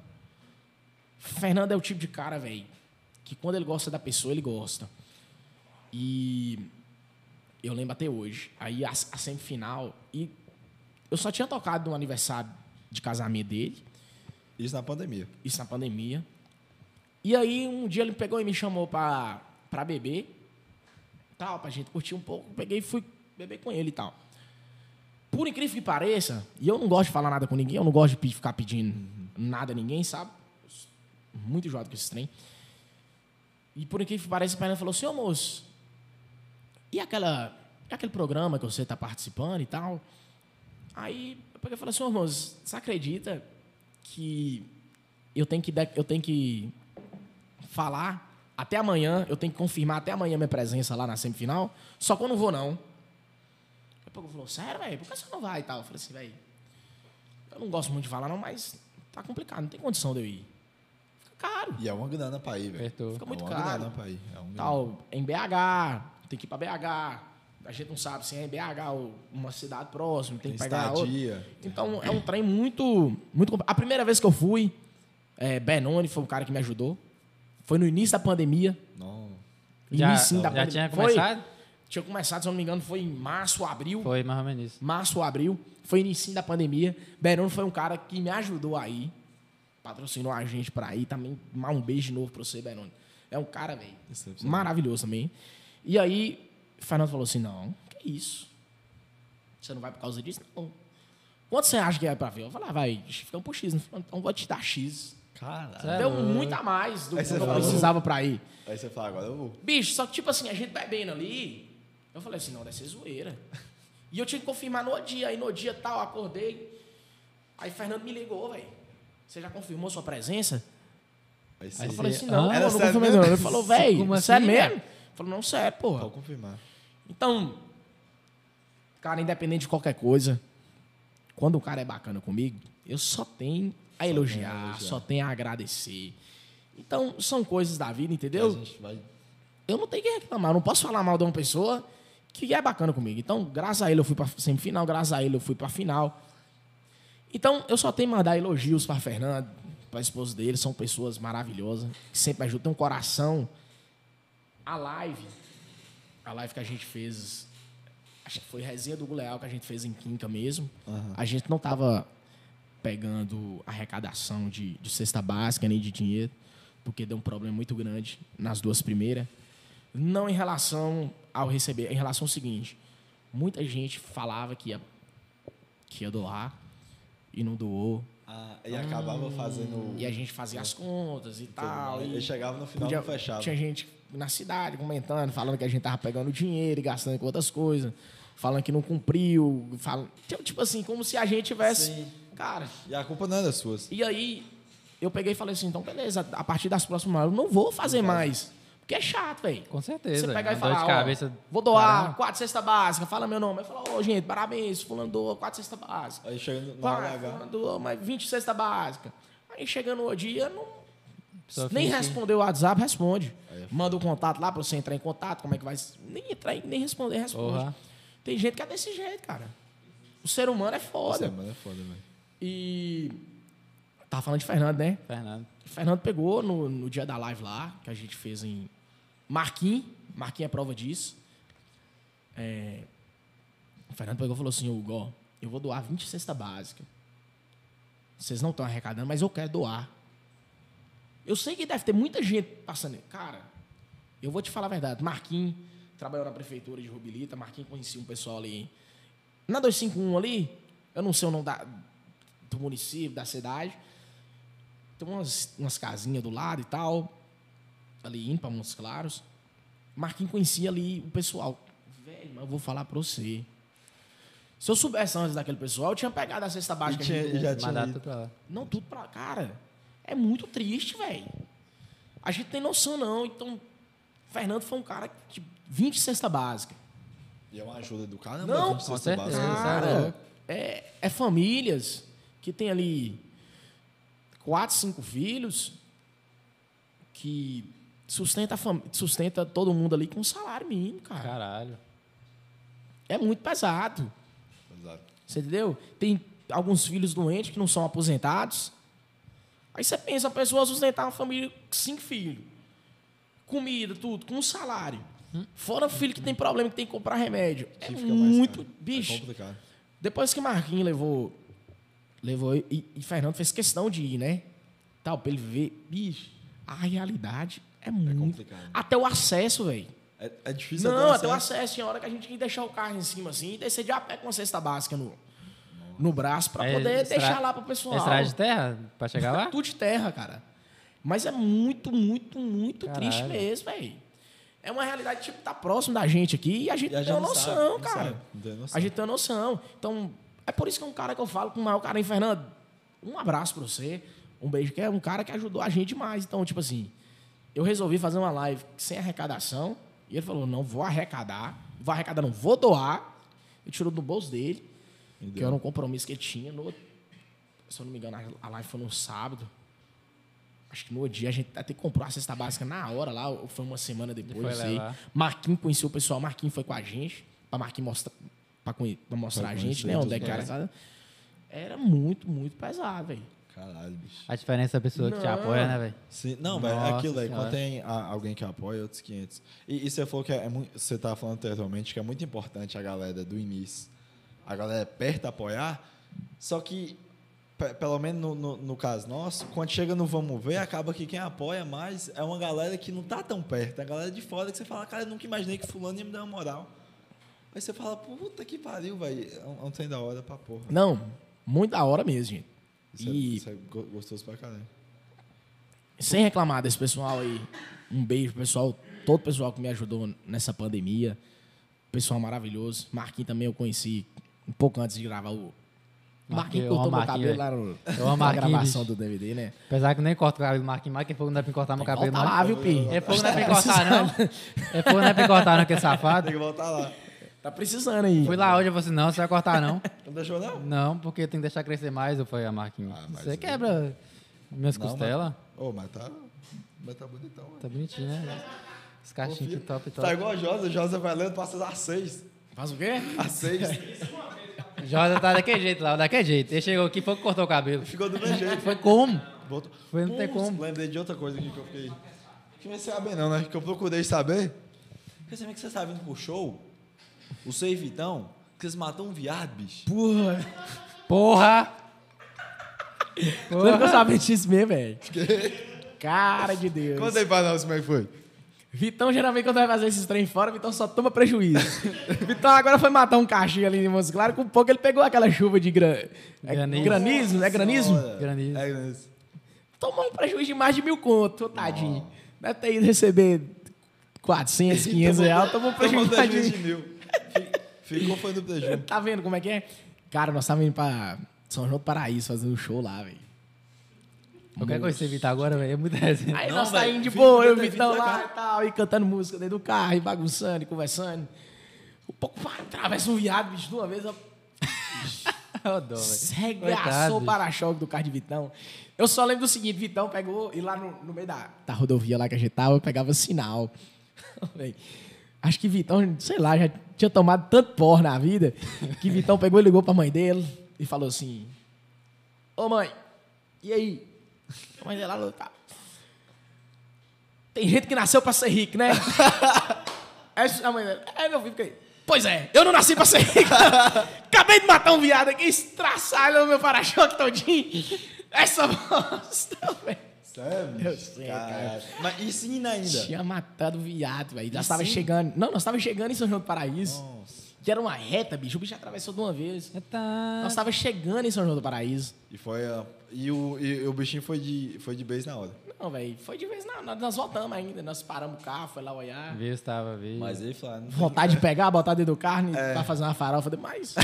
Speaker 3: Fernando é o tipo de cara, velho, que quando ele gosta da pessoa, ele gosta. E eu lembro até hoje. Aí a, a semifinal. E eu só tinha tocado no aniversário de casamento dele,
Speaker 1: Isso na pandemia.
Speaker 3: isso na pandemia. E aí um dia ele pegou e me chamou pra, pra beber. Tal, pra gente curtir um pouco. Peguei e fui beber com ele e tal. Por incrível que pareça, e eu não gosto de falar nada com ninguém, eu não gosto de pe- ficar pedindo nada a ninguém, sabe? Eu sou Muito jovem com esse trem. E por incrível que pareça, o Fernando falou assim, ô moço, e aquela, e aquele programa que você tá participando e tal? Aí eu peguei e falei assim, ô moço, você acredita que eu tenho que, de- eu tenho que falar até amanhã, eu tenho que confirmar até amanhã minha presença lá na semifinal, só que eu não vou, não. Aí o Pogo falou, sério, velho, por que você não vai e tal? Eu falei assim, velho, eu não gosto muito de falar não, mas tá complicado, não tem condição de eu ir. Fica caro,
Speaker 4: E é uma grana pra ir, velho.
Speaker 2: Apertou.
Speaker 3: fica muito
Speaker 4: é uma
Speaker 3: caro
Speaker 4: grana pra ir.
Speaker 1: um
Speaker 4: É
Speaker 3: Tá,
Speaker 4: uma grana.
Speaker 3: tal, em BH, tem que ir pra BH. A gente não sabe se é em BH ou uma cidade próxima, tem que pegar outra.
Speaker 4: Estadia.
Speaker 3: Então é um trem muito, muito. compl- A primeira vez que eu fui, é, Benoni foi o cara que me ajudou. Foi no início da pandemia.
Speaker 4: Não.
Speaker 2: Já,
Speaker 3: Inicinho da
Speaker 2: já
Speaker 3: pandemia.
Speaker 2: tinha
Speaker 3: Foi?
Speaker 2: começado?
Speaker 3: Tinha começado, se eu não me engano, foi em março, abril.
Speaker 2: Foi, mais ou menos isso.
Speaker 3: Março, abril. Foi início da pandemia. Benoni foi um cara que me ajudou aí. Patrocinou a gente pra ir também. Mar- Um beijo de novo pra você, Benoni. É um cara, velho.
Speaker 1: Excepcional.
Speaker 3: Maravilhoso também. E aí, Fernando falou assim: não, que isso? Você não vai por causa disso? Não. Quanto você acha que é pra ver? Eu falei, ah, vai, ficamos por X. Ele falou, então vou te dar X.
Speaker 1: Caralho.
Speaker 2: Sério?
Speaker 3: Deu um- muito a mais do que
Speaker 1: Aí você
Speaker 3: eu
Speaker 1: falou.
Speaker 3: precisava pra ir.
Speaker 1: Aí você fala, agora eu vou.
Speaker 3: Bicho, só que tipo assim, a gente bebendo ali. Eu falei assim, não, deve ser zoeira. E eu tinha que confirmar no dia. Aí no dia tal, eu acordei. Aí Fernando me ligou, velho. Você já confirmou sua presença?
Speaker 1: Aí você
Speaker 2: Aí
Speaker 3: Eu
Speaker 2: Sim.
Speaker 3: falei assim, não,
Speaker 2: Ah,
Speaker 3: eu
Speaker 1: era
Speaker 3: não
Speaker 1: sério
Speaker 3: confirmei
Speaker 1: mesmo?
Speaker 3: não. Ele falou,
Speaker 2: Como
Speaker 3: velho,
Speaker 2: assim,
Speaker 3: sério
Speaker 2: cara?
Speaker 3: mesmo? Ele falou, não, sério, porra.
Speaker 1: pode confirmar.
Speaker 3: Então, cara, independente de qualquer coisa, quando o cara é bacana comigo, eu só tenho a elogiar, só tenho a agradecer. Então, são coisas da vida,
Speaker 4: A
Speaker 3: entendeu?
Speaker 4: gente vai.
Speaker 3: Eu não tenho que reclamar, eu não posso falar mal de uma pessoa que é bacana comigo. Então, graças a ele eu fui pra semifinal, graças a ele eu fui pra final. Então, eu só tenho que mandar elogios pra Fernando, pra esposa dele, são pessoas maravilhosas, que sempre ajudam, tem um coração. A live, a live que a gente fez, acho que foi resenha do Guleal que a gente fez em Quinca mesmo. A gente não tava pegando arrecadação de, de cesta básica nem de dinheiro, porque deu um problema muito grande nas duas primeiras. Não em relação ao receber, em relação ao seguinte: Muita gente falava que ia, que ia doar e não doou.
Speaker 1: Ah, e acabava fazendo.
Speaker 3: Hum, E a gente fazia as contas e tal.
Speaker 1: Ele
Speaker 3: E
Speaker 1: chegava no né? final e
Speaker 3: podia-
Speaker 1: não fechava.
Speaker 3: Tinha gente na cidade comentando, falando que a gente tava pegando dinheiro e gastando com outras coisas. Falando que não cumpriu. Falando, tipo- tipo assim, como se a gente tivesse.
Speaker 1: Sim.
Speaker 3: Cara,
Speaker 1: E a culpa não é era sua.
Speaker 3: e aí eu peguei e falei assim, então beleza, a partir das próximas horas eu não vou fazer mais. Porque é chato, velho.
Speaker 2: Com certeza.
Speaker 3: Você pegar
Speaker 2: é
Speaker 3: e
Speaker 2: uma
Speaker 3: falar,
Speaker 2: dor de
Speaker 3: ó,
Speaker 2: cabeça. do
Speaker 3: vou doar
Speaker 2: caramba.
Speaker 3: quatro cesta básica, fala meu nome. Eu falo, ô gente, parabéns, fulano doa quatro cesta básica.
Speaker 1: Aí chegando no
Speaker 3: Pá,
Speaker 1: RH.
Speaker 3: "Ah, fulano doa mais 20 cesta básica. Aí chegando o dia, não,
Speaker 2: Pessoa
Speaker 3: nem
Speaker 2: fica-
Speaker 3: respondeu o WhatsApp, responde. Manda o contato lá pra você entrar em contato, como é que vai... Nem entrar, em- nem responder, responde.
Speaker 2: Porra.
Speaker 3: Tem gente que é desse jeito, cara. O ser humano é foda.
Speaker 4: Nossa, mano, é foda, velho.
Speaker 3: E... Tava falando de Fernando, né?
Speaker 2: Fernando.
Speaker 3: O Fernando pegou no, no dia da live lá, que a gente fez em Marquinhos. Marquinhos é prova disso. É, o Fernando pegou e falou assim, Hugo, ó, eu vou doar 20 cesta básica. Vocês não estão arrecadando, mas eu quero doar. Eu sei que deve ter muita gente passando. Cara, eu vou te falar a verdade. Marquinhos trabalhou na prefeitura de Rubilita. Marquinhos conhecia um pessoal ali. Na 251 ali, eu não sei o nome da- do município, da cidade. Tem umas, umas casinhas do lado e tal. Ali indo pra Montes Claros. Marquinhos conhecia ali o pessoal. Velho, mas eu vou falar pra você. Se eu soubesse antes daquele pessoal, eu tinha pegado a cesta básica.
Speaker 1: E tinha-
Speaker 3: junto com-
Speaker 1: já tinha
Speaker 2: Mandar
Speaker 1: ido.
Speaker 2: tudo pra lá.
Speaker 3: não, tudo pra. Cara, é muito triste, velho. A gente tem noção, não. Então, Fernando foi um cara de 20 cesta básica.
Speaker 4: E é uma ajuda do cara,
Speaker 3: Não,
Speaker 4: mano.
Speaker 2: com certeza.
Speaker 3: Cara, é, é famílias que tem ali quatro, cinco filhos que sustenta, a fam- sustenta todo mundo ali com um salário mínimo, cara.
Speaker 2: Caralho.
Speaker 3: É muito pesado. É Você entendeu? Tem alguns filhos doentes que não são aposentados. Aí você pensa, a pessoa sustentar uma família com cinco filhos. Comida, tudo, com um salário. Fora filho que tem problema, que tem que comprar remédio. É muito
Speaker 4: É
Speaker 3: bicho.
Speaker 4: complicado.
Speaker 3: Depois que Marquinhos levou. Levou. eu- E, e Fernando fez questão de ir, né? Tal, pra ele ver. Bicho, a realidade é muito.
Speaker 1: complicado.
Speaker 3: Até o acesso, velho.
Speaker 1: É, é difícil
Speaker 3: Não, até
Speaker 1: ter
Speaker 3: o
Speaker 1: acesso.
Speaker 3: acesso. Tinha hora que a gente ia deixar o carro em cima assim e descer de a pé com a cesta básica no, no braço pra
Speaker 2: É
Speaker 3: poder
Speaker 2: estra-
Speaker 3: deixar lá pro
Speaker 2: É
Speaker 3: pessoal.
Speaker 2: estrada de terra pra chegar lá?
Speaker 3: Tudo de terra, cara. Mas é muito, muito, muito
Speaker 2: Caralho.
Speaker 3: triste mesmo, velho. É uma realidade, tipo, tá próximo da gente aqui e a gente
Speaker 1: E a
Speaker 3: não
Speaker 1: gente
Speaker 3: tem
Speaker 1: não
Speaker 3: noção,
Speaker 1: sabe, não
Speaker 3: cara.
Speaker 1: sabe, não tem noção.
Speaker 3: A gente tem noção. Então, é por isso que é um cara que eu falo com o maior carinho, Fernando. Um abraço pra você. Um beijo, que é um cara que ajudou a gente demais. Então, tipo assim, eu resolvi fazer uma live sem arrecadação. E ele falou: não, vou arrecadar. Vou arrecadar, não, vou doar. E tirou do bolso dele, que era um compromisso que ele tinha. No, se eu não me engano, a- a live foi no sábado. Acho que no dia a gente até comprou a cesta básica na hora lá, ou foi uma semana depois,
Speaker 2: Foi
Speaker 3: não sei.
Speaker 2: levar.
Speaker 3: Marquinhos conheceu o pessoal, Marquinhos foi com a gente, pra Marquinhos mostrar, pra, conhe- pra mostrar a gente, né? Onde é que era. a casa. Era muito, muito pesado, velho.
Speaker 4: Caralho, bicho.
Speaker 2: A diferença é a pessoa que te
Speaker 3: Não.
Speaker 2: apoia, né, velho?
Speaker 1: Sim, não, velho, é
Speaker 2: Nossa
Speaker 1: aquilo aí.
Speaker 2: Senhora.
Speaker 1: Quando tem a- alguém que apoia, outros 500. E, e você falou que é muito. Você tava falando anteriormente que é muito importante a galera do início, a galera é perto apoiar. Só que, pe- pelo menos no, no, no caso nosso, quando chega no Vamos Ver, acaba que quem apoia mais é uma galera que não tá tão perto. É a galera de fora que você fala, cara, eu nunca imaginei que Fulano ia me dar uma moral. Aí você fala, puta que pariu, velho. É um é um trem da hora pra porra.
Speaker 3: Não, muito da hora mesmo, gente.
Speaker 1: Isso, é,
Speaker 3: e
Speaker 1: isso é go- gostoso pra caralho.
Speaker 3: sem reclamar desse pessoal aí, um beijo pro pessoal, todo o pessoal que me ajudou nessa pandemia. Pessoal maravilhoso. Marquinhos também eu conheci um pouco antes de gravar o. Marquinhos
Speaker 2: eu amo
Speaker 3: cortou meu
Speaker 2: Marquinhos,
Speaker 3: cabelo lá no,
Speaker 2: Eu amo
Speaker 3: <laughs> na
Speaker 2: Marquinhos,
Speaker 3: gravação
Speaker 2: bicho.
Speaker 3: do DVD, né?
Speaker 2: Apesar que eu nem corto o cabelo do Marquinhos, mas que fogo não dá pra cortar meu cabelo,
Speaker 3: Volta
Speaker 2: não.
Speaker 3: lá, viu, Tá Pi?
Speaker 2: É fogo não é pra cortar, não. É fogo não é pra cortar, não, que é
Speaker 1: <laughs>
Speaker 2: safado.
Speaker 1: Tem que voltar lá.
Speaker 3: Tá precisando aí.
Speaker 2: Fui lá hoje, eu falei assim, não, você vai cortar, não.
Speaker 1: Não deixou, não?
Speaker 2: Não, porque tem que deixar crescer mais, eu falei, a Marquinhos.
Speaker 4: Ah, mas
Speaker 2: você
Speaker 4: aí-
Speaker 2: quebra minhas
Speaker 1: Não,
Speaker 2: costelas.
Speaker 4: Ô, mas tá. Mas tá bonitão, velho.
Speaker 2: Tá bonitinho, né? velho? Os cachinhos aqui top,
Speaker 1: Tá
Speaker 2: top.
Speaker 1: igual a Josa, Josa vai lendo, passa a seis.
Speaker 3: Faz o quê?
Speaker 1: A seis. <laughs>
Speaker 2: Josa tá daquele jeito lá, daquele jeito. Ele chegou aqui, foi que cortou o cabelo.
Speaker 1: Ficou do mesmo jeito.
Speaker 2: Foi como?
Speaker 1: Voltou.
Speaker 2: Foi, não tem
Speaker 1: Putz,
Speaker 2: como.
Speaker 1: Lembrei de outra coisa aqui que eu fiquei. Que nem saber, não, né? Que eu procurei saber. Porque você vê que você tá vindo pro show, o seu evitão, que vocês matam um viado, bicho.
Speaker 3: Porra.
Speaker 2: Porra!
Speaker 3: Você ficou
Speaker 2: Porra! <laughs>
Speaker 3: sabendo disso mesmo, velho? Cara de Deus.
Speaker 4: Conta aí pra nós como é que foi.
Speaker 3: Vitão, geralmente, quando vai fazer esses trem fora, Vitão só toma prejuízo. <laughs> Vitão agora foi matar um cachinho ali em Montes Claros, com pouco ele pegou aquela chuva de gran... é
Speaker 2: Granizo.
Speaker 3: granizo. É granizo?
Speaker 1: Senhora.
Speaker 2: Granizo.
Speaker 1: É granizo.
Speaker 3: Tomou um prejuízo de mais de mil conto, ô, tadinho. Deve ter ido receber 400, 500 reais, tomou
Speaker 1: Tomou
Speaker 3: um prejuízo
Speaker 1: prejuízo
Speaker 3: tadinho.
Speaker 1: de mil. Fi- Ficou foi do prejuízo.
Speaker 3: Tá vendo como é que é? Cara, nós tava indo pra São João do Paraíso fazer um show lá, velho.
Speaker 2: Qualquer coisa que você evitar agora, velho, é muito <laughs> resenha.
Speaker 3: Aí
Speaker 1: Não,
Speaker 3: nós
Speaker 1: velho,
Speaker 3: saindo de
Speaker 1: fica-
Speaker 3: boa, eu e o
Speaker 1: fica-
Speaker 3: Vitão
Speaker 1: fica
Speaker 3: lá
Speaker 1: cá.
Speaker 3: e tal, e cantando música dentro do carro, e bagunçando, e conversando. O pouco pá, atravessa um viado, bicho, de uma vez, ó,
Speaker 2: Ó, dó, velho.
Speaker 3: regaçou
Speaker 2: Coitado,
Speaker 3: o para-choque do carro de Vitão. Eu só lembro do seguinte, Vitão pegou, e lá no, no meio da, da rodovia lá que a gente tava, eu pegava sinal. <laughs> Véi, Acho que Vitão, sei lá, já tinha tomado tanto porra na vida, que Vitão pegou e ligou pra mãe dele e falou assim, ô mãe, e aí? A mãe dele lá, falou, tá. Tem gente que nasceu pra ser rico, né? Aí a mãe dele, é meu filho, fica aí. Pois é, eu não nasci pra ser <laughs> rico. Acabei de matar um viado aqui, estraçar ele no meu para-choque todinho. Essa bosta, velho.
Speaker 1: Sério?
Speaker 3: Eu sei, cara.
Speaker 1: Mas e sim ainda?
Speaker 3: Tinha matado o viado, velho. Nós tava chegando. Não, nós tava chegando em São João do Paraíso. Que era uma reta, bicho. O bicho atravessou de uma vez. Nós
Speaker 2: Tá.
Speaker 3: tava chegando em São João do Paraíso.
Speaker 1: E foi a- e o, e o bichinho foi de, foi de base na hora.
Speaker 3: Não, velho. Foi de vez, não. Nós, nós voltamos ainda. Nós paramos o carro, foi lá olhar.
Speaker 2: Viu, estava, viu.
Speaker 1: Mas ele falou, "Ah, não
Speaker 3: Vontade de pegar, botar dentro do carro e pra fazer uma farofa <laughs> demais.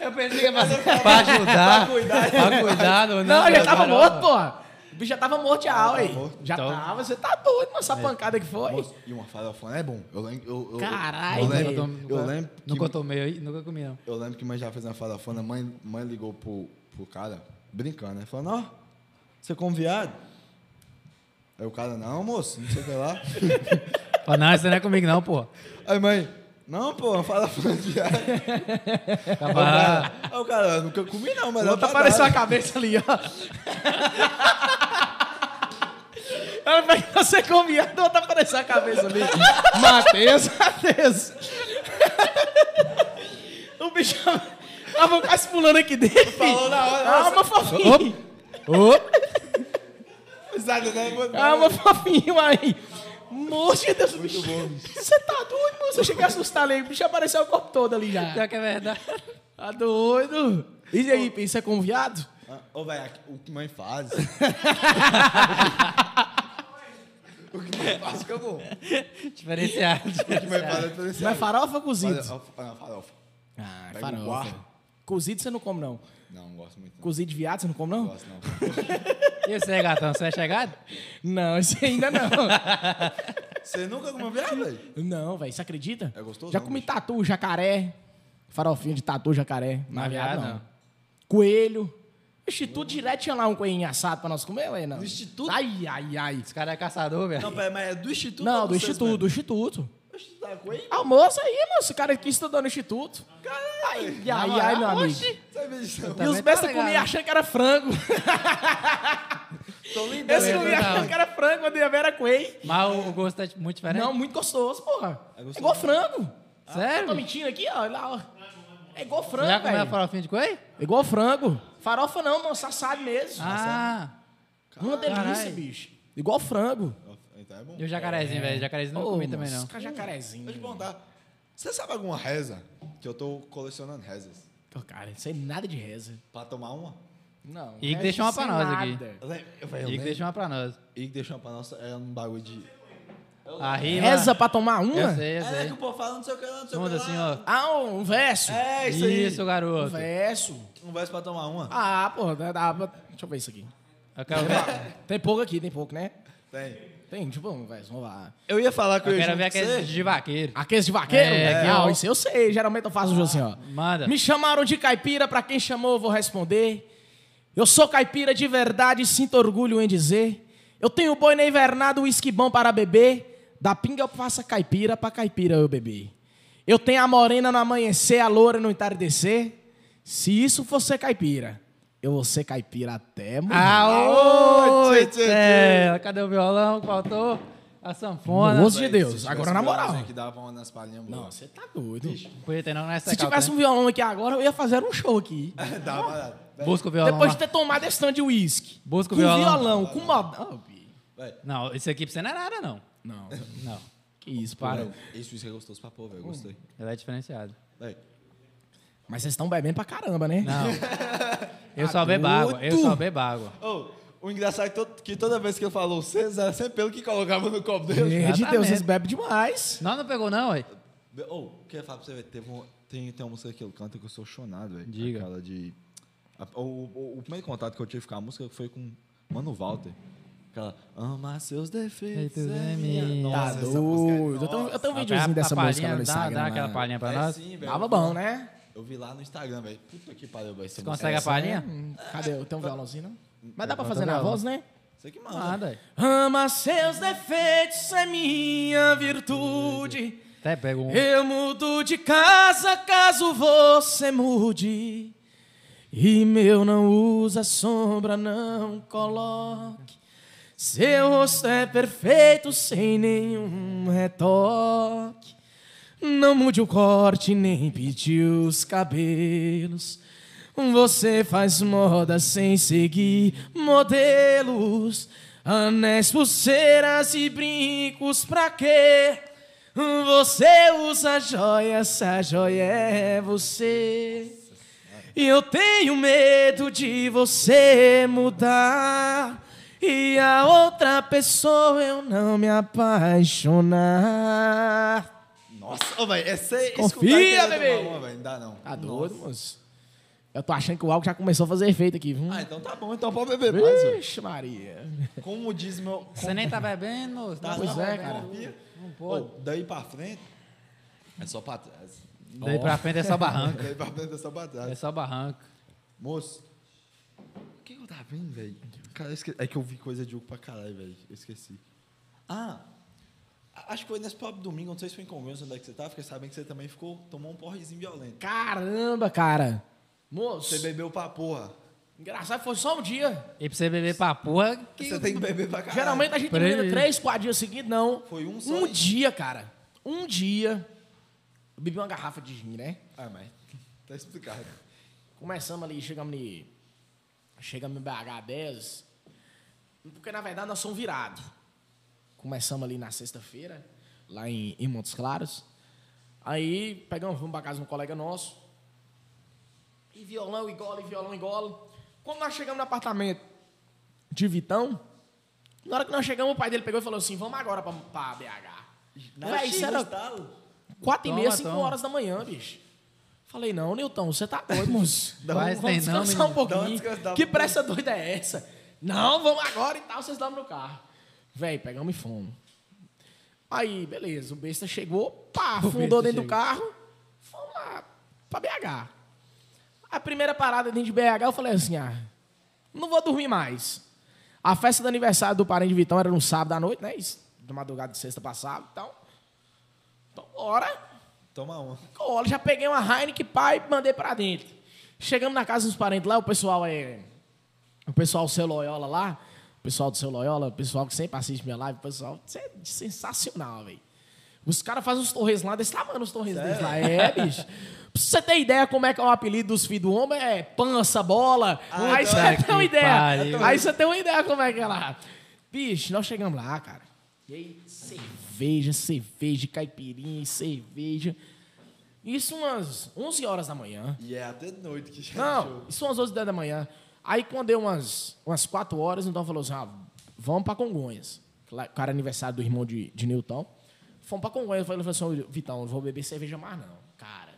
Speaker 1: Eu pensei que ia
Speaker 3: <laughs>
Speaker 1: fazer pra
Speaker 2: Pra ajudar.
Speaker 1: Pra cuidar.
Speaker 2: Pra cuidar, não.
Speaker 3: Não, ele já tava
Speaker 2: Carol.
Speaker 3: morto, porra. O bicho já tava morto já, ué.
Speaker 1: morto.
Speaker 3: Já
Speaker 2: Então-
Speaker 3: tava, você tá doido, mas essa pancada que foi.
Speaker 1: Moço, E uma farofona é bom. Eu lembro. Eu, eu,
Speaker 3: Caralho,
Speaker 1: eu
Speaker 2: Nunca
Speaker 1: lembro,
Speaker 2: tom-
Speaker 1: eu
Speaker 2: nunca-
Speaker 1: lembro que,
Speaker 2: Nunca tomei aí, nunca comi, não.
Speaker 1: eu lembro que mãe já fez uma farofona. Mãe, mãe ligou pro, pro cara, brincando, né? Falando, ó, você come viado? Aí o cara, não, moço, não sei o que
Speaker 3: <laughs>
Speaker 1: lá.
Speaker 2: Fala, não, isso não é comigo, não, pô.
Speaker 1: Aí mãe, não, pô, uma farofona de viado. Tá
Speaker 2: Acaba.
Speaker 1: Aí o cara, eu nunca comi não, mas
Speaker 3: Pronto,
Speaker 1: é uma
Speaker 3: Ah. apareceu a
Speaker 1: batata.
Speaker 3: cabeça ali, ó. Ela vai que você comia, não tá aparecendo a cabeça ali. Matheus, Matheus. o bicho tava quase pulando aqui dentro.
Speaker 1: Falou na hora,
Speaker 3: Calma, fofinho. Opa.
Speaker 1: <laughs> Sabe, né? Muito
Speaker 3: Calma, Ah, fofinho aí. Moço de Deus, bicho. Você tá doido, mano? Você cheguei a assustar ali. O bicho apareceu o corpo todo ali já.
Speaker 2: Pior que é verdade.
Speaker 3: Tá doido? E aí, isso é com viado?
Speaker 1: Ah, Ô, velho, o que mãe faz? o que mãe faz fica bom. O
Speaker 2: Diferenciado.
Speaker 1: que mãe faz é diferenciado. é,
Speaker 3: Mas farofa ou cozido?
Speaker 1: Farofa- farofa- farofa.
Speaker 3: Ah,
Speaker 1: Pega um
Speaker 3: farofa.
Speaker 1: guar.
Speaker 3: Cozido você não come, não.
Speaker 1: Não, não gosto muito. Não.
Speaker 3: Cozido de viado você não come, não?
Speaker 1: Gosto, não.
Speaker 2: E você, gatão, você é chegado?
Speaker 3: Não, isso
Speaker 1: <laughs>
Speaker 3: ainda não.
Speaker 1: Você nunca comeu viado, velho?
Speaker 3: não, velho, você acredita?
Speaker 1: É gostoso,
Speaker 3: Já
Speaker 1: não,
Speaker 3: comi
Speaker 1: bicho?
Speaker 3: tatu, jacaré. Farofinha de tatu, jacaré. Não, é
Speaker 1: é
Speaker 2: Mas
Speaker 3: viado,
Speaker 2: viado,
Speaker 3: não.
Speaker 2: não.
Speaker 3: Coelho. Instituto direto tinha lá um coelhinho assado pra nós comer, ué, não.
Speaker 1: Do instituto?
Speaker 3: Ai, ai, ai.
Speaker 2: Esse cara é
Speaker 1: Não,
Speaker 2: caçador, velho.
Speaker 1: pera, mas é do instituto?
Speaker 3: Não,
Speaker 1: ou
Speaker 3: do
Speaker 1: vocês
Speaker 3: instituto, do instituto.
Speaker 1: mesmo? Oxe, tá com aí?
Speaker 3: Almoço aí, mano, esse cara aqui estudou no instituto. Ai, ai, ai, meu amigo.
Speaker 1: Sabe disso?
Speaker 3: E os
Speaker 2: Também tá
Speaker 3: bestas
Speaker 2: legal,
Speaker 3: comiam
Speaker 2: né?
Speaker 3: achando que era
Speaker 2: <laughs>
Speaker 3: frango.
Speaker 1: Tô lindo.
Speaker 3: Esse
Speaker 2: Não,
Speaker 3: comia
Speaker 2: não.
Speaker 3: achando que era frango, quando ia ver era coelho.
Speaker 2: Mas o- o gosto é muito diferente.
Speaker 3: Não, muito gostoso, porra.
Speaker 1: É
Speaker 3: É,
Speaker 1: gostoso.
Speaker 3: igual frango.
Speaker 2: Ah,
Speaker 3: Eu tô
Speaker 2: Sério?
Speaker 3: mentindo aqui, ó. olha Lá, ó. É igual
Speaker 2: já
Speaker 3: frango,
Speaker 2: comeu a
Speaker 3: velho.
Speaker 2: farofinha de coelho?
Speaker 3: É igual frango. Farofa não, mano. Assado mesmo.
Speaker 2: Ah,
Speaker 3: Uma delícia,
Speaker 2: Caralho.
Speaker 3: bicho. Igual frango.
Speaker 1: Então é bom.
Speaker 2: e o jacarezinho, velho. Jacarezinho não
Speaker 3: Ô,
Speaker 2: comi também,
Speaker 3: moço,
Speaker 2: não.
Speaker 3: fica jacarezinho.
Speaker 1: Deixa eu te perguntar. Você sabe alguma reza? Que eu tô colecionando rezas.
Speaker 3: Ô, Cara, sem nada de reza.
Speaker 1: Pra tomar uma?
Speaker 3: Não.
Speaker 2: E que
Speaker 3: reza
Speaker 2: deixa uma
Speaker 3: sem
Speaker 2: pra nós
Speaker 3: nada.
Speaker 2: aqui.
Speaker 1: Eu lembro- eu falei, eu
Speaker 2: E que
Speaker 1: lembro.
Speaker 2: deixa uma pra nós.
Speaker 1: E que deixou pra nossa é um bagulho de...
Speaker 2: A rima.
Speaker 3: Reza pra tomar
Speaker 2: Eu
Speaker 3: uma?
Speaker 2: sei,
Speaker 1: É,
Speaker 2: eu sei.
Speaker 1: que o povo fala não sei o que lá, não sei o que
Speaker 2: Manda
Speaker 1: lá.
Speaker 2: assim, ó.
Speaker 3: Ah, um verso.
Speaker 1: É, isso aí.
Speaker 2: Isso,
Speaker 3: Um
Speaker 2: garoto.
Speaker 3: verso.
Speaker 1: Um verso pra tomar uma.
Speaker 3: Ah, porra. Dá, dá, pra- deixa eu ver isso aqui.
Speaker 2: Eu quero ver,
Speaker 3: Tem pouco aqui, tem pouco, né?
Speaker 1: Tem.
Speaker 3: Tem, tipo, um verso. Vamos lá.
Speaker 1: Eu ia falar que
Speaker 2: eu quero ver
Speaker 1: junto com
Speaker 2: aqueles
Speaker 1: você.
Speaker 2: de vaqueiro.
Speaker 3: Aqueles de vaqueiro?
Speaker 2: É,
Speaker 3: É,
Speaker 2: aqui,
Speaker 3: não,
Speaker 2: ó.
Speaker 3: isso eu sei. Geralmente eu faço um jogo assim, ó.
Speaker 2: Manda.
Speaker 3: Me chamaram de caipira, pra quem chamou eu vou responder. Eu sou caipira de verdade, sinto orgulho em dizer. Eu tenho boi na invernada, uísque bom para beber. Da pinga eu faço a caipira, pra caipira eu beber. Eu tenho a morena no amanhecer, a loura no entardecer. Se isso for ser caipira, eu vou ser caipira até morrer.
Speaker 2: Aô,
Speaker 1: Tchê, tchê, tchê.
Speaker 2: Itela, cadê o violão? Faltou a sanfona.
Speaker 3: No osso de
Speaker 1: Véi,
Speaker 3: Deus,
Speaker 1: se
Speaker 3: agora
Speaker 1: tivesse
Speaker 3: na
Speaker 1: um
Speaker 3: moral.
Speaker 1: violãozinho Que dava uma nas palhinhas boas. <laughs>
Speaker 3: Não, você tá doido.
Speaker 2: Podia ter não né? nessa
Speaker 3: Se tivesse um violão aqui agora, eu ia fazer um show aqui.
Speaker 1: Dava, dava.
Speaker 2: Busca o violão.
Speaker 3: um Depois
Speaker 2: lá.
Speaker 3: de ter tomado esse tanto de uísque.
Speaker 2: Busca o
Speaker 3: com Ah,
Speaker 2: violão.
Speaker 3: com moda.
Speaker 2: Não, isso aqui pra você não é nada, não.
Speaker 3: Não.
Speaker 2: Não,
Speaker 3: Que isso, para.
Speaker 1: Véi, Esse uísque é gostoso pra pôr, velho. eu Gostei.
Speaker 2: ela é diferenciada.
Speaker 1: Véi,
Speaker 3: Mas vocês estão bebendo pra caramba, né? <laughs>
Speaker 2: Não. Eu só bebo água, eu só bebo água.
Speaker 1: Ô, o engraçado é que todo- que toda vez que eu falo vocês, era sempre pelo que colocava no copo dele.
Speaker 3: Gente de Deus,
Speaker 2: Exatamente.
Speaker 3: vocês bebem demais.
Speaker 2: Não, não pegou não, ué.
Speaker 1: Ou, oh, quer falar pra você ver? Teve um- tem, tem uma música que eu canto que eu sou apaixonado, velho.
Speaker 2: Diga.
Speaker 1: Aquela de. a- o, o- o primeiro contato que eu tive com a música foi com Mano Walter. Aquela. Amar seus defeitos.
Speaker 2: Defeitos
Speaker 1: É
Speaker 2: é
Speaker 1: minha.
Speaker 2: minha.
Speaker 1: Nossa,
Speaker 3: tá
Speaker 1: essa
Speaker 3: doido.
Speaker 1: música
Speaker 3: Eu
Speaker 1: é
Speaker 3: tenho, eu tenho um
Speaker 2: Não,
Speaker 3: videozinho
Speaker 2: pega a
Speaker 3: dessa
Speaker 2: palhinha,
Speaker 3: música lá no
Speaker 2: dá-
Speaker 3: Instagram. né?
Speaker 2: Dá aquela
Speaker 3: mano.
Speaker 2: palhinha pra
Speaker 1: É
Speaker 2: nós.
Speaker 1: sim, velho.
Speaker 3: Tava bom, né?
Speaker 1: Eu vi lá no Instagram, velho. Puta que pariu, velho. É, Você
Speaker 2: Consegue a palhinha?
Speaker 3: Hum, Cadê? Eu tenho um violãozinho, não? Mas dá pra
Speaker 2: Eu
Speaker 3: fazer
Speaker 2: tô
Speaker 3: na
Speaker 2: violão.
Speaker 3: voz, né?
Speaker 1: Você que manda.
Speaker 2: Nada, ué.
Speaker 3: Ama seus defeitos, é minha virtude.
Speaker 2: Até pega um...
Speaker 3: Eu mudo de casa caso você mude. E meu não usa sombra, não coloque. Seu rosto é perfeito sem nenhum retoque. Não mude o corte, nem pedi os cabelos. Você faz moda sem seguir modelos. Anéis, pulseiras e brincos, pra quê? Você usa joia, essa joia é você. E eu tenho medo de você mudar. E a outra pessoa eu não me apaixonar.
Speaker 1: Nossa, ô, velho. Essa é.
Speaker 3: Confia,
Speaker 1: escutar e querer
Speaker 3: bebê.
Speaker 1: tomar uma, velho, Não dá, não.
Speaker 3: Tá doido, moço? Eu tô achando que o álcool já começou a fazer efeito aqui, viu?
Speaker 1: Ah, então tá bom. Então pode beber mais, velho.
Speaker 3: Vixe, Maria.
Speaker 1: Como diz meu.
Speaker 2: Você nem tá bebendo, moço.
Speaker 1: Tá,
Speaker 2: Não,
Speaker 3: Pois
Speaker 2: não,
Speaker 3: é,
Speaker 2: não,
Speaker 3: cara.
Speaker 2: Não, não pode.
Speaker 1: Ô, daí pra frente. É só pra trás.
Speaker 2: Daí pra frente é só barranco.
Speaker 1: Daí pra frente é só pra trás.
Speaker 2: É só barranco.
Speaker 1: Moço, o que que eu tava vendo, velho? Cara, eu esque- é que eu vi coisa de Hugo pra caralho, velho. Eu esqueci. Ah, a- acho que foi nesse próprio domingo, não sei se foi em Congonhas, onde é que você tava, fiquei sabendo que você também ficou, tomou um porrezinho violento.
Speaker 3: Caramba, cara.
Speaker 1: Você
Speaker 3: Moço,
Speaker 1: bebeu pra porra.
Speaker 3: engraçado, foi só um dia.
Speaker 2: E pra você beber pra porra, que
Speaker 1: Você tem que beber pra caralho.
Speaker 3: Geralmente a gente
Speaker 2: Peraí.
Speaker 3: bebe três, quatro dias seguidos, não.
Speaker 1: Foi um só,
Speaker 3: Um
Speaker 1: hein?
Speaker 3: dia, cara. Um dia. Eu bebi uma garrafa de gin, né?
Speaker 1: Ah, mas tá explicado.
Speaker 3: Começamos ali, chegamos ali. Chegamos em BH10. Porque na verdade nós somos virados. Começamos ali na sexta-feira, lá em, em Montes Claros. Aí pegamos, vamos pra casa de um colega nosso. E violão, e gola, e violão, e gola. Quando nós chegamos no apartamento de Vitão, na hora que nós chegamos, o pai dele pegou e falou assim: vamos agora pra, pra BH. Véi, isso era Quatro e
Speaker 2: Toma,
Speaker 3: meia, cinco
Speaker 2: toma.
Speaker 3: horas da manhã, bicho. Falei, não, Nilton, você tá doido, moço.
Speaker 2: Dá
Speaker 3: Vamos-
Speaker 2: um-
Speaker 3: vamos
Speaker 2: tem não,
Speaker 3: descansar um
Speaker 2: menino.
Speaker 1: Dá uma
Speaker 3: pouquinho.
Speaker 1: descansada.
Speaker 3: que pressa doida é essa? Não, vamos agora e tal, vocês dormem no carro. Véi, pegamos e fomos. Aí, beleza, o besta chegou, pá,
Speaker 2: besta
Speaker 3: afundou dentro do
Speaker 2: chegou.
Speaker 3: carro, fomos lá pra BH. A primeira parada dentro de BH, eu falei assim, ah, não vou dormir mais. A festa do aniversário do parente de Vitão era no sábado à noite, né? Isso, de madrugada de sexta pra sábado, então... Então, bora...
Speaker 1: Toma uma.
Speaker 3: Olha, já peguei uma Heineken pai e mandei pra dentro. Chegamos na casa dos parentes lá, o pessoal é. O pessoal do seu Loyola lá, o pessoal do seu Loyola, o pessoal que sempre assiste minha live, o pessoal, isso é sensacional, velho. Os caras fazem uns torres lá desse tamanho, os torres deles lá. É, bicho. Pra você ter ideia como é que é o apelido dos filhos do homem, é pança, bola.
Speaker 1: Ah,
Speaker 3: aí
Speaker 1: tá.
Speaker 3: você
Speaker 2: Que
Speaker 3: tem uma ideia.
Speaker 2: pariu.
Speaker 3: Aí você tem uma ideia como é que é lá. Bicho, nós chegamos lá, cara. E aí, cerveja, cerveja, caipirinha, cerveja. Isso umas 11 horas da manhã.
Speaker 1: E é até noite que já
Speaker 3: Não, isso umas 11 da manhã. Aí quando deu umas, umas 4 horas, então falou assim: ah, vamos pra Congonhas. Lá, Cara, é aniversário do irmão de, de Newton. Fomos pra Congonhas. Falei assim: "Ô, Vitão, não vou beber cerveja mais não. Cara,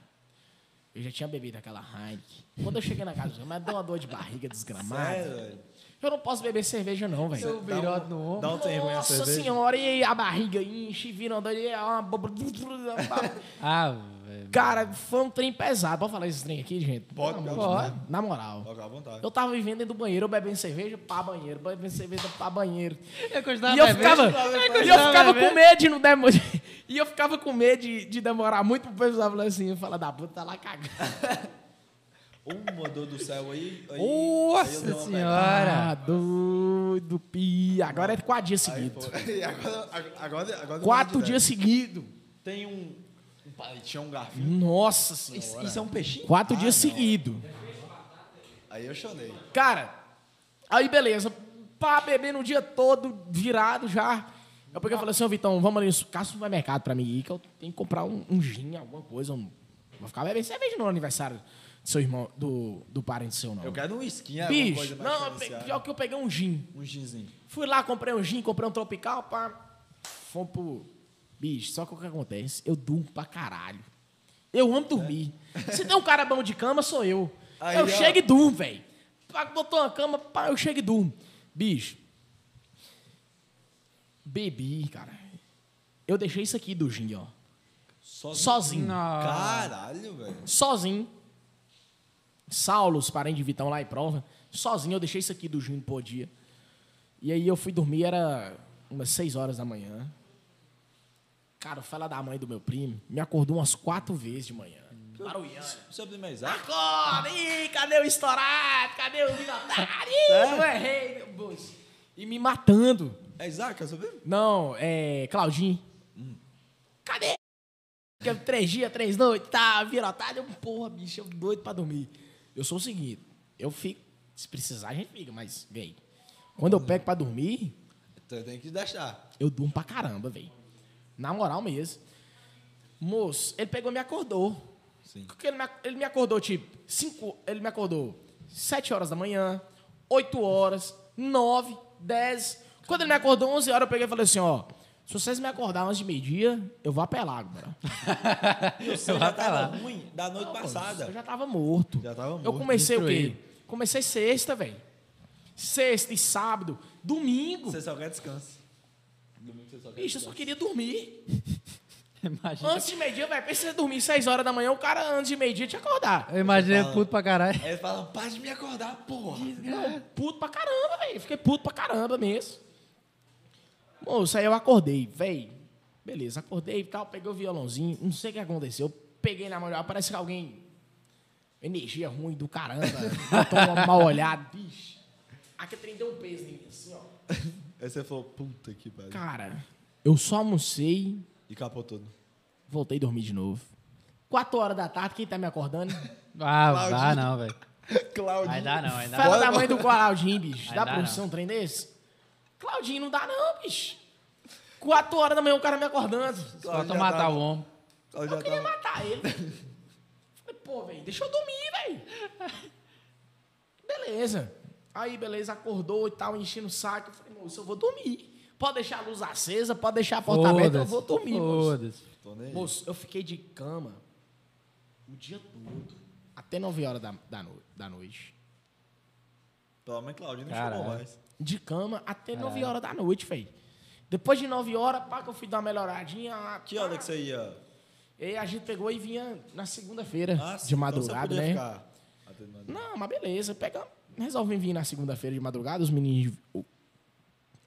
Speaker 3: eu já tinha bebido aquela Heineken. Quando eu cheguei na casa, mas deu uma dor de barriga desgramada.
Speaker 1: Sério, é velho.
Speaker 3: Eu não posso beber cerveja não, velho.
Speaker 2: Eu virado no ombro.
Speaker 1: Dá um tempo a
Speaker 3: Nossa
Speaker 1: cerveja.
Speaker 3: senhora, e aí a barriga enche, vira andando, e é uma...
Speaker 2: Ah, velho.
Speaker 3: Cara, foi um trem pesado. Pode falar esse trem aqui, gente?
Speaker 1: Pode,
Speaker 3: Na
Speaker 1: pode. né?
Speaker 3: moral. Na moral.
Speaker 1: Toca à vontade.
Speaker 3: Eu tava vivendo dentro do banheiro, eu bebendo cerveja pra banheiro, bebendo cerveja pra banheiro.
Speaker 2: Eu continuava
Speaker 3: e eu
Speaker 2: Tá bebendo.
Speaker 3: ficava,
Speaker 2: continuava
Speaker 3: e eu ficava
Speaker 2: bebendo.
Speaker 3: com medo de não demorar. <laughs> E eu ficava com medo de, de demorar muito pro pessoal falar assim, falar da puta, tá lá cagando.
Speaker 1: Uma dor Um do céu aí. aí aí eu dei
Speaker 2: Nossa
Speaker 1: uma
Speaker 2: senhora.
Speaker 3: Ah, doido, pi. Agora é quatro dias seguidos.
Speaker 1: pe- E agora, agora, agora
Speaker 3: Quatro
Speaker 1: dias
Speaker 3: dias seguidos.
Speaker 1: Tem um, um palitinho, um garfinho.
Speaker 3: Nossa senhora.
Speaker 1: Isso, isso é um peixinho?
Speaker 3: Quatro
Speaker 1: Ah,
Speaker 3: dias
Speaker 1: não.
Speaker 3: seguidos.
Speaker 1: Aí eu chorei.
Speaker 3: Cara, aí beleza. Pá, bebendo o dia todo, virado já. Eu peguei e falei assim, ô Vitão, vamos ali no caso supermercado pra mim ir, que eu tenho que comprar um, um gin, alguma coisa. um- Vou ficar bebendo cerveja no aniversário do seu irmão, do, do parente seu, não.
Speaker 1: Eu quero um skin, alguma
Speaker 3: Bicho,
Speaker 1: coisa mais
Speaker 3: não, pe-
Speaker 1: diferenciada.
Speaker 3: pior que eu peguei um gin.
Speaker 1: Um ginzinho.
Speaker 3: Fui lá, comprei um gin, comprei um tropical, pá. Fomos pro. Bicho, só que o que acontece? Eu durmo pra caralho. Eu amo dormir. Se tem um cara bom de cama, sou eu.
Speaker 1: Aí,
Speaker 3: eu
Speaker 1: ó.
Speaker 3: chego e durmo, velho. Pá, Botou uma cama, pá, eu chego e durmo. Bicho. Bebi, cara. Eu deixei isso aqui do gin, ó.
Speaker 1: Sozinho.
Speaker 3: Sozinho.
Speaker 2: Não.
Speaker 1: Caralho, velho.
Speaker 3: Sozinho. Saulos, parente de Vitão lá em prova. Sozinho, eu deixei isso aqui do Juninho por dia. E aí eu fui dormir, era umas 6 horas da manhã. Cara, fala da mãe do meu primo, me acordou umas quatro vezes de manhã. Barulhando.
Speaker 1: Seu primeiro Isaac?
Speaker 3: Acorda! Ih, cadê o estourado? Cadê o minotário? Ih, eu errei, meu bolso. E me matando.
Speaker 1: É Isaac, é seu primo?
Speaker 3: Não, é. Claudinho. Cadê? Fica Três dias, três noites, tá, vira tarde. Eu, porra, bicho, eu doido pra dormir. Eu sou o seguinte, eu fico. Se precisar, a gente fica, mas, véi. Quando eu pego pra dormir,
Speaker 1: Então tem que deixar.
Speaker 3: eu durmo pra caramba, véi. Na moral mesmo. Moço, ele pegou e me acordou.
Speaker 1: Sim.
Speaker 3: Porque Ele me, ac- ele me acordou, tipo, cinco, ele me acordou 7 horas da manhã, 8 horas, 9, 10. Quando ele me acordou 11 horas, eu peguei e falei assim, ó, se vocês me acordarem antes de meio-dia, eu vou apelar agora.
Speaker 1: <laughs> Eu sei, já tava ruim da noite passada.
Speaker 3: Eu já tava morto.
Speaker 1: Já tava
Speaker 3: Eu
Speaker 1: morto,
Speaker 3: comecei o
Speaker 2: destruído.
Speaker 3: quê? Comecei sexta, velho. Sexta e sábado, domingo.
Speaker 1: Você só quer descanso.
Speaker 3: Bicho, eu só queria dormir.
Speaker 2: Imagina.
Speaker 3: Antes de meio-dia, velho, pensa em dormir 6 horas da manhã, o cara antes de meio-dia te acordar.
Speaker 2: Eu imaginei ele puto pra caralho.
Speaker 1: Aí ele fala, para de me acordar, porra.
Speaker 3: Não, puto pra caramba, velho. Fiquei puto pra caramba mesmo. Moço, aí eu acordei, velho. Beleza, acordei e tal, peguei o violãozinho, não sei o que aconteceu. Peguei na mão, parece que alguém. Energia ruim do caramba. Botou uma mal olhada, bicho. Aqui trem deu um peso em mim, assim, ó.
Speaker 1: Aí você falou, puta que pariu.
Speaker 3: Cara, eu só almocei,
Speaker 1: E capou <laughs> tudo.
Speaker 3: voltei a dormir de novo. Quatro horas da tarde, quem tá me acordando?
Speaker 2: Ah, dá não, velho.
Speaker 1: Claudio.
Speaker 2: Aí dá não, aí dá
Speaker 3: Fala
Speaker 2: não.
Speaker 3: da mãe do Claudinho, bicho.
Speaker 2: Aí
Speaker 3: Dá
Speaker 2: dá
Speaker 3: pra você um trem desse? Claudinho, não dá não, bicho. Quatro horas da manhã o cara me acordando.
Speaker 2: Só pra matar o homem.
Speaker 1: Claudio
Speaker 3: Eu
Speaker 1: tá- já
Speaker 3: queria
Speaker 1: tava...
Speaker 3: matar ele. velho. Falei, pô, velho, deixa eu dormir, velho. Beleza. Aí, beleza, acordou e tal, enchendo o saco. Eu falei, moço, eu vou dormir. Pode deixar a luz acesa, pode deixar a porta aberta, eu
Speaker 2: Foda-se.
Speaker 3: vou dormir, moço.
Speaker 2: Foda-se.
Speaker 1: Tô nem aí.
Speaker 3: Moço, eu fiquei de cama o dia todo. Até nove horas da, da no- da noite.
Speaker 1: Pelo menos Claudio não
Speaker 2: Caralho.
Speaker 1: chegou
Speaker 3: é.
Speaker 1: mais.
Speaker 3: de cama até 9 horas da noite, velho. Depois de 9 horas, pá, que eu fui dar uma melhoradinha. ah,
Speaker 1: Que
Speaker 3: pá.
Speaker 1: hora que você ia?
Speaker 3: E aí a gente pegou e vinha na segunda-feira,
Speaker 1: Ah, sim,
Speaker 3: de
Speaker 1: então
Speaker 3: madrugada,
Speaker 1: você podia
Speaker 3: né?
Speaker 1: Ficar. até de madrugada.
Speaker 3: Não, mas beleza. Pega, resolvem vir na segunda-feira de madrugada. Os meninos. de- o-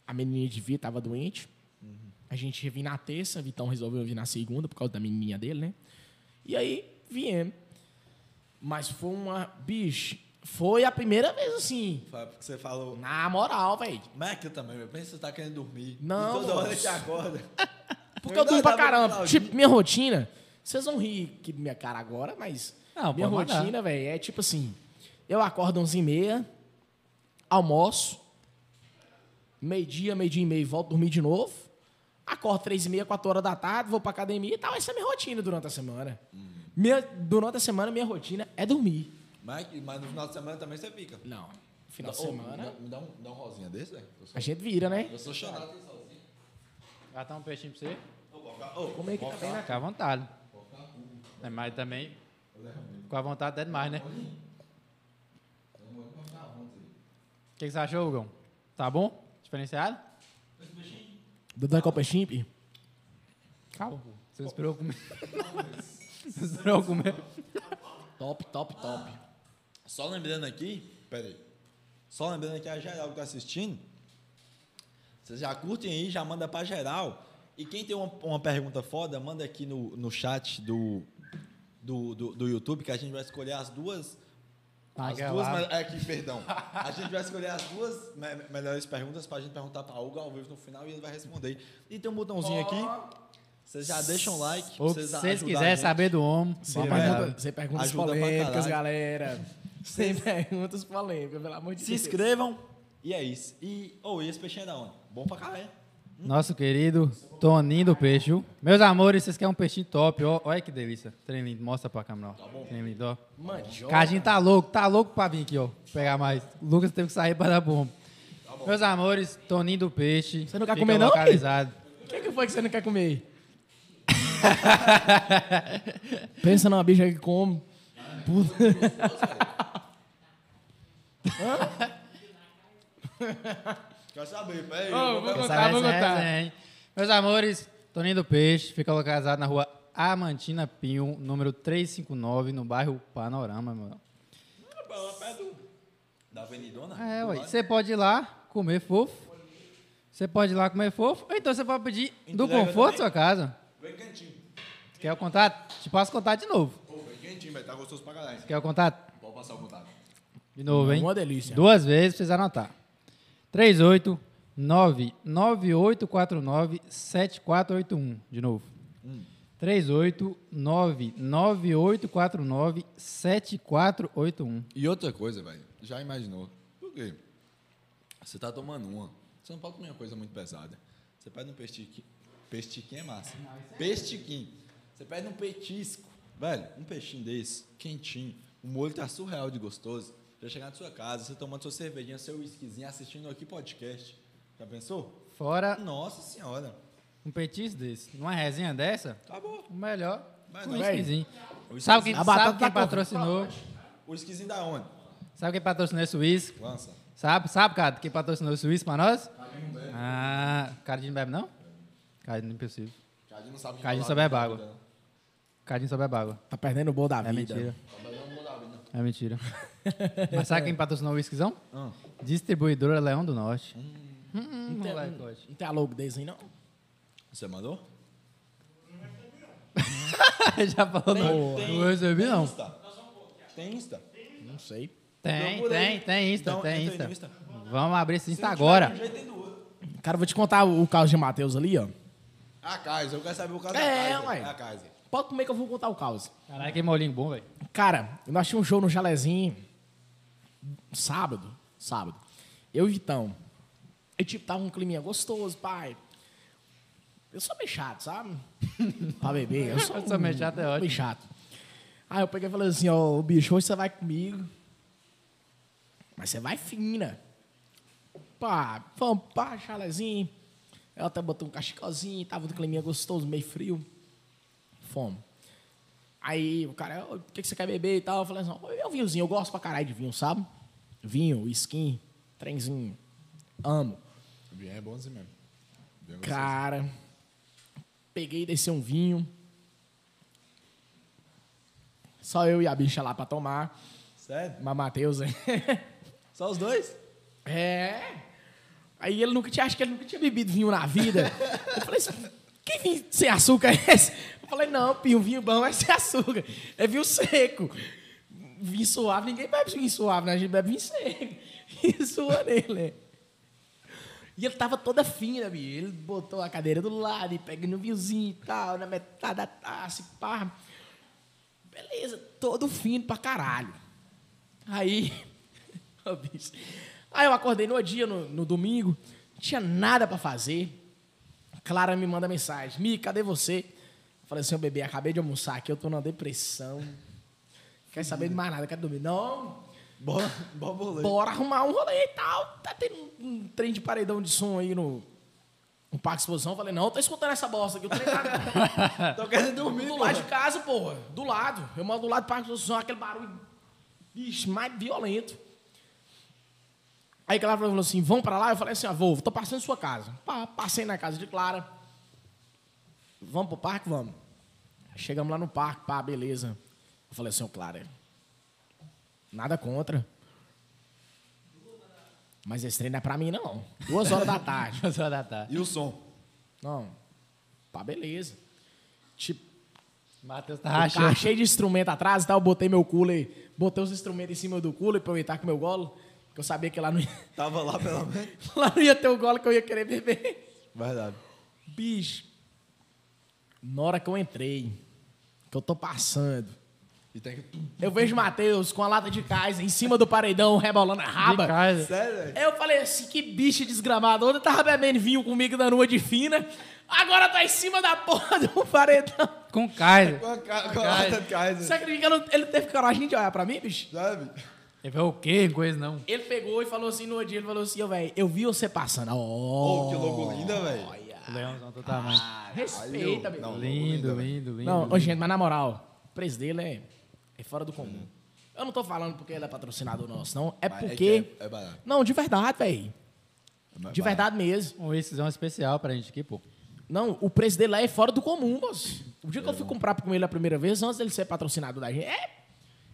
Speaker 3: a menininha de Vi tava doente.
Speaker 1: Uhum.
Speaker 3: A gente ia vir na terça. Vitão resolveu vir na segunda por causa da menininha dele, né? E aí viemos. Mas foi uma. Bicho, foi a primeira vez assim.
Speaker 1: Foi porque você falou.
Speaker 3: Na moral, velho.
Speaker 1: Mas aqui também, meu. Pensa que você tá querendo dormir.
Speaker 3: Não,
Speaker 1: E toda hora
Speaker 3: moço.
Speaker 1: você acorda.
Speaker 3: <laughs>
Speaker 1: tá
Speaker 3: Porque eu durmo pra
Speaker 1: Verdade,
Speaker 3: caramba.
Speaker 1: Claudinho.
Speaker 3: Tipo, minha rotina. Vocês vão rir aqui da minha cara agora, mas.
Speaker 2: Não,
Speaker 3: minha
Speaker 2: pode mandar.
Speaker 3: rotina, velho, é tipo assim: eu acordo 11h30, almoço, meio-dia, meio-dia e meio, volto a dormir de novo. Acordo 3h30, 4 horas da tarde, vou pra academia e tal. Essa é a minha rotina durante a semana.
Speaker 1: Uhum.
Speaker 3: Minha, durante a semana, minha rotina é dormir.
Speaker 1: Mas, mas no final de semana também você fica.
Speaker 3: Não. Final de
Speaker 1: Ô,
Speaker 3: semana,
Speaker 1: Me dá um, dá um rosinha desse, velho. Eu sou-
Speaker 3: a gente vira, né?
Speaker 1: Eu sou chorado.
Speaker 2: Catar um peixinho pra você?
Speaker 3: Como é que tá bem na
Speaker 2: Fica à vontade. É, mas também. Com a vontade é demais, né? O que, que você achou, Hugão? Tá bom? Diferenciado?
Speaker 3: Dodói com o peixinho, pi?
Speaker 2: Calma. Você não esperou eu comer? <laughs> Você não esperou eu comer?
Speaker 3: Top, top, top.
Speaker 1: Só lembrando aqui, peraí. Só lembrando aqui a geral que tá assistindo. Vocês já curtem aí, já manda pra geral. E quem tem uma, uma pergunta foda, manda aqui no, no chat do, do, do, do YouTube, que a gente vai escolher as duas. As
Speaker 2: Paga
Speaker 1: duas
Speaker 2: lá.
Speaker 1: me- é, aqui,
Speaker 2: <laughs>
Speaker 1: perdão. A gente vai escolher as duas me- me- melhores perguntas pra gente perguntar pra Hugo ao vivo no final e ele vai responder. E tem um botãozinho aqui. Vocês já deixam o like.
Speaker 2: Ou se vocês
Speaker 1: ajudar a
Speaker 2: quiserem
Speaker 1: gente.
Speaker 2: saber do homem,
Speaker 3: Sem,
Speaker 1: Vai,
Speaker 3: pergunta-
Speaker 1: vai.
Speaker 3: sem perguntas
Speaker 1: Ajuda pra
Speaker 3: polêmicas,
Speaker 1: caralho.
Speaker 3: galera. <laughs> Sem perguntas polêmicas, pelo amor de
Speaker 1: Se
Speaker 3: Deus.
Speaker 1: inscrevam. E é isso. E, ou e esse peixinho é da onde? Bom pra caralho.
Speaker 2: Nosso querido Toninho do Peixe. viu? Meus amores, vocês querem um peixinho top, ó. Olha que delícia. Trem lindo, mostra pra câmera, ó.
Speaker 1: Tá
Speaker 2: Trem lindo, ó.
Speaker 3: Mandioca.
Speaker 2: Cajinho tá louco, tá louco pra vir aqui, ó. Pegar mais. O Lucas teve que sair pra dar bomba.
Speaker 1: Tá
Speaker 2: Meus amores, Toninho do Peixe.
Speaker 3: Você não quer
Speaker 2: fica
Speaker 3: comer não, filho?
Speaker 2: localizado.
Speaker 3: O que, que foi que você não quer comer <laughs> aí? Pensa numa bicha que come. Puta.
Speaker 1: Quer saber, peraí.
Speaker 3: Ô, vou
Speaker 2: Essa
Speaker 3: contar, vou
Speaker 2: resenha é
Speaker 3: contar.
Speaker 2: resenha, hein? Meus amores, Toninho do Peixe fica localizado na rua Amantina Pinho, número 359, no bairro Panorama, mano.
Speaker 1: Da Avenidona?
Speaker 2: É, ué. Você pode ir lá comer fofo. Você pode ir lá comer fofo. Ou então você pode pedir do
Speaker 1: Entrega também?
Speaker 2: conforto da sua casa.
Speaker 1: Vem quentinho.
Speaker 2: Quer o contato? Te passo o contato de novo.
Speaker 1: Pô, vem quentinho, velho. Tá gostoso pra caralho.
Speaker 2: Quer o contato?
Speaker 1: Pode passar o contato.
Speaker 2: De novo, hein?
Speaker 3: Uma delícia.
Speaker 2: Duas vezes, precisa anotar. 38 99849 7481. De novo.
Speaker 1: Hum.
Speaker 2: 38 99849 7481.
Speaker 4: E outra coisa, velho. Já imaginou? Por quê? Você tá tomando uma. Você não pode comer uma coisa muito pesada. Você pede um pestiquinho. Pestiquinho é massa. Pestiquinho. Você pede um petisco. Velho, um peixinho desse, quentinho. O molho tá surreal de gostoso. Já chegar na sua casa, você tomando sua cervejinha, seu whiskyzinho, assistindo aqui podcast. Já pensou?
Speaker 2: Fora
Speaker 4: Nossa senhora.
Speaker 2: um petisco desse, numa resenha dessa,
Speaker 4: Acabou.
Speaker 2: o melhor.
Speaker 4: Vai,
Speaker 2: Um
Speaker 4: vai.
Speaker 2: whiskyzinho.
Speaker 4: O
Speaker 2: Sabe quem,
Speaker 3: A
Speaker 2: sabe
Speaker 3: batata
Speaker 2: quem
Speaker 3: tá com-
Speaker 2: patrocinou?
Speaker 4: O whiskyzinho da onde?
Speaker 2: Sabe quem patrocinou esse whisky?
Speaker 4: Lança.
Speaker 2: Sabe, sabe, cara, quem patrocinou esse whisky pra nós? Ah, Cardinho não bebe, não? Cardinho, impossível.
Speaker 4: Cadinho não sabe né?
Speaker 2: Cadinho só bebe água. Cadinho só bebe água.
Speaker 3: Tá perdendo o bom da
Speaker 2: É
Speaker 3: vida.
Speaker 2: mentira.
Speaker 4: né?
Speaker 2: É mentira. Mas sabe quem patrocinou o whiskyzão?
Speaker 4: Ah.
Speaker 2: Distribuidora Leão do Norte. Hum,
Speaker 3: Não tem,
Speaker 2: molecote.
Speaker 3: não tem a logo desse aí, não?
Speaker 4: Você mandou?
Speaker 2: <laughs> Já falou não.
Speaker 4: Tem-
Speaker 2: Não recebi, não.
Speaker 4: Insta. Tem Insta.
Speaker 3: Não sei.
Speaker 2: Tem,
Speaker 4: Procura aí.
Speaker 2: tem, tem Insta,
Speaker 4: Então,
Speaker 2: tem
Speaker 4: entra aí
Speaker 2: Insta.
Speaker 4: no Insta. um
Speaker 2: Vamos abrir esse Insta agora.
Speaker 3: Cara, eu vou te contar o caso de Matheus ali, ó.
Speaker 4: A Ah, Kaiser, eu quero saber o caso da
Speaker 3: É,
Speaker 4: Kaiser.
Speaker 3: ué.
Speaker 4: A Kaiser.
Speaker 3: Pode comer que eu vou contar o caos.
Speaker 2: Caralho, que molinho bom, velho. <laughs>
Speaker 3: Cara, nós tínhamos um show no Jalezinho. Sábado. Sábado. Eu e Vitão. Eu, tipo, tava um climinha gostoso, pai. Eu sou meio
Speaker 2: <laughs>
Speaker 3: chato, sabe? pra beber. Eu sou, um
Speaker 2: Eu sou meio chato, é ótimo.
Speaker 3: Meio chato. Aí eu peguei e falei assim, ó, bicho, hoje você vai comigo. Mas você vai fina. Pá, vamos, pá, chalezinho. Ela até botou um cachecolzinho, tava um climinha gostoso, meio frio. Fomos. Aí o cara, "Ô, o que, que você quer beber e tal? Eu falei assim, "Ô, é um vinhozinho, eu gosto pra caralho de vinho, sabe? Vinho, skin, trenzinho. Amo.
Speaker 4: Bem, é bom assim mesmo. Bem gostoso.
Speaker 3: Cara, peguei e desci um vinho. Só eu e a bicha lá pra tomar.
Speaker 1: Sério?
Speaker 3: Mas Matheus, hein? <laughs>
Speaker 1: Só os dois?
Speaker 3: É. Aí ele nunca tinha, acho que ele nunca tinha bebido vinho na vida. Eu falei assim, que vinho sem açúcar é esse? Eu falei, não, Pio, vinho bom é sem açúcar. É vinho seco. Vinho suave, ninguém bebe vinho suave, né? A gente bebe vinho seco. <laughs> E sua nele. é. E ele tava toda fina, bicho. Ele botou a cadeira do lado e pegando o vinhozinho e tal, na metade da taça e pá. Beleza, todo fino pra caralho. Aí, <laughs> ô, bicho. Aí eu acordei no dia, no, no domingo, não tinha nada pra fazer. Clara me manda mensagem: Mi, cadê você? Eu falei assim: ô, bebê, acabei de almoçar aqui, eu tô numa depressão. Quer saber de mais nada, quero dormir. Não,
Speaker 4: <laughs>
Speaker 1: Bola, bola, bola.
Speaker 3: Bora arrumar um rolê e tal. Tá tendo um, um trem de paredão de som aí no, no Parque Exposição. Eu falei, não, tô escutando essa bosta aqui. O trem tá
Speaker 1: Tô querendo dormir,
Speaker 3: do
Speaker 1: porra.
Speaker 3: lado de casa, porra. Do lado. Eu moro do lado do Parque Exposição, aquele barulho, bicho, mais violento. Aí Clara falou assim, vão pra lá? Eu falei assim, ah, vou, tô passando em sua casa. Pá, passei na casa de Clara. Vamos pro parque? Vamos. Chegamos lá no parque, pá, beleza. Eu falei assim, ô Clara, nada contra. Mas esse treino não é pra mim, não. Duas horas da tarde.
Speaker 2: Só da tarde.
Speaker 4: E o som?
Speaker 3: Não. Tá, beleza. Tipo,
Speaker 2: Matheus tá
Speaker 3: o carro
Speaker 2: rachando.
Speaker 3: cheio de instrumento atrás e tal, eu botei meu cooler, botei os instrumentos em cima do cooler pra eu entrar com o meu golo, que eu sabia que lá não, ia, <laughs>
Speaker 1: Tava lá, pelo menos.
Speaker 3: lá não ia ter o golo que eu ia querer beber.
Speaker 1: Verdade.
Speaker 3: Bicho, na hora que eu entrei, que eu tô passando,
Speaker 4: E tem que.
Speaker 3: Eu vejo o Matheus com a lata de Kaiser em cima do paredão, rebolando a
Speaker 2: De
Speaker 3: raba.
Speaker 2: casa.
Speaker 1: Sério, velho?
Speaker 3: Aí eu falei assim, que bicho desgramado. Ontem tava bebendo vinho comigo na nua de fina, agora tá em cima da porra do paredão.
Speaker 2: Com Kaiser.
Speaker 1: Com a ca- com a lata de
Speaker 3: Você
Speaker 1: Kaiser.
Speaker 3: acredita que eu não- ele teve coragem de olhar pra mim, bicho?
Speaker 1: Sabe?
Speaker 2: Ele falou o quê? Coisa não.
Speaker 3: Ele pegou e falou assim no outro dia, ele falou assim, ô, velho, eu vi você passando.
Speaker 1: Pô,
Speaker 3: Oh,
Speaker 1: que logo linda, velho.
Speaker 2: O Leãozão totalmente.
Speaker 3: ah, Respeita, meu.
Speaker 1: Não,
Speaker 2: lindo, lindo, lindo.
Speaker 3: Não,
Speaker 2: lindo.
Speaker 3: ô, gente, mas na moral, o preço dele é, é fora do comum. Eu não tô falando porque ele é patrocinador nosso, não. É
Speaker 4: Mas é
Speaker 3: porque...
Speaker 4: que é- é barato. É
Speaker 3: Não, de verdade, velho. De verdade mesmo.
Speaker 2: Um whiskyzão especial pra gente aqui, pô.
Speaker 3: Não, o preço dele lá é fora do comum, moço. O dia que eu fui comprar com ele a primeira vez, antes dele ser patrocinado da gente, é,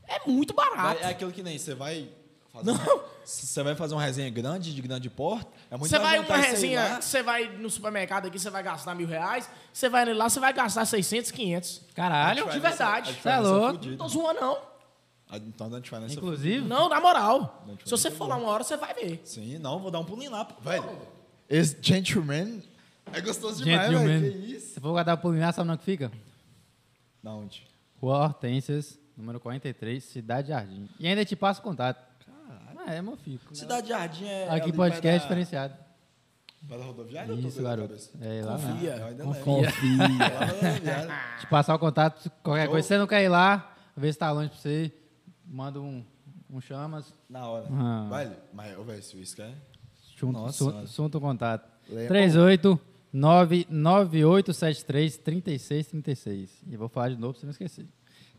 Speaker 3: é muito barato.
Speaker 1: É aquilo que nem você vai. fazer-
Speaker 3: Não.
Speaker 1: Você vai fazer uma resenha grande, de grande porte. É muito
Speaker 3: Você
Speaker 1: mais
Speaker 3: vai uma
Speaker 1: vantagem você ir
Speaker 3: resenha,
Speaker 1: lá.
Speaker 3: você vai no supermercado aqui, você vai gastar mil reais, você vai nele lá, você vai gastar 600, 500.
Speaker 2: Caralho.
Speaker 3: De verdade.
Speaker 2: Você é louco.
Speaker 3: Não tô zoando, não.
Speaker 1: Ah, Então, dá diferença.
Speaker 2: Inclusive,
Speaker 3: Não, na moral.
Speaker 1: Não, tipo,
Speaker 3: Se você for lá uma hora, você vai ver.
Speaker 1: Sim, não, vou dar um pulinho lá. pô.
Speaker 4: Velho, esse gentleman é gostoso demais,
Speaker 2: Gentleman.
Speaker 4: velho. Que isso?
Speaker 2: se for guardar o pulinhar, sabe onde é que fica?
Speaker 1: Da onde?
Speaker 2: Rua Hortências, número 43, Cidade Jardim. E ainda te passo o contato. Caralho. É, meu filho.
Speaker 1: Cidade Jardim é.
Speaker 2: Aqui
Speaker 1: ali
Speaker 2: podcast
Speaker 1: perto da-
Speaker 2: diferenciado.
Speaker 1: perto da rodoviária? eu tô
Speaker 2: Isso,
Speaker 1: doido na
Speaker 2: garoto.
Speaker 1: cabeça? Ah,
Speaker 2: É, lá mesmo.
Speaker 1: Eu
Speaker 3: Confia.
Speaker 1: ainda lembro.
Speaker 2: Confia.
Speaker 1: Lá na rodoviária.
Speaker 2: Te passar o contato, se qualquer coisa. Se você não quer ir lá, vê se tá longe pra você. Manda um, um chamas.
Speaker 1: Na hora.
Speaker 2: Ah.
Speaker 1: Velho, mas, ô, velho, esse uísque é.
Speaker 2: Junto,
Speaker 1: Nossa
Speaker 2: su,
Speaker 1: Senhora.
Speaker 2: junto o contato.
Speaker 4: Lembra-
Speaker 2: 38 99873 3636. E vou falar de novo pra você não esquecer.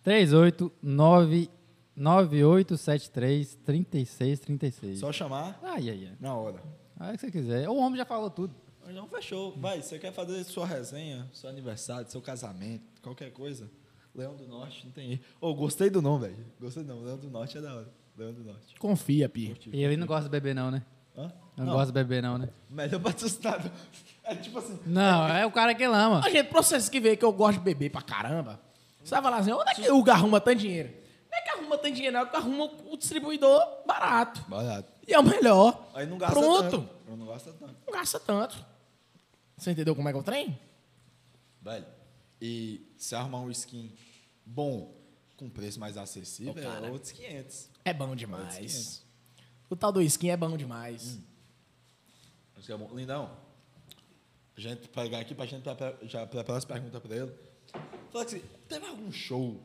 Speaker 2: 38 9873 3636.
Speaker 1: Só chamar
Speaker 2: Ai, ai, ai.
Speaker 1: na hora.
Speaker 2: A hora que você quiser. O homem já falou tudo.
Speaker 1: Então fechou. Vai, você quer fazer sua resenha, seu aniversário, seu casamento, qualquer coisa. Leão do Norte, não tem erro. Ô, gostei do nome, velho. Gostei do nome. Leão do Norte é da hora. Leão do Norte.
Speaker 3: Confia, Pi.
Speaker 2: E ele não gosta de beber, não, né?
Speaker 1: Hã?
Speaker 2: Não, gosta de beber, não, né?
Speaker 1: Melhor patrocinado. É tipo assim.
Speaker 2: Não, é o cara que ele ama.
Speaker 3: Ô, gente, pra vocês que veem que eu gosto de beber pra caramba, você vai falar assim, onde é que o arruma tanto dinheiro? Não é que arruma tanto dinheiro, não. É que arruma o distribuidor barato.
Speaker 1: Barato.
Speaker 3: E é o melhor.
Speaker 1: Aí não gasta
Speaker 3: Pronto.
Speaker 1: tanto. Pronto. Não gasta tanto.
Speaker 3: Não gasta tanto. Você entendeu como é que é o trem?
Speaker 1: Velho, e se arrumar um skin bom, com preço mais acessível,
Speaker 3: Ô,
Speaker 1: é
Speaker 3: cara.
Speaker 1: outros 500.
Speaker 3: É bom demais. O tal do skin é bom demais.
Speaker 1: Acho que é bom. Lindão, a gente pegar aqui pra gente pra- já preparar as perguntas pra ele. Fala assim, teve algum show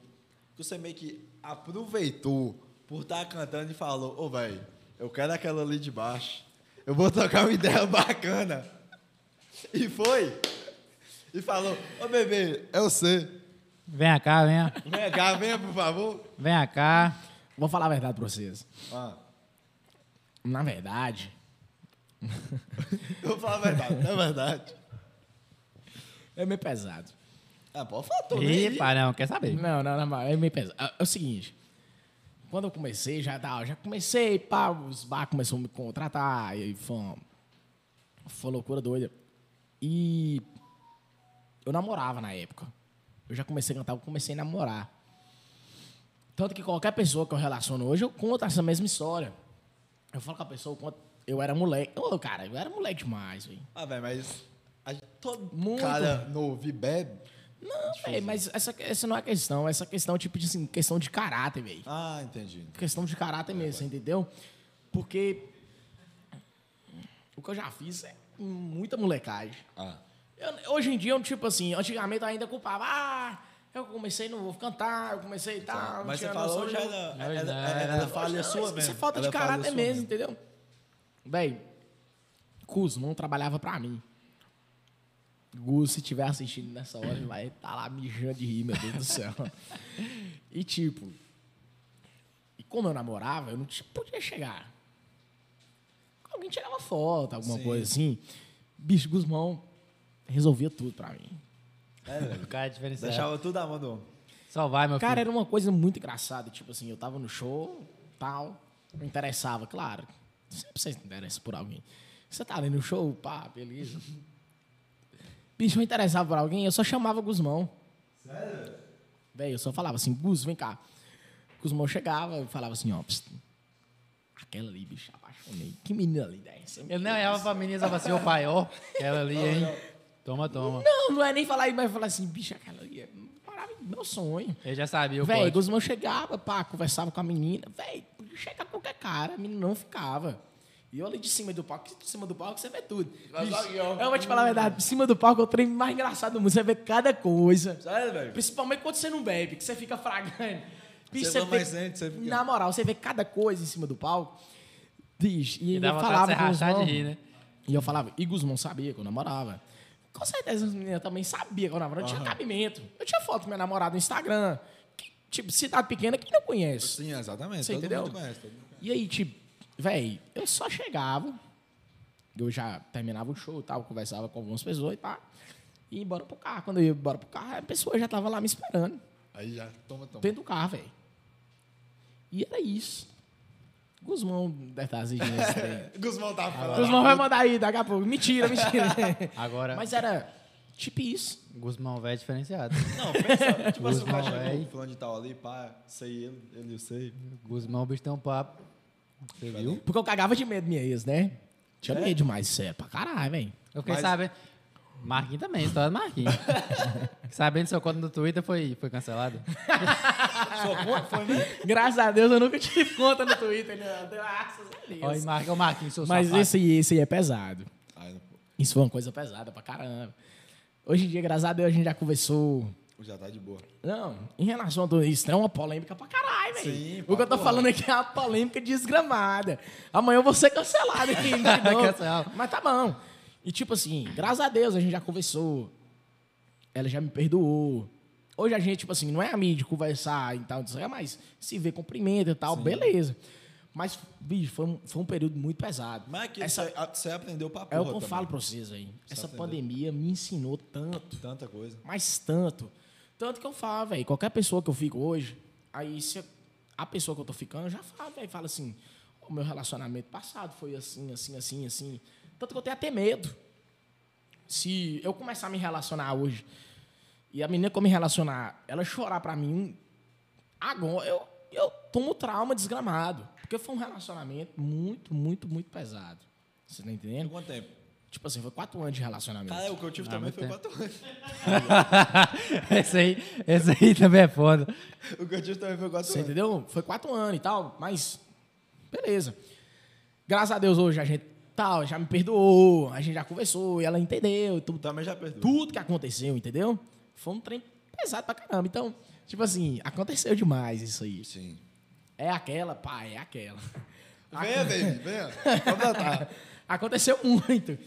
Speaker 1: que você meio que aproveitou por estar cantando e falou, ô, velho, eu quero aquela ali de baixo. Eu vou tocar uma <laughs> ideia bacana. E foi. E falou, ô, bebê, eu sei.
Speaker 2: Vem cá, vem,
Speaker 1: Vem cá, venha, por favor.
Speaker 2: vem cá.
Speaker 3: Vou falar a verdade pra vocês.
Speaker 1: Ah.
Speaker 3: Na verdade,
Speaker 1: Eu vou falar a verdade, não é verdade.
Speaker 3: é meio pesado.
Speaker 1: Ah, pode falar, tô nem aí.
Speaker 2: Epa, não, quer saber?
Speaker 3: Não, não, não, é meio pesado. É o seguinte, quando eu comecei, já, tá, já comecei, pá, os bar começaram a me contratar, e aí foi uma, foi uma loucura doida. E eu namorava na época. Eu já comecei a cantar, eu comecei a namorar. Tanto que qualquer pessoa que eu relaciono hoje, eu conto essa mesma história. Eu falo com a pessoa, eu conto, eu era moleque. Ô, cara, eu era moleque demais, velho.
Speaker 1: Ah, velho, mas a gente- todo
Speaker 3: Muito.
Speaker 1: cara novo e bebe.
Speaker 3: Não, velho, mas essa, essa não é a questão. Essa questão, tipo, de, assim, questão de caráter, velho.
Speaker 1: Ah, entendi.
Speaker 3: questão de caráter mesmo, você entendeu? Porque o que eu já fiz é muita molecagem.
Speaker 1: Ah,
Speaker 3: Eu- hoje em dia, eu, tipo assim, antigamente eu ainda culpava, ah, eu comecei, não vou cantar, eu comecei e tal. Ah, não
Speaker 1: mas você
Speaker 3: tinha
Speaker 1: falou
Speaker 3: noção
Speaker 1: já
Speaker 3: de-
Speaker 1: era,
Speaker 2: Não,
Speaker 1: era,
Speaker 2: não,
Speaker 1: era,
Speaker 2: era-
Speaker 1: falha
Speaker 3: Não,
Speaker 1: sua
Speaker 3: isso,
Speaker 1: mesmo.
Speaker 3: Isso é falta de
Speaker 1: Era falha
Speaker 3: caráter
Speaker 1: sua
Speaker 3: mesmo, entendeu? Véi, Gus não trabalhava pra mim. Gus, se tiver assistindo nessa hora, ele vai estar lá mijando de rir, meu Deus do céu. e tipo, e como eu namorava, eu não t- podia chegar. Alguém tirava foto, alguma
Speaker 1: Sim.
Speaker 3: coisa assim. Bicho, Guzmão resolvia tudo pra mim.
Speaker 2: O cara é diferenciado.
Speaker 1: Deixava tudo a mão do homem.
Speaker 2: Só vai, meu
Speaker 3: Cara,
Speaker 2: filho.
Speaker 3: era uma coisa muito engraçada. Tipo assim, eu tava no show, tal. Me interessava, claro. Sempre você se interessa por alguém. Você tá ali no show, pá, beleza. Bicho, eu interessava por alguém, eu só chamava Guzmão. Sério? Véi, eu só falava assim, Gus, vem cá. Guzmão chegava e falava assim, ó, psst, aquela ali, bicho, apaixonei. Que menina linda é essa?
Speaker 2: Ele não olhava pra menina e falava assim, ô pai, ó, aquela ali, hein? Toma, toma.
Speaker 3: Não, não é nem falar, mas falar assim, bicho, aquela ali é maravilhosa. Meu sonho.
Speaker 2: Eu já sabia o
Speaker 3: Véi,
Speaker 2: código.
Speaker 3: Guzmão chegava, pá, conversava com a menina. Véi, podia chegar qualquer cara, a menina não ficava. E eu ali de cima do palco, de cima do palco você vê tudo.
Speaker 4: Mas
Speaker 3: Bicho,
Speaker 4: aqui, ó.
Speaker 3: eu vou te falar a verdade, de cima do palco é o trem mais engraçado do mundo, você vê cada coisa.
Speaker 4: Sério, velho?
Speaker 3: Principalmente quando você não bebe, que você fica fragando.
Speaker 4: Você vai mais lento, você fica-
Speaker 3: Na moral, você vê cada coisa em cima do palco. Bicho, e,
Speaker 2: E dá
Speaker 3: eu
Speaker 2: vontade de
Speaker 3: falava
Speaker 2: você
Speaker 3: com o
Speaker 2: rachar de
Speaker 3: Guzmão-
Speaker 2: rir, né?
Speaker 3: e eu falava, e Guzmão sabia que eu namorava. Com certeza as meninas também sabiam que eu namorava. Eu tinha cabimento. Eu tinha foto com minha namorada no Instagram. Que, tipo, cidade pequena que não conhece.
Speaker 4: Sim, exatamente.
Speaker 3: Você
Speaker 4: todo
Speaker 3: entendeu?
Speaker 4: mundo conhece. Todo mundo conhece.
Speaker 3: E aí, tipo, véi, eu só chegava. Eu já terminava o show e tal, conversava com algumas pessoas e pá. E ia embora pro carro. Quando eu ia embora pro carro, a pessoa já tava lá me esperando.
Speaker 4: Aí já, toma, toma.
Speaker 3: Dentro do carro, velho. E era isso. Guzmão deve estar exigindo esse trem.
Speaker 1: <laughs>
Speaker 4: Guzmão
Speaker 1: tá
Speaker 4: tava falando.
Speaker 3: Guzmão vai mandar aí daqui a pouco. Mentira, mentira.
Speaker 2: Agora,
Speaker 3: Mas era tipo isso.
Speaker 2: Guzmão velho é diferenciado.
Speaker 1: Não,
Speaker 3: <laughs>
Speaker 1: pensa, tipo assim, o
Speaker 2: Guzmão,
Speaker 1: cara chegou,
Speaker 2: véi.
Speaker 1: fulano de tal ali, pá, sei ele, ele eu sei.
Speaker 2: Guzmão, o bicho tem um papo. Você viu?
Speaker 3: Porque eu cagava de medo minha ex, né? Tinha medo demais, sério, pra caralho, velho. <laughs>
Speaker 2: Eu fiquei
Speaker 1: Mas-
Speaker 2: sabendo. Marquinhos também, história do <laughs> Marquinhos. sabendo seu conta no Twitter foi, foi cancelado.
Speaker 1: Só foi, foi mesmo?
Speaker 3: Graças a Deus eu nunca tive conta no Twitter, né? Graças a Deus.
Speaker 2: Olha, Mar... o Marquinhos, seu
Speaker 3: Mas
Speaker 2: safado.
Speaker 3: esse, esse aí é pesado.
Speaker 4: Aí, não-
Speaker 3: Isso foi uma coisa pesada pra caramba. Hoje em dia, graças a Deus, a gente já conversou.
Speaker 4: já tá de boa.
Speaker 3: Não, em relação a tudo isso, é uma polêmica pra caralho,
Speaker 4: Sim,
Speaker 3: velho.
Speaker 4: pra
Speaker 3: O que eu tô
Speaker 4: porra.
Speaker 3: falando aqui é uma polêmica desgramada. Amanhã eu vou ser cancelado aqui, né? Não.
Speaker 2: Cancelado.
Speaker 3: Mas tá bom. E tipo assim, graças a Deus a gente já conversou. Ela já me perdoou. Hoje a gente, tipo assim, não é amigo de conversar e tal, não sei o que, mas se vê, cumprimenta e tal, beleza. Mas, bicho, foi um, foi um período muito pesado.
Speaker 1: Mas aqui
Speaker 3: Essa-
Speaker 1: você, a- você aprendeu pra
Speaker 3: é
Speaker 1: porra
Speaker 3: o que eu
Speaker 1: também.
Speaker 3: falo pra vocês, velho. Essa
Speaker 1: entendendo.
Speaker 3: pandemia me ensinou tanto
Speaker 1: Tanta coisa.
Speaker 3: mas tanto. Tanto que eu falo, velho, qualquer pessoa que eu fico hoje, aí se a pessoa que eu tô ficando, eu já falo, velho, fala assim, o meu relacionamento passado foi assim, assim, assim, assim. Tanto que eu tenho até medo. Se eu começar a me relacionar hoje e a menina que eu me relacionar, ela chorar pra mim, agora eu, eu tomo trauma desgramado. Porque foi um relacionamento muito, muito, muito pesado. Você tá
Speaker 1: Em
Speaker 3: entendendo?
Speaker 1: quanto tempo?
Speaker 3: Tipo assim, foi quatro anos de relacionamento.
Speaker 1: Cara, o que eu tive
Speaker 2: Ah,
Speaker 1: também
Speaker 2: muito
Speaker 1: foi
Speaker 2: tempo.
Speaker 1: quatro anos. <laughs>
Speaker 2: <laughs> esse, aí, esse aí também é foda.
Speaker 1: O que eu tive também foi quatro
Speaker 3: Você
Speaker 1: anos.
Speaker 3: entendeu? Foi quatro anos e tal, mas beleza. Graças a Deus hoje a gente tal, já me perdoou, a gente já conversou e ela entendeu e tudo,
Speaker 1: Também já perdoou.
Speaker 3: tudo que aconteceu, entendeu? Foi um trem pesado pra caramba. Então, tipo assim, aconteceu demais isso aí.
Speaker 4: Sim.
Speaker 3: É aquela, pá, é aquela.
Speaker 1: Tá
Speaker 3: Ah,
Speaker 4: Venha, baby, venha.
Speaker 3: <laughs> aconteceu muito.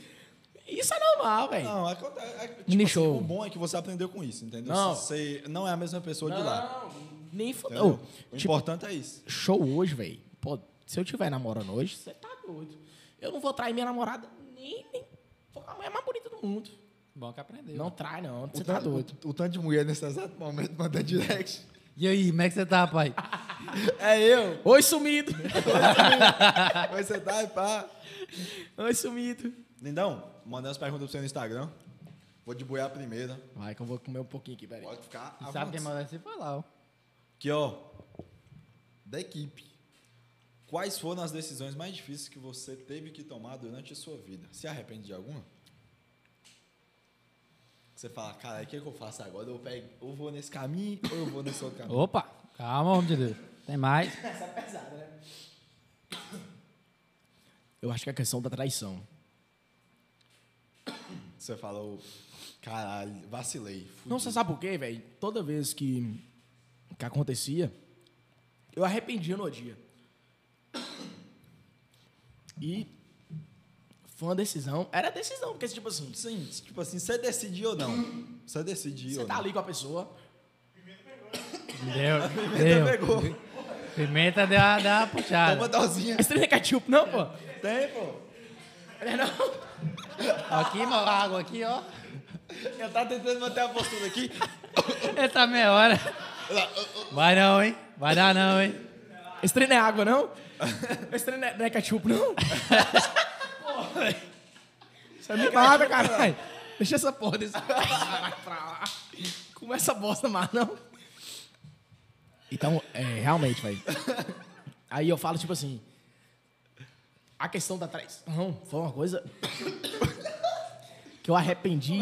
Speaker 3: Isso é normal, velho.
Speaker 1: Não, acontece. é- tipo
Speaker 3: Mini
Speaker 1: assim,
Speaker 3: show.
Speaker 1: o bom é que você aprendeu com isso, entendeu?
Speaker 3: Não.
Speaker 1: Você não é a mesma pessoa de lá.
Speaker 3: nem
Speaker 1: entendeu?
Speaker 3: fudeu. Tipo,
Speaker 1: o importante é isso.
Speaker 3: show hoje, velho. Pô, se eu tiver namorando hoje, você tá doido. Eu não vou trair minha namorada nem, nem for com a mulher mais bonita do mundo.
Speaker 2: Bom que aprendeu.
Speaker 3: Não trai, não. Você
Speaker 4: O
Speaker 3: tá
Speaker 4: tanto-
Speaker 3: doido.
Speaker 4: O, o tanto de mulher nesse exato momento manda direct.
Speaker 2: E aí, como é que você tá, pai?
Speaker 4: É
Speaker 1: <laughs>
Speaker 4: eu.
Speaker 3: Oi, sumido. <laughs>
Speaker 4: Mas você tá e pá.
Speaker 3: Oi, sumido.
Speaker 1: Lindão, mandei as perguntas pra você no Instagram.
Speaker 4: Vou de boiar a primeira.
Speaker 3: Vai que eu vou comer um pouquinho aqui, peraí.
Speaker 4: Pode ficar à
Speaker 2: Sabe
Speaker 4: vontade.
Speaker 2: quem manda se falar, ó.
Speaker 1: Que ó,
Speaker 4: Da equipe.
Speaker 1: quais foram as decisões mais difíceis que você teve que tomar durante a sua vida? Se arrepende de alguma? Você fala, cara, o que, que eu faço agora? Eu pego, ou vou nesse caminho, ou eu vou nesse outro caminho.
Speaker 2: Opa, calma, homem de Deus. Tem mais.
Speaker 3: Eu acho que é a questão da traição.
Speaker 1: Você falou, caralho, vacilei. fudi.
Speaker 3: Não, você sabe por quê, velho? Toda vez que, que acontecia, eu arrependia no dia. E foi uma decisão. Era decisão, porque, tipo assim,
Speaker 1: Sim, tipo assim, você decidiu ou não? Você decidiu
Speaker 3: você
Speaker 1: ou
Speaker 3: tá
Speaker 1: não?
Speaker 3: ali com a pessoa, <laughs>
Speaker 2: Deu,
Speaker 1: Então
Speaker 2: deu.
Speaker 1: pegou.
Speaker 2: Pimenta deu uma, deu uma
Speaker 4: Toma
Speaker 2: puxada.
Speaker 3: <laughs>
Speaker 4: dozinha.
Speaker 3: Esse trem é ketchup, não, pô?
Speaker 1: Tem, pô.
Speaker 3: É, Não, não.
Speaker 2: Aqui, meu água aqui, ó.
Speaker 1: Eu tava tentando manter a postura aqui.
Speaker 2: Essa meia hora. Vai não, hein? Vai dar não, hein?
Speaker 3: Esse trem não é água, não? Esse trem não é, não é ketchup, não? Porra, velho. Isso é me mata, caralho. Deixa essa porra desse... Vai pra lá. Como essa bosta mais, não? Então, é, realmente, velho. Aí eu falo, tipo assim... A questão da traição foi uma coisa... que eu arrependi...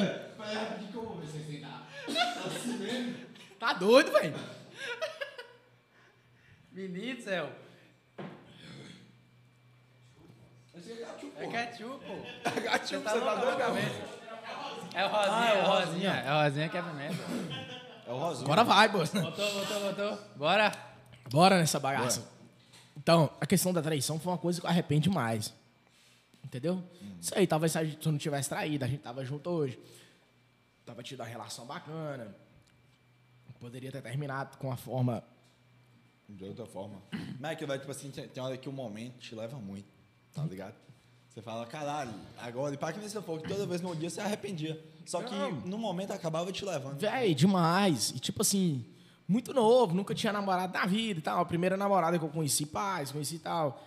Speaker 3: Tá doido, velho?
Speaker 2: Menino do céu. É ketchup, pô.
Speaker 4: Gatinho,
Speaker 2: Tá louco na cabeça. É o Rosinha, é o Rosinha. É o Rosinha que é pimenta.
Speaker 1: É o Rosinho.
Speaker 3: Agora vai, Bolsonaro.
Speaker 2: Botou, botou, botou. Bora.
Speaker 3: Bora nessa bagaça. Então, a questão da traição foi uma coisa que eu arrependo demais. Entendeu? Isso aí, talvez se a gente- se eu não tivesse traído, a gente tava junto hoje. Tava tido uma relação bacana. Poderia ter terminado com a forma.
Speaker 4: De outra forma.
Speaker 1: Mas é que vai, tipo assim, tem tem hora que o momento te leva muito, tá ligado? Você fala, caralho, agora, e para que nem você falou, que toda vez no dia você arrependia. Só que
Speaker 3: Não.
Speaker 1: no momento acabava te levando.
Speaker 3: Véi, demais. E tipo assim, muito novo, nunca tinha namorado na vida e tal. A primeira namorada que eu conheci, paz, conheci e tal.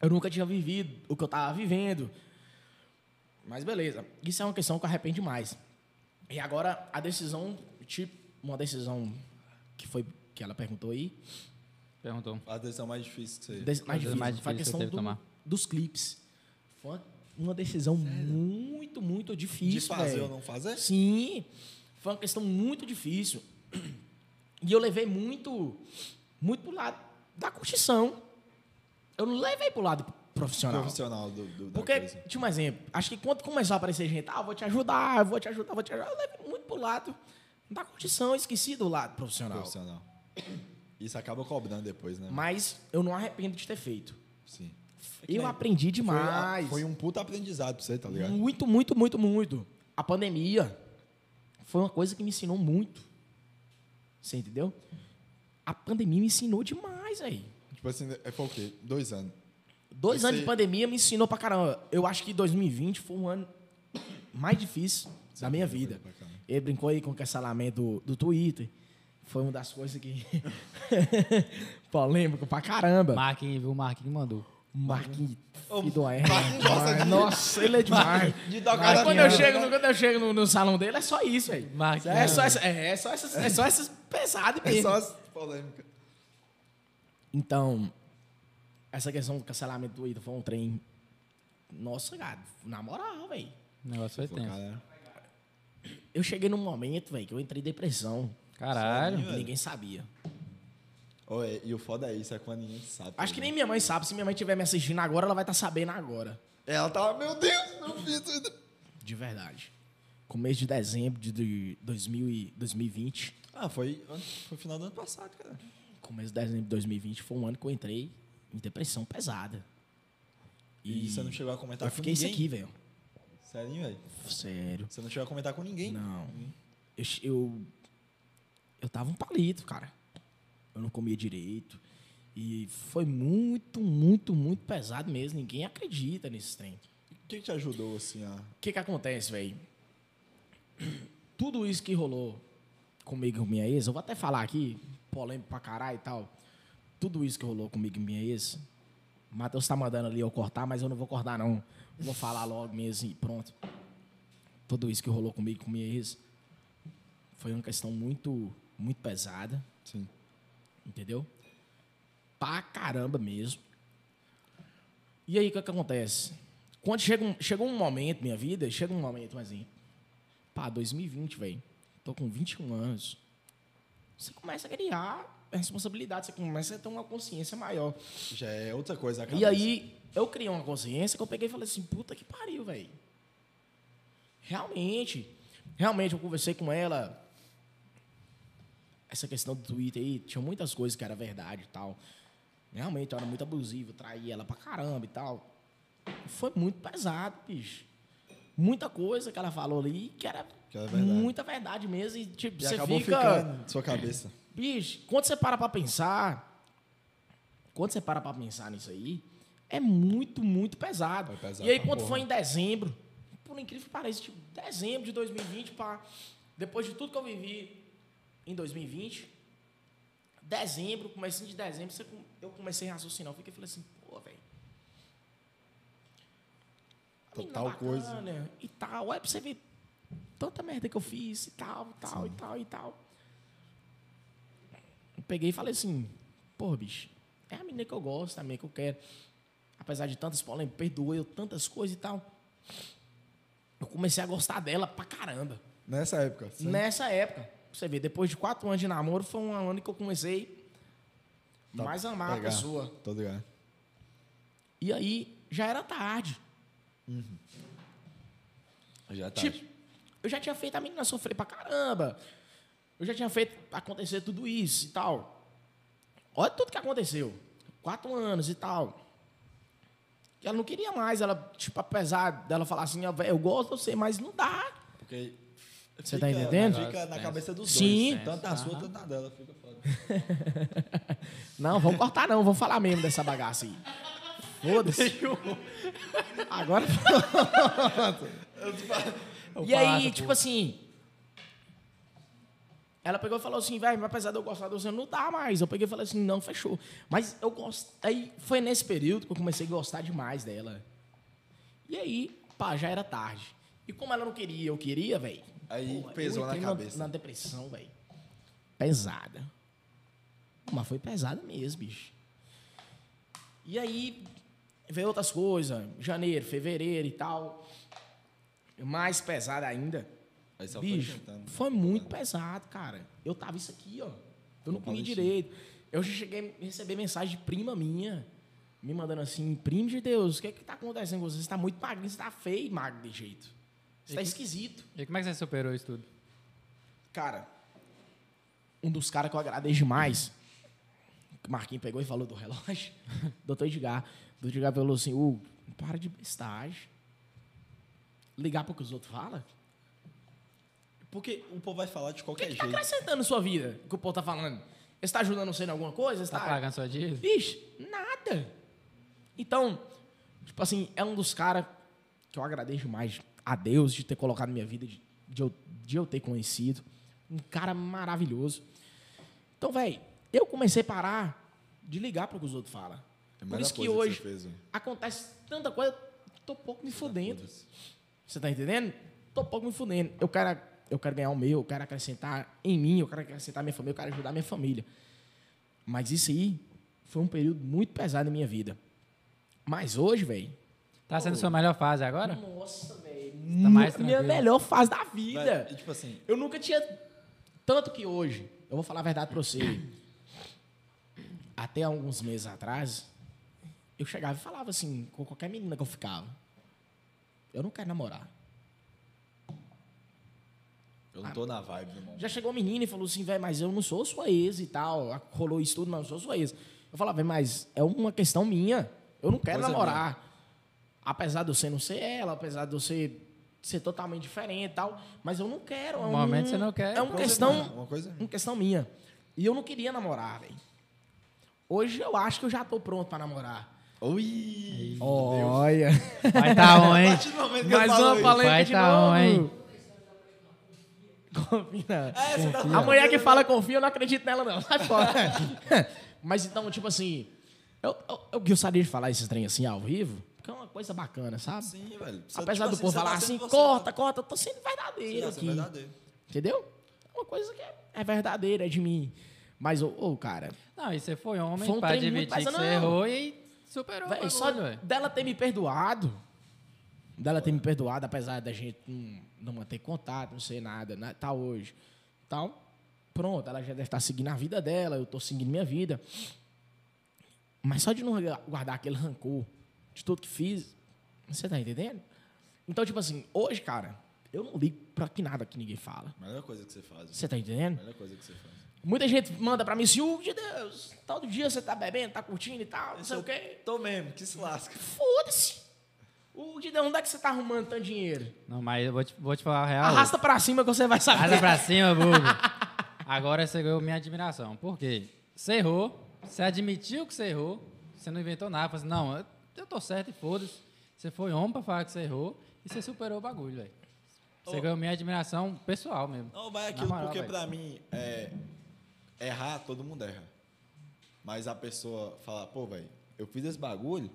Speaker 3: Eu nunca tinha vivido o que eu tava vivendo. Mas beleza, isso é uma questão que eu arrependo demais. E agora a decisão, tipo, uma decisão que foi que ela perguntou aí,
Speaker 2: Perguntou.
Speaker 1: A decisão mais difícil que você.
Speaker 3: Des- mais
Speaker 2: coisa
Speaker 3: difícil,
Speaker 2: mais difícil
Speaker 3: foi a
Speaker 2: que
Speaker 3: questão
Speaker 2: teve que
Speaker 3: do-
Speaker 2: tomar.
Speaker 3: dos clipes. Foi uma- uma decisão muito, muito difícil,
Speaker 1: de fazer
Speaker 3: véi.
Speaker 1: ou não fazer?
Speaker 3: Sim, foi uma questão muito difícil. E eu levei muito, muito pro lado da curtição. Eu não levei pro lado profissional.
Speaker 1: Profissional do, do, da
Speaker 3: Porque,
Speaker 1: coisa.
Speaker 3: tinha um exemplo, acho que quando começou a aparecer gente, ah, eu vou te ajudar, eu vou te ajudar, eu vou te ajudar, eu levei muito pro lado da curtição, eu esqueci do lado profissional.
Speaker 1: Profissional. Isso acaba cobrando depois, né?
Speaker 3: Mas eu não arrependo de ter feito.
Speaker 1: Sim.
Speaker 3: Eu aprendi
Speaker 1: Foi,
Speaker 3: demais.
Speaker 1: foi um puta aprendizado pra você, tá ligado?
Speaker 3: Muito, muito, muito, muito. A pandemia foi uma coisa que me ensinou muito. Você entendeu? A pandemia me ensinou demais aí.
Speaker 4: Tipo assim, é- foi o quê? Dois anos.
Speaker 3: Dois
Speaker 4: Esse-
Speaker 3: anos de pandemia me ensinou pra caramba. Eu acho que 2020 foi um ano mais difícil da minha vida.
Speaker 4: pra caramba.
Speaker 3: Ele brincou aí com o cancelamento do, do Twitter. Foi uma das coisas que. <laughs> Polêmico pra caramba.
Speaker 2: Marquinhos, viu? Marquinhos mandou.
Speaker 3: Marquinhos, filho do R.
Speaker 4: gosta de-
Speaker 3: Nossa, ele é demais.
Speaker 1: De tocar
Speaker 3: Mas
Speaker 1: na
Speaker 3: quando eu
Speaker 1: piada,
Speaker 3: chego,
Speaker 1: né?
Speaker 3: no, quando eu chego no, no salão dele, é só isso, velho.
Speaker 2: Marquinhos.
Speaker 3: É só, essa, é, é só essas, é só essas pesadas
Speaker 4: É
Speaker 3: mesmo.
Speaker 4: só as polêmicas.
Speaker 3: Então, essa questão do cancelamento do Ida foi um trem. Nossa, cara, na moral, velho.
Speaker 2: O negócio foi
Speaker 4: Pô,
Speaker 2: tenso.
Speaker 4: cara,
Speaker 3: Eu cheguei num momento, velho, que eu entrei em depressão.
Speaker 2: Caralho.
Speaker 1: velho?
Speaker 3: Ninguém sabia.
Speaker 1: Oi, e o foda é isso, é quando ninguém sabe.
Speaker 3: Acho que nem minha mãe sabe. Se minha mãe estiver me assistindo agora, ela vai estar sabendo agora.
Speaker 4: Ela tava, meu Deus, meu filho.
Speaker 3: De verdade. Começo de dezembro de- de 2000 e 2020.
Speaker 1: Ah, foi, ano- foi final do ano passado, cara.
Speaker 3: começo de dezembro de 2020 foi um ano que eu entrei em depressão pesada.
Speaker 1: E, você não chegou a comentar
Speaker 3: Eu
Speaker 1: com
Speaker 3: fiquei isso
Speaker 1: ninguém.
Speaker 3: aqui, velho.
Speaker 1: Sério, velho.
Speaker 3: Sério.
Speaker 1: Você não chegou a comentar com ninguém.
Speaker 3: Não. Eu, che- eu. Eu tava um palito, cara. Eu não comia direito. E foi muito, muito, muito pesado mesmo. Ninguém acredita nesse trem.
Speaker 1: O que que te ajudou, assim, a.
Speaker 3: O que que acontece, velho? <clears throat> Tudo isso que rolou comigo e com minha ex, eu vou até falar aqui, polêmico pra caralho e tal. Tudo isso que rolou comigo e minha ex, o Matheus tá mandando ali eu cortar, mas eu não vou cortar, não. Vou falar logo mesmo e pronto. Tudo isso que rolou comigo e com minha ex foi uma questão muito, muito pesada,
Speaker 4: Sim.
Speaker 3: entendeu? Pra caramba mesmo. E aí, o que, que acontece? Quando chega um, chegou um momento, minha vida, chega um momento, mas assim, pá, 2020, velho, tô com 21 anos. Você começa a criar responsabilidade, você começa a ter uma consciência maior.
Speaker 1: Já é outra coisa, a
Speaker 3: E
Speaker 1: cabeça.
Speaker 3: aí, eu criei uma consciência que eu peguei e falei assim, puta que pariu, velho. Realmente, realmente, eu conversei com ela. Essa questão do Twitter aí, tinha muitas coisas que era verdade e tal. Realmente, eu era muito abusivo, traía ela pra caramba e tal. Foi muito pesado, bicho. Muita coisa que ela falou ali que era,
Speaker 1: Que era verdade.
Speaker 3: muita verdade mesmo. E, tipo,
Speaker 1: E
Speaker 3: você
Speaker 1: acabou
Speaker 3: fica...
Speaker 1: ficando na sua cabeça.
Speaker 3: Bicho, quando você para pra pensar, quando você para pra pensar nisso aí, é muito, muito pesado.
Speaker 4: É pesado
Speaker 3: e aí,
Speaker 4: pra
Speaker 3: quando
Speaker 4: porra.
Speaker 3: foi em dezembro, por incrível que pareça, tipo, dezembro de 2020, pá, depois de tudo que eu vivi em 2020, dezembro, comecinho de dezembro, você com- eu comecei a raciocinar. Eu fiquei e falei assim, pô, velho. a menina
Speaker 4: Tal coisa.
Speaker 3: bacana E tal, é pra você ver tanta merda que eu fiz e tal, e tal, e tal, e tal. Eu peguei e falei assim, pô, bicho, é a menina que eu gosto, é a menina que eu quero. Apesar de tantas polêmicas, perdoei eu tantas coisas e tal. Eu comecei a gostar dela pra caramba.
Speaker 4: Nessa época. sim.
Speaker 3: Né? Nessa época. você vê, depois de quatro anos de namoro, foi um ano que eu comecei
Speaker 1: Tá,
Speaker 3: mais a amar a
Speaker 1: pegar.
Speaker 3: pessoa.
Speaker 1: Tô ligado.
Speaker 3: E aí, já era tarde.
Speaker 4: Já tá.
Speaker 3: Tipo, eu já tinha feito a menina sofrer pra caramba. Eu já tinha feito acontecer tudo isso e tal. Olha tudo que aconteceu. Quatro anos e tal. Que ela não queria mais. Ela, tipo, apesar dela falar assim, "Ah, velho, eu gosto de você, mas não dá.
Speaker 1: Porque.
Speaker 3: Você
Speaker 1: fica-
Speaker 3: tá entendendo?
Speaker 1: Fica na cabeça dos
Speaker 3: Sim.
Speaker 1: dois. né? Tanto a sua,
Speaker 2: Aham.
Speaker 1: tanto a dela. Fica foda.
Speaker 3: Não, vamos cortar não, vamos falar mesmo dessa
Speaker 1: <laughs>
Speaker 3: bagaça aí. Foda-se. Agora.
Speaker 2: É
Speaker 3: e aí, tipo assim. Ela pegou e falou assim, velho, mas apesar de eu gostar de você, não dá mais. Eu peguei e falei assim, não, fechou. Mas eu gosto. Aí foi nesse período que eu comecei a gostar demais dela. E aí, pá, já era tarde. E como ela não queria, eu queria, velho.
Speaker 4: Aí
Speaker 3: Pô,
Speaker 4: pesou
Speaker 3: eu
Speaker 4: na
Speaker 3: entrei
Speaker 4: cabeça.
Speaker 3: Na depressão, velho. Pesada. Mas foi pesada mesmo, bicho. E aí veio outras coisas, janeiro, fevereiro e tal. Mais pesada ainda.
Speaker 4: Aí só foi
Speaker 3: bicho,
Speaker 4: juntando.
Speaker 3: foi muito pesado, cara. Eu tava isso aqui, ó. Eu não comi direito. Eu já cheguei a receber mensagem de prima minha, me mandando assim, primo de Deus, o que é que tá acontecendo com você? Você tá muito magrinho, você tá feio e magro de jeito. Você tá esquisito.
Speaker 2: E como é que você superou isso tudo?
Speaker 3: Cara, um dos caras que eu agradeço demais, que o Marquinhos pegou e falou do relógio, <laughs> doutor Edgar. Doutor Edgar falou assim, Hugo, para de bestagem. Ligar pro que os outros falam?
Speaker 1: Porque o povo vai falar de
Speaker 3: O que,
Speaker 1: qualquer
Speaker 3: que tá
Speaker 1: jeito.
Speaker 3: acrescentando na sua vida que o povo tá falando? Você tá ajudando você em alguma coisa? Você
Speaker 2: Tá
Speaker 3: tá
Speaker 2: pagando sua dívida?
Speaker 3: Bicho, nada. Então, tipo assim, é um dos caras que eu agradeço demais a Deus de ter colocado na minha vida, de, de eu, de eu ter conhecido. Um cara maravilhoso. Então, velho, eu comecei a parar de ligar para o que os outros falam.
Speaker 4: É a
Speaker 3: Por
Speaker 4: melhor
Speaker 3: isso que
Speaker 4: coisa
Speaker 3: hoje
Speaker 4: você fez, velho.
Speaker 3: acontece tanta coisa, eu tô pouco me fudendo. Você tá entendendo? Tô pouco me fudendo. Eu quero, eu quero ganhar o meu, eu quero acrescentar em mim, eu quero acrescentar minha família, eu quero ajudar minha família. Mas isso aí foi um período muito pesado na minha vida. Mas hoje, velho.
Speaker 2: Tá sendo sua melhor fase
Speaker 3: <laughs>
Speaker 2: agora?
Speaker 3: Nossa, velho.
Speaker 2: mais
Speaker 3: minha
Speaker 2: tranquilo.
Speaker 3: melhor fase da
Speaker 1: Vai-
Speaker 3: vida.
Speaker 1: e, tipo assim,
Speaker 3: Eu nunca tinha. Tanto que hoje, eu vou falar a verdade pra você. Até alguns meses atrás, eu chegava e falava assim, com qualquer menina que eu ficava. Eu não quero namorar.
Speaker 4: Eu não tô na vibe, meu irmão.
Speaker 3: Já chegou a menina e falou assim, velho, mas eu não sou sua ex e tal. Rolou isso tudo, mas eu não sou sua ex. Eu falava, velho, mas é uma questão minha. Eu não quero
Speaker 2: é,
Speaker 4: Coisa
Speaker 3: namorar. Apesar de você não ser ela, apesar de você ser totalmente diferente e tal. Mas eu não quero. é
Speaker 2: No
Speaker 3: um-
Speaker 2: momento você não quer,
Speaker 3: É uma
Speaker 2: então você
Speaker 3: questão,
Speaker 4: Uma coisa é
Speaker 3: uma questão minha. E eu não queria namorar, velho. Hoje eu acho que eu já tô pronto pra namorar.
Speaker 4: Ui!
Speaker 3: Olha.
Speaker 2: Vai tá on, hein?
Speaker 1: partir do momento que eu
Speaker 3: Mais
Speaker 1: falo
Speaker 3: uma
Speaker 1: isso-
Speaker 3: palanca
Speaker 2: Vai
Speaker 3: de
Speaker 2: tá
Speaker 3: novo.
Speaker 2: on, hein?
Speaker 3: Combina.
Speaker 1: É, você tá-
Speaker 3: A mulher que fala confia, eu não acredito nela, não. Sai fora. <laughs> Mas então, tipo assim, eu, eu, eu gostaria de falar esse trem assim ao vivo, porque é uma coisa bacana, sabe?
Speaker 1: Sim, velho. Você-
Speaker 3: Apesar
Speaker 1: tipo
Speaker 3: do povo
Speaker 1: você tá
Speaker 3: falar
Speaker 1: sendo
Speaker 3: assim,
Speaker 1: você,
Speaker 3: corta, corta, eu tô sendo
Speaker 1: Você
Speaker 3: verdadeiro
Speaker 1: tá sendo
Speaker 3: aqui.
Speaker 1: verdadeiro.
Speaker 3: Entendeu? É uma coisa que é, é verdadeira, é de mim. Mas, ô, ô, cara,
Speaker 2: Não, e você foi homem
Speaker 3: Foi um
Speaker 2: pra
Speaker 3: trem
Speaker 2: admitir
Speaker 3: muito
Speaker 2: que
Speaker 3: pesado,
Speaker 2: você
Speaker 3: não.
Speaker 2: errou e superou
Speaker 3: véi,
Speaker 2: o
Speaker 3: só
Speaker 2: bagulho, velho.
Speaker 3: dela ter me perdoado, dela ter me perdoado, apesar da gente não, não manter contato, não sei nada, na- tá hoje. Tal, pronto, ela já deve estar seguindo a vida dela, eu tô seguindo minha vida. Mas só de não guarda- guardar aquele rancor de tudo que fiz, você tá entendendo? Então, tipo assim, hoje, cara, eu não ligo pra que nada que ninguém fala.
Speaker 4: Melhor coisa que você faz. velho.
Speaker 3: Você tá entendendo?
Speaker 4: Melhor coisa que você faz.
Speaker 3: Muita gente manda pra mim assim, Hugo de Deus, todo dia você tá bebendo, tá curtindo e tal, não
Speaker 1: é
Speaker 3: sei o quê.
Speaker 1: Tô mesmo, que se lasca.
Speaker 3: Foda-se. Hugo de Deus, onde é que você tá arrumando tanto dinheiro?
Speaker 2: Não, mas eu vou te, vou te falar a real.
Speaker 3: Arrasta pra cima que você vai saber.
Speaker 2: Arrasta pra cima,
Speaker 3: <laughs>
Speaker 2: burro. Agora você ganhou minha admiração. Por quê? Você errou, você admitiu que você errou, você não inventou nada. Falou assim, não, eu, eu tô certo e foda-se. Você foi homem pra falar que você errou e você superou o bagulho, velho. Você
Speaker 1: Ô.
Speaker 2: ganhou minha admiração pessoal mesmo.
Speaker 1: Não,
Speaker 4: é
Speaker 1: vai
Speaker 2: Na
Speaker 1: aquilo,
Speaker 2: moral,
Speaker 1: porque
Speaker 2: velho.
Speaker 1: pra mim, é,
Speaker 4: Errar, todo mundo erra. Mas a pessoa fala, pô, velho, eu fiz esse bagulho,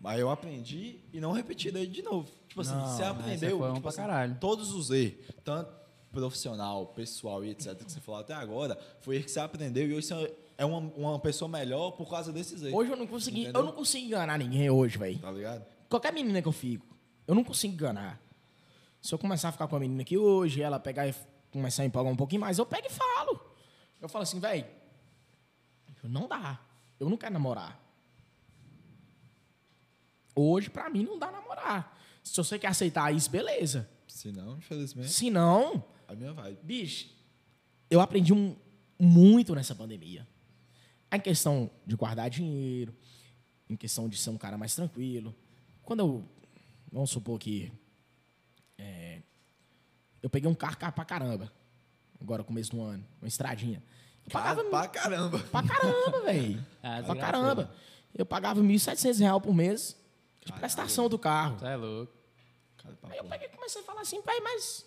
Speaker 4: mas eu aprendi e não repetirei de novo. Tipo assim,
Speaker 2: Não,
Speaker 4: você
Speaker 2: mas você
Speaker 4: aprendeu
Speaker 2: foi um
Speaker 4: tipo
Speaker 2: pra
Speaker 4: assim,
Speaker 2: caralho.
Speaker 4: todos os erros, tanto profissional, pessoal e etc, que você falou até agora, foi erro que você aprendeu e hoje você é uma, uma pessoa melhor por causa desses erros.
Speaker 3: Hoje eu não consegui,
Speaker 4: Entendeu?
Speaker 3: eu não consigo enganar ninguém hoje, velho.
Speaker 4: Tá ligado?
Speaker 3: Qualquer menina que eu fico, eu não consigo enganar. Se eu começar a ficar com a menina aqui hoje, ela pegar e começar a empolgar um pouquinho mais, eu pego e falo. Eu falo assim, velho, não dá. Eu não quero namorar. Hoje, pra mim, não dá namorar. Se você quer aceitar isso, beleza.
Speaker 4: Se não,
Speaker 2: É.
Speaker 4: infelizmente,
Speaker 3: Se não,
Speaker 4: a minha vibe.
Speaker 3: bicho, eu aprendi um- muito nessa pandemia. Em questão de guardar dinheiro, em questão de ser um cara mais tranquilo. Quando eu, vamos supor que, é, eu peguei um carro caro pra caramba, agora começo do ano, uma estradinha. Eu pagava
Speaker 4: Pra caramba.
Speaker 3: pra caramba, velho.
Speaker 2: Ah,
Speaker 3: pra
Speaker 2: desgraçado.
Speaker 3: caramba. Eu pagava 1.700 reais por mês de prestação do carro.
Speaker 2: Você é louco.
Speaker 4: Cara, pra
Speaker 3: Aí eu peguei e comecei a falar assim, pai, mas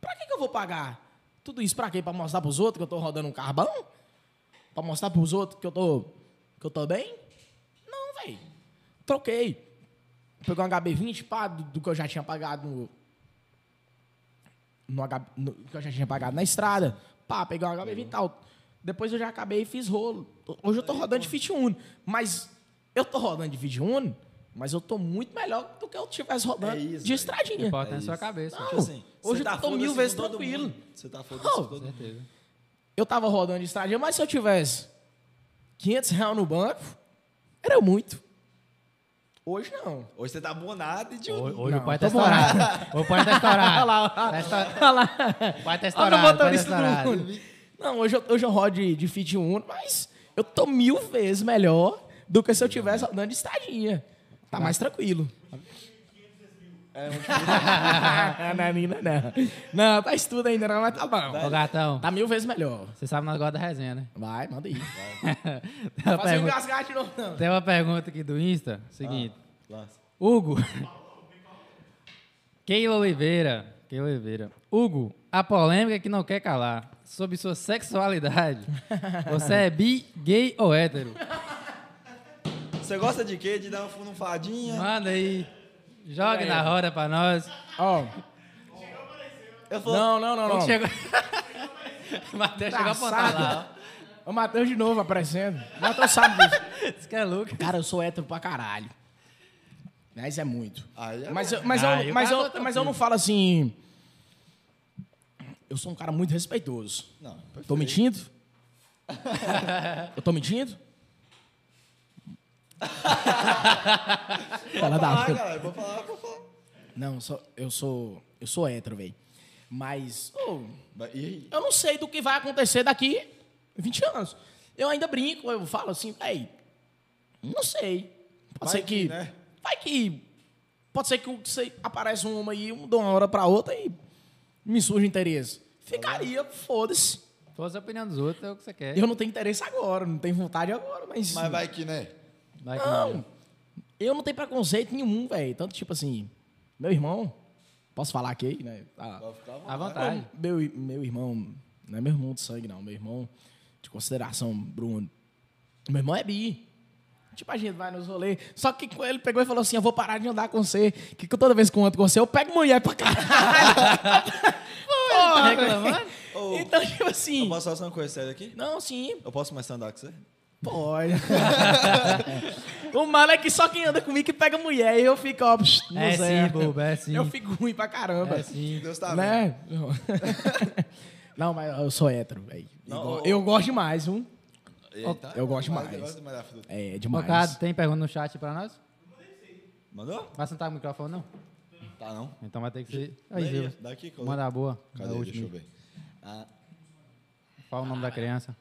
Speaker 3: pra que, que eu vou pagar? Tudo isso pra quê? Pra mostrar pros outros que eu tô rodando um carbão? Pra mostrar pros outros que eu tô, que eu tô bem? Não, velho. Troquei. Peguei um HB20, pá, do, do que eu já tinha pagado no... No, HB, no que eu já tinha pagado na estrada. Pá, peguei um HB20 e tal. Depois eu já acabei e fiz rolo. Hoje eu tô rodando de Fit Uno. Mas eu tô rodando de Fit Uno, mas eu tô muito melhor do que eu tivesse
Speaker 4: É
Speaker 3: rodando
Speaker 4: isso,
Speaker 3: de
Speaker 4: velho.
Speaker 2: O que
Speaker 3: estradinha.
Speaker 2: Importa é na
Speaker 4: isso.
Speaker 2: sua cabeça.
Speaker 3: Não,
Speaker 2: Com
Speaker 4: assim,
Speaker 3: hoje
Speaker 4: você tá
Speaker 3: eu tô
Speaker 4: foda-se
Speaker 3: mil
Speaker 4: com
Speaker 3: vezes
Speaker 4: todo
Speaker 3: tranquilo.
Speaker 4: mundo. Você tá foda-se com
Speaker 3: Oh.
Speaker 4: todo mundo.
Speaker 2: certeza.
Speaker 3: Eu tava rodando de estradinha, mas se eu tivesse 500 reais no banco, era muito. Hoje não.
Speaker 4: Hoje você tá bonado e de
Speaker 2: Hoje,
Speaker 4: um.
Speaker 2: hoje
Speaker 3: Não,
Speaker 2: o pai
Speaker 3: tô
Speaker 2: tá estourado. Hoje <laughs> o pai tá estourado. Olha lá,
Speaker 3: Olha lá.
Speaker 2: O pai tá
Speaker 3: Olha o
Speaker 2: estourado. o pai tá
Speaker 3: motorista do
Speaker 2: estourado.
Speaker 3: mundo. Não, hoje eu, hoje eu rodo de, de Fit Uno, mas eu tô mil vezes melhor do que se eu tivesse rodando de estradinha. Tá mais tranquilo. <laughs> É, não, não, não. Não, tá estudo ainda não, mas tá bom.
Speaker 2: Ô, gatão,
Speaker 3: Tá mil vezes melhor.
Speaker 2: você sabe nós gosta da resenha, né?
Speaker 3: Vai, manda aí.
Speaker 2: Tem uma
Speaker 3: Fazer um
Speaker 2: pergunta-
Speaker 3: engasgar de novo, não.
Speaker 2: Tem uma pergunta aqui do Insta, seguinte.
Speaker 3: Ah.
Speaker 4: Lança.
Speaker 2: Hugo. Keila Oliveira. Keila Oliveira. Hugo, a polêmica é que não quer calar sobre sua sexualidade. Você é bi, gay ou hétero?
Speaker 4: Você gosta de quê? De dar uma funufadinha?
Speaker 2: Manda aí. Jogue na roda pra nós.
Speaker 3: Ó.
Speaker 4: Eu falo,
Speaker 3: Não, não, não,
Speaker 2: Quando
Speaker 3: não.
Speaker 2: chegou... <laughs> O Matheus
Speaker 3: Tá
Speaker 2: chegou a apontar lá.
Speaker 3: <laughs> O Matheus de novo aparecendo. O Matheus sabe disso.
Speaker 2: ó. Esse cara é louco.
Speaker 3: Cara, eu sou hétero pra caralho. Mas é muito.
Speaker 4: Aí é
Speaker 3: mas eu, mas, eu,
Speaker 2: Ah, eu
Speaker 3: mas,
Speaker 2: cago,
Speaker 3: eu, mas eu não falo assim. Eu sou um cara muito respeitoso.
Speaker 4: Não,
Speaker 2: <laughs>
Speaker 3: Tô mentindo? eu tô mentindo? Fala da
Speaker 4: Ah, galera, vou falar, vou falar.
Speaker 3: Não, eu sou, eu sou. Eu sou hétero, velho. Mas. ô,
Speaker 4: Mas E aí?
Speaker 3: eu não sei do que vai acontecer daqui 20 anos. Eu ainda brinco, eu falo assim, ei, não sei. Pode
Speaker 4: Vai
Speaker 3: ser
Speaker 4: que,
Speaker 3: que.
Speaker 4: né?
Speaker 3: Vai que. Pode ser que eu sei, apareça uma aí, um, de uma hora pra outra e me surge interesse. Ficaria, foda-se.
Speaker 2: Fosse a opinião dos outros, é o que você quer.
Speaker 3: Eu não tenho interesse agora, não tenho vontade agora, mas.
Speaker 4: Mas é. vai que, né?
Speaker 2: Vai que
Speaker 3: Não! Eu não tenho preconceito nenhum, velho. Tanto tipo assim, meu irmão, posso falar aqui, né? Ah,
Speaker 4: Vai ficar
Speaker 2: À
Speaker 4: vontade.
Speaker 2: vontade.
Speaker 3: Meu, meu irmão, não é meu irmão de sangue, não. Meu irmão de consideração, Bruno. Meu irmão é bi. Tipo, a gente vai nos rolês. Só que quando ele pegou e falou assim: Eu vou parar de andar com você. Que toda vez que eu ando com você, eu pego mulher
Speaker 2: <laughs>
Speaker 3: pra caralho. Porra,
Speaker 2: tá reclamando?
Speaker 3: velho.
Speaker 4: Ô.
Speaker 3: Então, tipo assim.
Speaker 4: Eu posso falar uma coisa séria aqui?
Speaker 3: Não, sim,
Speaker 4: Eu posso começar a andar com você?
Speaker 3: pode. <laughs> o mal é que só quem anda comigo que pega mulher. E eu fico, ó, psh, no
Speaker 2: É
Speaker 3: zero.
Speaker 2: sim, bobo, é sim.
Speaker 3: Eu fico assim. ruim pra caramba.
Speaker 2: É sim.
Speaker 4: Deus tá vendo.
Speaker 3: né? <laughs> Não, mas eu sou hétero, velho.
Speaker 4: Não,
Speaker 3: Eu,
Speaker 4: eu-
Speaker 3: gosto demais, viu?
Speaker 4: Eita,
Speaker 3: eu gosto
Speaker 4: mas
Speaker 3: demais.
Speaker 4: Eu gosto demais da fruta.
Speaker 3: É, demais.
Speaker 2: Bocado, tem pergunta no chat pra nós?
Speaker 4: Mandou?
Speaker 2: Vai sentar o microfone, não?
Speaker 4: Tá, não.
Speaker 2: Então vai ter que ser.
Speaker 4: Leia,
Speaker 2: Aí, viu?
Speaker 4: Daqui, colo-
Speaker 2: Manda a boa.
Speaker 4: Cadê?
Speaker 2: da última.
Speaker 4: Deixa eu ver. Ah,
Speaker 2: Qual o nome
Speaker 3: Ah, é.
Speaker 2: da criança?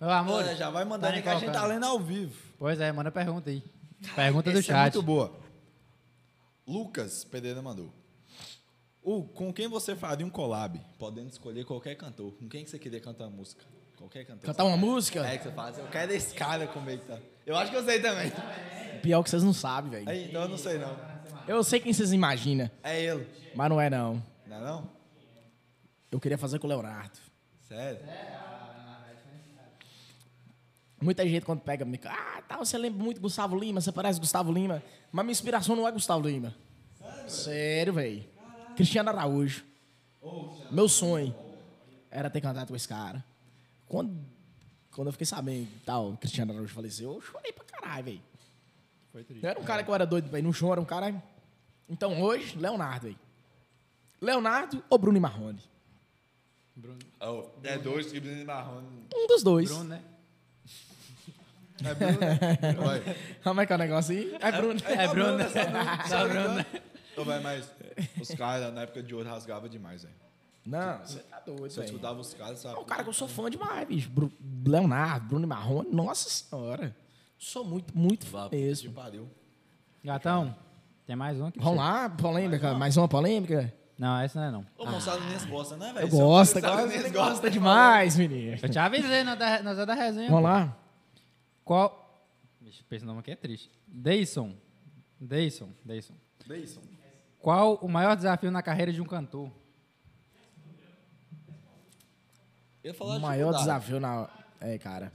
Speaker 2: Meu amor.
Speaker 4: ah, já vai mandando aí que a gente tá
Speaker 2: colocando.
Speaker 4: lendo ao vivo.
Speaker 2: Pois é, manda pergunta
Speaker 3: <laughs>
Speaker 2: aí. Pergunta do
Speaker 4: Essa é
Speaker 2: chat.
Speaker 4: muito boa. Lucas Pereira mandou. Hugo, com quem você faria um collab? Podendo escolher qualquer cantor. Com quem que você queria cantar música? Qualquer cantor.
Speaker 2: um-
Speaker 3: Cantar uma música?
Speaker 4: É que você faz. Eu quero esse cara comigo, tá? Eu acho que eu sei <laughs> também.
Speaker 3: Pior que vocês não sabem, velho.
Speaker 4: Aí, então eu não sei não.
Speaker 3: Eu sei quem vocês imaginam,
Speaker 4: É ele.
Speaker 3: mas não é não.
Speaker 4: Não é não?
Speaker 3: Eu queria fazer com o Leonardo.
Speaker 4: Sério?
Speaker 3: Muita gente quando pega me ah, tá, você lembra muito Gustavo Lima, você parece Gustavo Lima, mas minha inspiração não é Gustavo Lima. Sério, velho. Cristiano Araújo. Meu sonho era ter cantado com esse cara. Quando, quando eu fiquei sabendo que tal, Cristiano Araújo faleceu, eu chorei pra caralho, velho. Não era um cara que eu era doido, velho, não chora, um cara. Então hoje, Leonardo, velho. Leonardo ou Bruno e Marrone?
Speaker 2: Bruno,
Speaker 4: Oh, é dois que Bruno e Marrone.
Speaker 3: Um dos dois.
Speaker 2: Bruno, né?
Speaker 4: É Bruno, Tá né? <laughs> Vai.
Speaker 3: Como é que é o negócio aí? É Bruno.
Speaker 2: É Bruno, né?
Speaker 4: tá
Speaker 2: Só Bruno, né?
Speaker 4: Ô, vai, mas os caras na época de ouro rasgavam demais, velho.
Speaker 3: Não, você tá doido,
Speaker 4: Você
Speaker 1: tipo
Speaker 3: velho.
Speaker 4: estudava os caras,
Speaker 3: É
Speaker 4: sabe?
Speaker 3: um cara que eu sou fã demais, bicho. Bru- Leonardo, Bruno e Marrone, nossa senhora. Sou muito, muito fã
Speaker 4: Que
Speaker 3: mesmo.
Speaker 4: pariu.
Speaker 2: Gatão, tem mais um aqui. pra
Speaker 3: Vamos
Speaker 2: você.
Speaker 3: lá, polêmica. Mais uma polêmica?
Speaker 2: Não, essa não é não.
Speaker 1: Ô, moçada, nem gosta, né, velho?
Speaker 3: Eu gosto,
Speaker 1: Moçada
Speaker 3: agora
Speaker 1: nem
Speaker 3: você
Speaker 1: gosta.
Speaker 3: gosta demais, menino.
Speaker 1: é
Speaker 3: <laughs>
Speaker 2: Eu te avisei na da, na da resenha.
Speaker 3: Vamos lá.
Speaker 2: Qual. Vixe, esse nome aqui é triste. Dayson. Dayson. Dayson.
Speaker 4: Deison.
Speaker 2: Qual o maior desafio na carreira de um cantor?
Speaker 1: Eu ia falar
Speaker 3: O
Speaker 1: de
Speaker 3: maior
Speaker 1: dificuldade.
Speaker 3: desafio na. É, cara.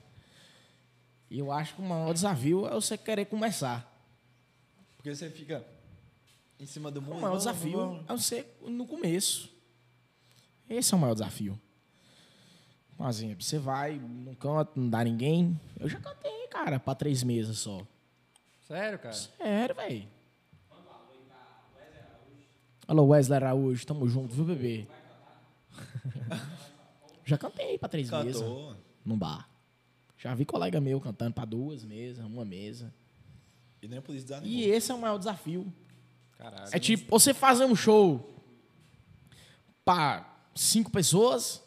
Speaker 3: Eu acho que o maior desafio é você querer começar.
Speaker 1: Porque você fica em cima do mundo.
Speaker 3: O maior
Speaker 1: vamos,
Speaker 3: desafio
Speaker 1: vamos.
Speaker 3: é você no começo. Esse é o maior desafio. Mas, assim, você vai num canto, não dá ninguém. Eu já cantei, cara, pra três meses só.
Speaker 2: Sério, cara?
Speaker 3: Sério, velho. Alô, Wesley Araújo, tamo junto, viu, bebê? já cantei pra três meses
Speaker 4: Cantou.
Speaker 3: num bar. Já vi colega meu cantando pra duas mesas, uma mesa.
Speaker 4: E nem por isso desanimou.
Speaker 3: E esse é o maior desafio.
Speaker 2: Caralho.
Speaker 3: É tipo, você fazer um show pra cinco pessoas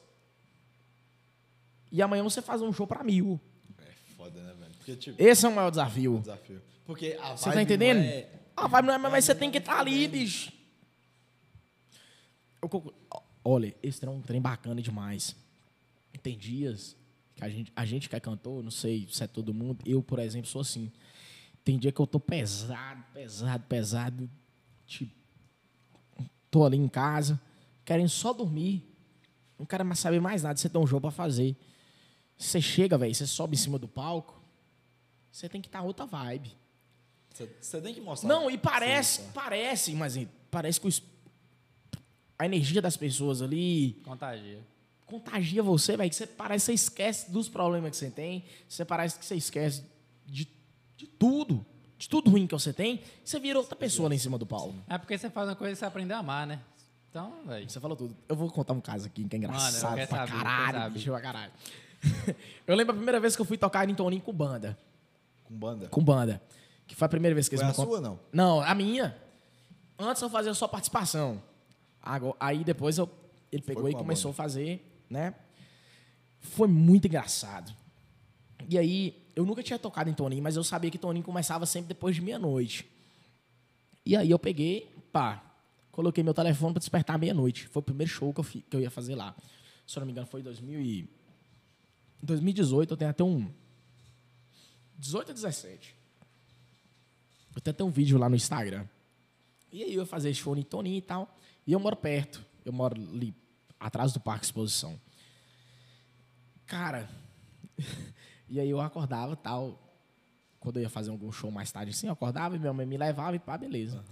Speaker 3: e amanhã você fazer um show pra mil.
Speaker 4: É foda, né, velho? Porque, tipo,
Speaker 3: Esse é o maior
Speaker 1: um
Speaker 3: desafio.
Speaker 4: desafio. Porque a
Speaker 3: Você
Speaker 4: vibe
Speaker 3: tá entendendo?
Speaker 4: não é-
Speaker 3: Ah, vai, não é, mas mas você tem que estar ali, bicho. Eu concordo. Ó, Olha, esse trem é um trem bacana demais. Tem dias que a gente, a gente que é cantor, não sei se é todo mundo, eu, por exemplo, sou assim. Tem dia que eu tô pesado, pesado, pesado. Tipo, tô ali em casa, querendo só dormir. Não quero mais saber mais nada. Você tem um jogo pra fazer. Você chega, velho, você sobe em cima do palco. Você tem que estar outra vibe.
Speaker 1: Você- Você tá tem que mostrar.
Speaker 3: Não, e parece, parece, mas hein, parece que o es- a energia das pessoas ali
Speaker 2: Contagia.
Speaker 3: contagia você, velho, que você parece que você esquece dos problemas que você tem, você parece que você esquece de, de tudo, de tudo ruim que você tem, e você vira outra pessoa lá em cima do palco.
Speaker 2: É porque você faz uma coisa e você aprende a amar, né? Então, velho.
Speaker 3: Você falou tudo. Eu vou contar um caso aqui que é engraçado
Speaker 2: Mano, eu quero
Speaker 3: pra
Speaker 2: saber, eu quero
Speaker 3: caralho,
Speaker 2: saber.
Speaker 3: bicho, pra caralho. <laughs> eu lembro a primeira vez que eu fui tocar em Toninho com banda,
Speaker 4: Com banda.
Speaker 3: com banda, que foi a primeira vez que eles
Speaker 4: Foi a
Speaker 3: me con-
Speaker 4: sua, não?
Speaker 3: Não, a minha. Antes eu fazia só participação. Agora- aí depois eu- ele pegou
Speaker 4: Foi
Speaker 3: e
Speaker 4: com a
Speaker 3: começou a fazer, né? Foi muito engraçado. E aí, eu nunca tinha tocado em Toninho, mas eu sabia que Toninho começava sempre depois de meia-noite. E aí eu peguei, pá, coloquei meu telefone pra despertar à meia-noite. Foi o primeiro show que eu, fi- que eu ia fazer lá. Se eu não me engano, foi em 2000 e- 2018, eu tenho até um... 18 ou 17. Eu tenho até um vídeo lá no Instagram. E aí eu ia fazer show em Toninho e tal. E eu moro perto. Eu moro ali atrás do Parque Exposição. Cara, <laughs> e aí eu acordava e tal. Quando eu ia fazer algum show mais tarde assim, eu acordava e minha mãe me levava e pá, beleza.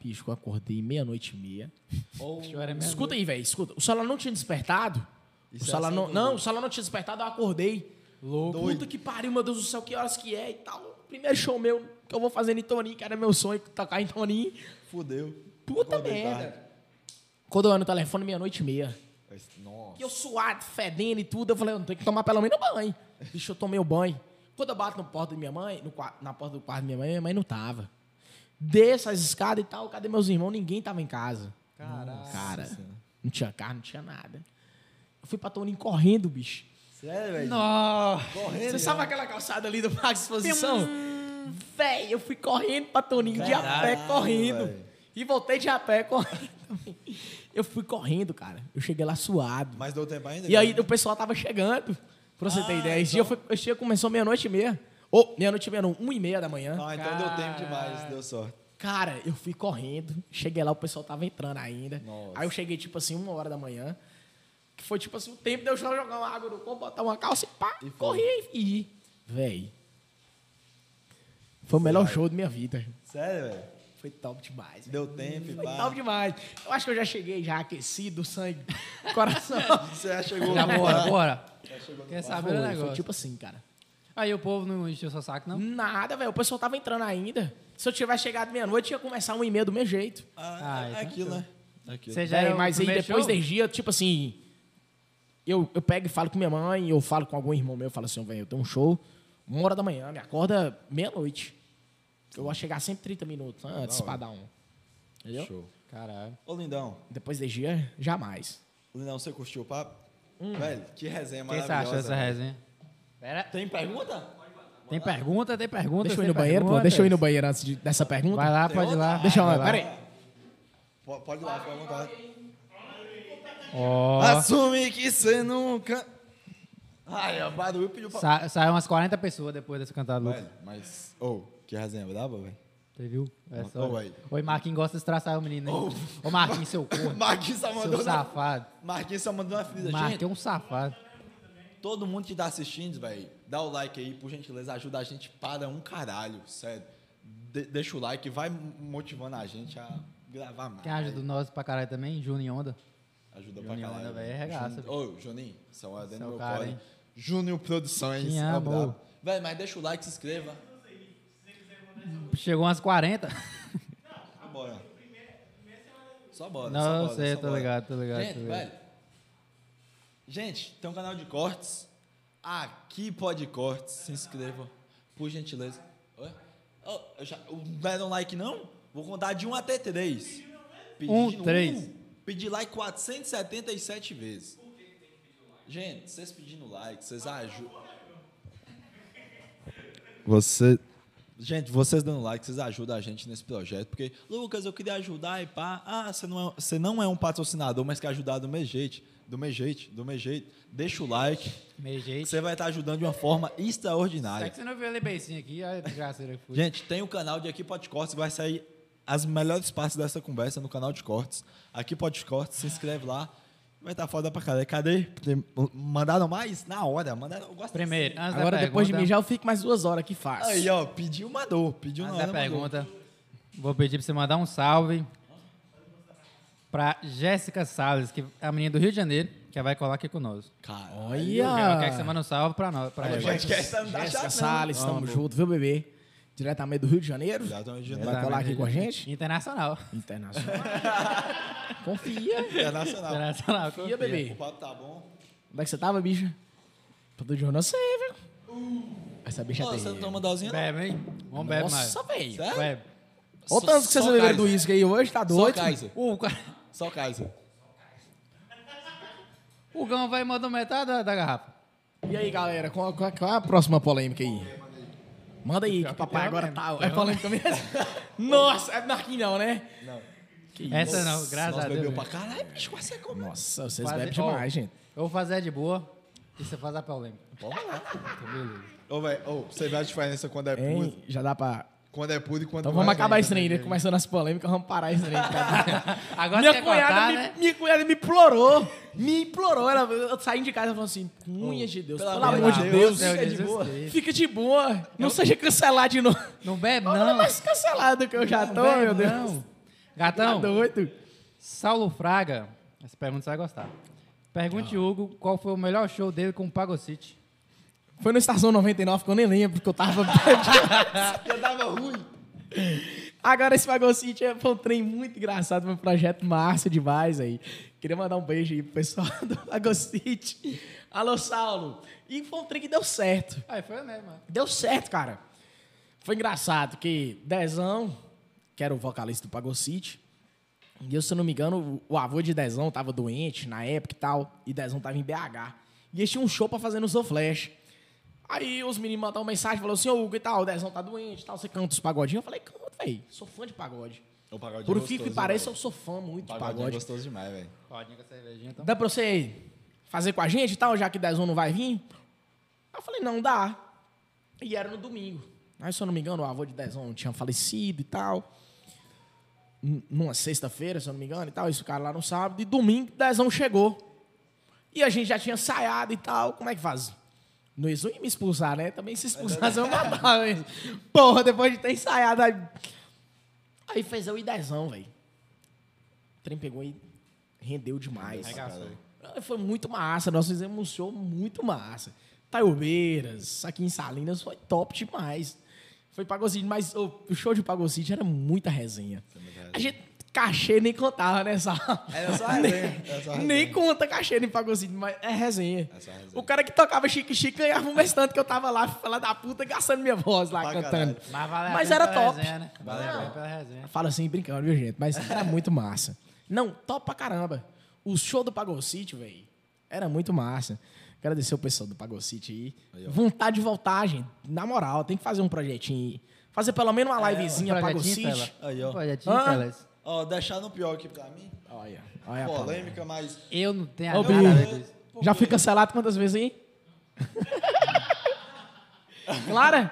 Speaker 3: Bicho, eu acordei meia-noite e meia.
Speaker 2: Ou era é mesmo.
Speaker 3: Escuta aí, velho, escuta. O celular não tinha despertado? o
Speaker 1: Isso é
Speaker 3: celular
Speaker 1: assim,
Speaker 3: não,
Speaker 1: doido.
Speaker 3: não, o celular não tinha despertado, eu acordei.
Speaker 2: Louco.
Speaker 3: Puta que pariu, meu Deus do céu, que horas que é e tal. Primeiro show meu que eu vou fazer em Toninho, que era meu sonho tocar em Toninho.
Speaker 4: Fudeu.
Speaker 3: Puta
Speaker 4: Acordei
Speaker 3: merda.
Speaker 4: tarde.
Speaker 3: Quando eu olho no telefone, meia-noite e meia.
Speaker 4: Mas, Nossa.
Speaker 3: E eu suado, fedendo e tudo. Eu falei, eu não tenho que tomar pelo menos banho. Bicho, eu tomei o banho. Quando eu bato na porta da minha mãe, no qua- na porta do quarto da minha mãe, minha mãe não tava. Desço as escadas e tal, cadê meus irmãos? Ninguém tava em casa. Caralho. Cara, não tinha carro, não tinha nada. Eu fui pra Toninho correndo, bicho.
Speaker 1: Sério, velho?
Speaker 2: Nossa.
Speaker 3: Você sabe aquela calçada ali do Parque de Exposição? Véi, eu fui correndo pra Toninho de a pé,
Speaker 1: Caralho,
Speaker 3: correndo.
Speaker 1: véi.
Speaker 3: E voltei de a pé, correndo. também. Eu fui correndo, cara. Eu cheguei lá suado.
Speaker 1: Mas deu tempo ainda? né?
Speaker 3: E aí o pessoal tava chegando. Pra você ter ideia. Esse dia eu, fui, eu cheguei, começou meia-noite e meia. Ou meia-noite e meia, não, uma e meia da manhã.
Speaker 1: Ah, então deu tempo demais, deu sorte.
Speaker 3: Cara, eu fui correndo. Cheguei lá, o pessoal tava entrando ainda.
Speaker 4: Nossa.
Speaker 3: Aí eu cheguei, tipo assim, uma hora da manhã. Que foi, tipo assim, o tempo de eu só jogar uma água no copo, botar uma calça e pá,
Speaker 1: E foi.
Speaker 3: correr e ir. Véi. Foi o melhor show da minha vida.
Speaker 1: Sério, velho?
Speaker 3: Foi top demais. velho.
Speaker 1: Deu tempo e
Speaker 3: Foi
Speaker 1: pá.
Speaker 3: top demais. Eu acho que eu já cheguei já aquecido, sangue, coração.
Speaker 1: <laughs> Você já chegou
Speaker 3: <laughs>
Speaker 2: Já
Speaker 1: no
Speaker 2: bora,
Speaker 1: bar.
Speaker 2: bora. Quer saber Tá o
Speaker 3: Foi,
Speaker 2: negócio?
Speaker 3: foi tipo Hum, assim, cara.
Speaker 2: Aí o povo não encheu seu saco, não?
Speaker 3: Nada, velho. O pessoal tava entrando ainda. Se eu tivesse chegado meia-noite, ia começar um e-mail do meu jeito.
Speaker 1: Ah,
Speaker 2: Ah,
Speaker 1: é aquilo, né? Aqui, ó.
Speaker 2: Você já
Speaker 3: Véi,
Speaker 2: é o
Speaker 3: mas aí
Speaker 2: primeiro
Speaker 3: depois
Speaker 2: show?
Speaker 3: desse dia, tipo assim. Eu, eu pego e falo com minha mãe, eu falo com algum irmão meu, eu falo assim, velho, eu tenho um show, uma hora da manhã, me acorda meia-noite. Eu vou chegar sempre 30 minutos antes pra dar um. Entendeu?
Speaker 4: Show.
Speaker 2: Caralho.
Speaker 1: Ô, Lindão.
Speaker 3: Depois desse dia, jamais.
Speaker 1: Lindão, você curtiu o papo? Velho, que resenha
Speaker 2: Hum. Quem você
Speaker 1: maravilhosa.
Speaker 2: achou dessa
Speaker 1: velho.
Speaker 2: resenha? Pera,
Speaker 1: Tem pergunta?
Speaker 2: tem pergunta, tem pergunta.
Speaker 3: Deixa eu ir
Speaker 2: tem
Speaker 3: no banheiro, pô.
Speaker 2: perguntas.
Speaker 3: Deixa eu ir no banheiro antes de- dessa pergunta.
Speaker 2: Vai lá, pode ir lá.
Speaker 3: Deixa eu.
Speaker 2: Vai lá.
Speaker 3: Pera aí.
Speaker 1: Po- Pode ir lá, fica à vontade.
Speaker 2: Ó,
Speaker 1: Assume que você nunca. Ai, ó, barulho pediu pra.
Speaker 2: sa saiu umas 40 pessoas depois dessa cantada, Lucas.
Speaker 4: Velho, mas.
Speaker 1: Ô, que resenha brava, velho.
Speaker 2: Você viu? É só...
Speaker 4: Ô, aí.
Speaker 2: Oi, Marquinhos gosta de traçar o menino, hein? Ô,
Speaker 1: <laughs>
Speaker 2: Marquinhos, seu corno.
Speaker 1: Marquinhos só
Speaker 2: Seu
Speaker 1: mandou. Na...
Speaker 2: safado.
Speaker 1: Marquinhos só mandou na ferida.
Speaker 2: Marquinhos é
Speaker 1: Gente,
Speaker 2: um safado.
Speaker 1: todo mundo que tá assistindo, velho, dá o like aí, por gentileza, ajuda a gente para um caralho, sério. De- deixa o like, vai motivando a gente a gravar mais.
Speaker 2: Quem ajuda
Speaker 1: velho.
Speaker 2: nós pra caralho também? Júnior Onda.
Speaker 1: Ajuda pra
Speaker 2: Juninho,
Speaker 1: caralho.
Speaker 2: né, velho? Arregaça,
Speaker 1: Jun- Ô, Juninho, são a
Speaker 2: Você é
Speaker 1: dentro
Speaker 2: o
Speaker 1: do meu
Speaker 2: cara,
Speaker 1: colo.
Speaker 2: hein?
Speaker 1: Juninho Produções.
Speaker 2: Te
Speaker 1: é
Speaker 2: amo.
Speaker 1: brabo. Velho, mas deixa o like, se inscreva.
Speaker 2: Chegou umas 40.
Speaker 1: Só bora. Tá Só bora.
Speaker 2: Não,
Speaker 1: só
Speaker 2: eu
Speaker 1: bora,
Speaker 2: sei,
Speaker 1: só
Speaker 2: tô
Speaker 1: bora.
Speaker 2: ligado, tô ligado,
Speaker 1: Gente,
Speaker 2: tô ligado.
Speaker 1: velho. Gente, tem um canal de cortes. Aqui pode cortes. Se inscreva, por gentileza. Oi? Oh, eu já, o- não deram like, não? Vou contar de 1 até 3.
Speaker 2: Um, três.
Speaker 1: Pedi like 477 vezes. Gente, vocês pedindo like, vocês ajudam. Você. Gente, vocês dando like, vocês ajudam a gente nesse projeto, porque, Lucas, eu queria ajudar e pá. Ah, você não é, você não é um patrocinador, mas quer ajudar do meu jeito. Do meu jeito, do meu jeito. Deixa o like.
Speaker 2: Meio jeito.
Speaker 1: Você vai estar ajudando de uma forma
Speaker 2: Será
Speaker 1: extraordinária.
Speaker 2: Tá que você não viu ele beicinho aqui? Olha a desgraceira que foi.
Speaker 1: Gente, tem o canal de Aqui Pode Cortes, vai sair as melhores partes dessa conversa no canal de cortes. Aqui Pode Cortes, se inscreve lá. Vai estar foda pra caralho. Cadê? Tem- Mandaram mais? Na hora. Mandaram, eu gosto
Speaker 2: Primeiro, antes
Speaker 3: Agora,
Speaker 2: da pergunta,
Speaker 3: depois de mim, já eu fico mais duas horas que
Speaker 1: assim.
Speaker 3: faz.
Speaker 1: Aí, ó, pediu, mandou. Pediu na
Speaker 2: antes da
Speaker 1: hora, mandou.
Speaker 2: pergunta, vou pedir pra você mandar um salve pra Jéssica Salles, que é a menina do Rio de Janeiro, que vai colar aqui conosco.
Speaker 1: Caralho.
Speaker 2: Eu
Speaker 3: Ah.
Speaker 2: quero que você
Speaker 3: Olha!
Speaker 2: manda um salve pra nós. Pra
Speaker 1: Olha,
Speaker 2: ela.
Speaker 1: gente. Esquece, não dá
Speaker 3: Jéssica
Speaker 1: Tá chato, né? não.
Speaker 3: Salles, tamo
Speaker 2: Vamos.
Speaker 3: junto, viu, bebê? Diretamente do Rio de Janeiro.
Speaker 1: Exatamente.
Speaker 3: Vai colar aqui com a gente?
Speaker 2: Internacional.
Speaker 3: Internacional. <laughs> Confia.
Speaker 1: Internacional.
Speaker 2: Internacional.
Speaker 3: Confia, bebê.
Speaker 1: é O papo tá bom.
Speaker 3: Onde é que você tava, bicha? Todo dia eu não sei, viu? Essa bicha é
Speaker 1: Ô, você não
Speaker 3: terrível.
Speaker 1: toma dosinha? não?
Speaker 2: Bebe, hein? Vamos beber É mais.
Speaker 3: Nossa, velho.
Speaker 1: Sério?
Speaker 2: Bebe.
Speaker 1: Só-
Speaker 3: Olha o tanto que vocês
Speaker 1: só
Speaker 3: beberam do
Speaker 1: Kaiser.
Speaker 3: uísque aí hoje, tá
Speaker 1: Só
Speaker 3: doido?
Speaker 1: Kaiser.
Speaker 2: O, ca-
Speaker 1: Só Kaiser.
Speaker 2: o Gão vai e manda metade da, da garrafa.
Speaker 3: E aí, galera, qual, qual- qual é a próxima polêmica aí? Manda aí, que o papai
Speaker 2: eu
Speaker 3: agora
Speaker 2: lembro,
Speaker 3: tá.
Speaker 2: eu
Speaker 3: É polêmica mesmo?
Speaker 1: <laughs>
Speaker 3: Nossa, é Marquinhos não, né?
Speaker 1: Não.
Speaker 2: Essa não, graças
Speaker 1: Nós
Speaker 2: a Deus.
Speaker 1: bebeu pra
Speaker 2: velho.
Speaker 1: caralho, bicho. Mas você come.
Speaker 3: Nossa, vocês
Speaker 2: Fazer-
Speaker 3: bebem demais,
Speaker 2: Ó,
Speaker 3: gente.
Speaker 2: Eu vou fazer de boa e você faz a polêmica.
Speaker 1: Vamos lá.
Speaker 2: Tá beleza.
Speaker 1: Ô, velho, ô, você vê a diferença quando é puro,
Speaker 3: Hein? Já dá pra...
Speaker 1: quando é puro e quando
Speaker 3: Então
Speaker 1: não
Speaker 3: vamos
Speaker 1: é?
Speaker 3: acabar esse trem, né? Começando as polêmicas, vamos parar esse trem.
Speaker 1: <laughs>
Speaker 3: cara.
Speaker 2: Agora você
Speaker 3: minha,
Speaker 2: quer
Speaker 3: cunhada
Speaker 2: contar,
Speaker 3: me,
Speaker 2: né?
Speaker 3: minha cunhada me implorou, me implorou. Ela, eu saindo de casa e falou assim, cunha de Deus,
Speaker 1: pelo
Speaker 3: pelo
Speaker 1: amor
Speaker 3: amor
Speaker 1: de
Speaker 3: de
Speaker 1: Deus,
Speaker 3: Deus,
Speaker 1: Deus,
Speaker 3: fica de
Speaker 2: Jesus
Speaker 3: boa.
Speaker 2: Cristo.
Speaker 3: Fica de boa,
Speaker 2: É
Speaker 3: não seja cancelado de novo.
Speaker 2: Não bebe,
Speaker 3: Não, é
Speaker 2: não.
Speaker 3: mais cancelado que eu já tô,
Speaker 2: bebe,
Speaker 3: meu Deus.
Speaker 2: não.
Speaker 3: Tá
Speaker 2: Gatão,
Speaker 3: doido.
Speaker 2: Saulo Fraga. Essa pergunta você vai gostar. Pergunte, Hugo, qual foi o melhor show dele com o Pagocity?
Speaker 3: Foi no Estação 99 que eu nem lembro, porque eu tava... <laughs> perdido. é
Speaker 1: Eu tava ruim.
Speaker 3: Agora esse Fagocite é- foi um trem muito engraçado, foi um projeto massa demais aí. Queria mandar um beijo aí pro pessoal <laughs> do Fagocite. Alô, Saulo. E foi um trem que deu certo.
Speaker 2: Aí foi mesmo, mano.
Speaker 3: Deu certo, cara. Foi engraçado que Dezão, que era o vocalista do Pagocite, e eu, se eu não me engano, o o avô de Dezão tava doente na época e tal, e Dezão tava em BH. E eles tinham um show pra fazer no Soul Flash. Aí os meninos mandaram uma mensagem, falaram assim, ô Hugo e tal, o Dezão tá doente e tal, você canta os pagodinhos? Eu falei, canto, velho, sou fã de pagode.
Speaker 1: O pagode
Speaker 3: Por
Speaker 1: é
Speaker 3: o que que
Speaker 1: gostoso,
Speaker 3: pareça, eu
Speaker 1: velho.
Speaker 3: sou fã muito
Speaker 1: O
Speaker 3: de
Speaker 1: pagode é
Speaker 3: pagode.
Speaker 1: gostoso demais, velho.
Speaker 2: Rodinha com a cervejinha, então.
Speaker 3: Dá pra você fazer com a gente e tal, já que 10 não vai vir? Aí eu falei, não, dá. E era no domingo. Aí, se eu não me engano, o avô de 10 tinha falecido e tal. N- Numa sexta-feira, se eu não me engano, e tal. Isso o cara lá no sábado. E domingo, 10 chegou. E a gente já tinha ensaiado e tal. Como é que faz? Não eles não iam me expulsar, né? Também se expulsasse eu <laughs> matava. eles. Porra, depois de ter ensaiado. Aí, aí fez eu e dezão, velho. O trem pegou e rendeu demais.
Speaker 2: Arregaçou.
Speaker 3: Ah, Foi muito massa, nós fizemos um show muito massa. Taiobeiras, aqui em Salinas, foi top
Speaker 1: é
Speaker 3: <laughs> demais. Foi pagocídio, mas ô, o show de pagocídio era muita resenha. A gente cachê nem contava nessa. Era
Speaker 4: só resenha,
Speaker 1: é
Speaker 4: era só resenha.
Speaker 3: Nem conta cachê, nem pagozinho, mas é resenha.
Speaker 4: Era só resenha.
Speaker 3: O cara que tocava chique-chique ganhava um mês tanto que eu tava lá, falando da puta, gastando minha voz lá,
Speaker 1: Pra
Speaker 3: cantando.
Speaker 2: Mas, vale a
Speaker 3: Mas
Speaker 2: pena
Speaker 3: era
Speaker 2: pela
Speaker 3: top.
Speaker 2: Resenha, né? Vale a
Speaker 3: Não.
Speaker 2: pena pela resenha.
Speaker 3: Fala assim, brincando, viu, gente? Mas era muito massa. Não, top pra caramba. O show do Pagocity, velho, era muito massa. Agradecer o pessoal do Pagocity aí. Vontade de voltar, gente. Na moral, tem que fazer um projetinho aí. Fazer pelo menos uma
Speaker 2: um
Speaker 3: livezinha Pagocity.
Speaker 1: Aí, ó.
Speaker 2: Projetinho,
Speaker 3: Hã?
Speaker 2: Pelas.
Speaker 1: Ó, deixaram o pior aqui pra mim.
Speaker 3: Olha, olha É a palavra.
Speaker 1: Polêmica, mas.
Speaker 2: Eu não tenho
Speaker 3: Ô,
Speaker 2: a
Speaker 3: Bill,
Speaker 2: nada a ver com isso.
Speaker 1: Por
Speaker 3: já
Speaker 1: quê?
Speaker 3: fui cancelado quantas vezes aí? Clara?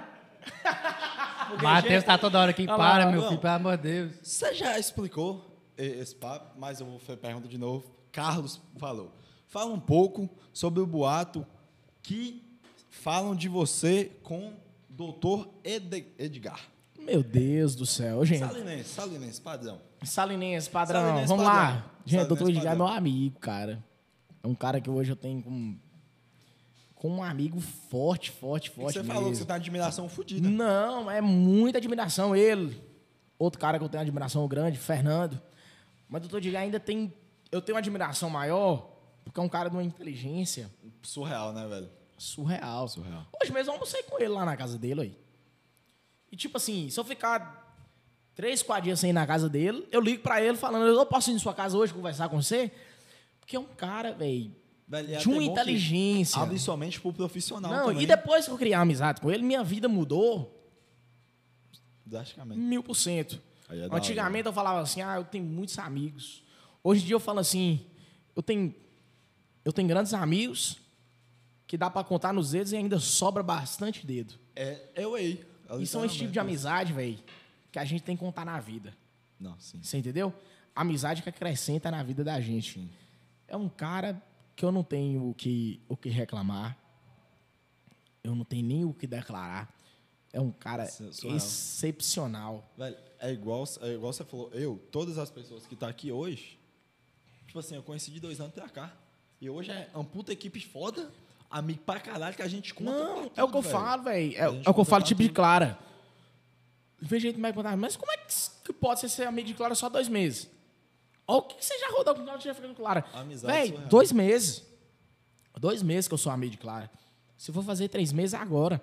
Speaker 2: Matheus tá toda hora aqui.
Speaker 3: Olha lá,
Speaker 2: Para, meu
Speaker 1: não.
Speaker 2: filho, pelo amor de Deus.
Speaker 1: Você já explicou e- esse papo, mas eu vou fe- pergunto de novo. Carlos falou. Fala um pouco sobre o boato que falam de você com Dr. Ede- Edgar.
Speaker 3: Meu Deus do céu, gente.
Speaker 1: Salinense, Salinense, padrão.
Speaker 3: Salinense, padrão.
Speaker 1: Salinense,
Speaker 3: Vamos
Speaker 1: padrão.
Speaker 3: lá. Gente, o doutor
Speaker 1: Salinense,
Speaker 3: Edgar é
Speaker 1: padrão.
Speaker 3: meu amigo, cara. É um cara que hoje eu tenho como, como um amigo forte, forte,
Speaker 1: E Você
Speaker 3: forte mesmo.
Speaker 1: falou que você tá em admiração fodida.
Speaker 3: Não, é muita admiração ele. Outro cara que eu tenho admiração grande, Fernando. Mas o doutor Edgar ainda tem... Eu tenho uma admiração maior porque é um cara de uma inteligência
Speaker 1: Surreal, né, velho?
Speaker 3: Surreal.
Speaker 1: Surreal.
Speaker 3: Hoje mesmo eu almocei com ele lá na casa dele, aí. E tipo assim, se eu ficar três, quatro dias sem ir na casa dele, eu ligo pra ele falando, eu posso ir em sua casa hoje conversar com você? Porque é um cara, velho,
Speaker 1: Velho, e é
Speaker 3: de
Speaker 1: até bom
Speaker 3: uma
Speaker 1: que
Speaker 3: inteligência.
Speaker 1: Abre somente pro profissional
Speaker 3: Não,
Speaker 1: também.
Speaker 3: e depois que eu criei amizade com ele, minha vida mudou
Speaker 1: Drasticamente.
Speaker 3: mil por cento.
Speaker 1: Aí é da hora.
Speaker 3: Hum. Antigamente eu falava assim, ah, eu tenho muitos amigos. Hoje em dia eu falo assim, eu tenho, eu tenho grandes amigos que dá pra contar nos dedos e ainda sobra bastante dedo.
Speaker 1: É, eu aí.
Speaker 3: E são esse tipo
Speaker 1: né?
Speaker 3: de amizade, velho, que a gente tem que contar na vida.
Speaker 1: né? Não, sim.
Speaker 3: Você entendeu? Amizade que acrescenta na vida da gente. É um cara que eu não tenho o que, o que reclamar. Eu não tenho nem o que declarar. É um cara
Speaker 1: Isso- surreal.
Speaker 3: excepcional.
Speaker 1: Velho, é igual, é igual você falou. Eu, todas as pessoas que estão aqui hoje, tipo assim, eu conheci de dois anos pra cá. E hoje é uma puta equipe foda, amigo pra caralho que a gente conta.
Speaker 3: Não,
Speaker 1: pra
Speaker 3: é o que
Speaker 1: tudo,
Speaker 3: eu
Speaker 1: velho.
Speaker 3: falo, velho. É,
Speaker 1: A
Speaker 3: é
Speaker 1: gente
Speaker 3: o que eu
Speaker 1: conta
Speaker 3: falo,
Speaker 1: pra
Speaker 3: tipo de
Speaker 1: tudo.
Speaker 3: Clara. Vem gente mais contar, mas como é que s- que pode ser ser amigo de Clara só dois meses? Olha o que que você já rodou com Clara, você já fica com Clara.
Speaker 1: Amizade
Speaker 3: Véi,
Speaker 1: surreal.
Speaker 3: dois meses. Dois meses que eu sou amigo de Clara. Se for fazer três meses, é agora.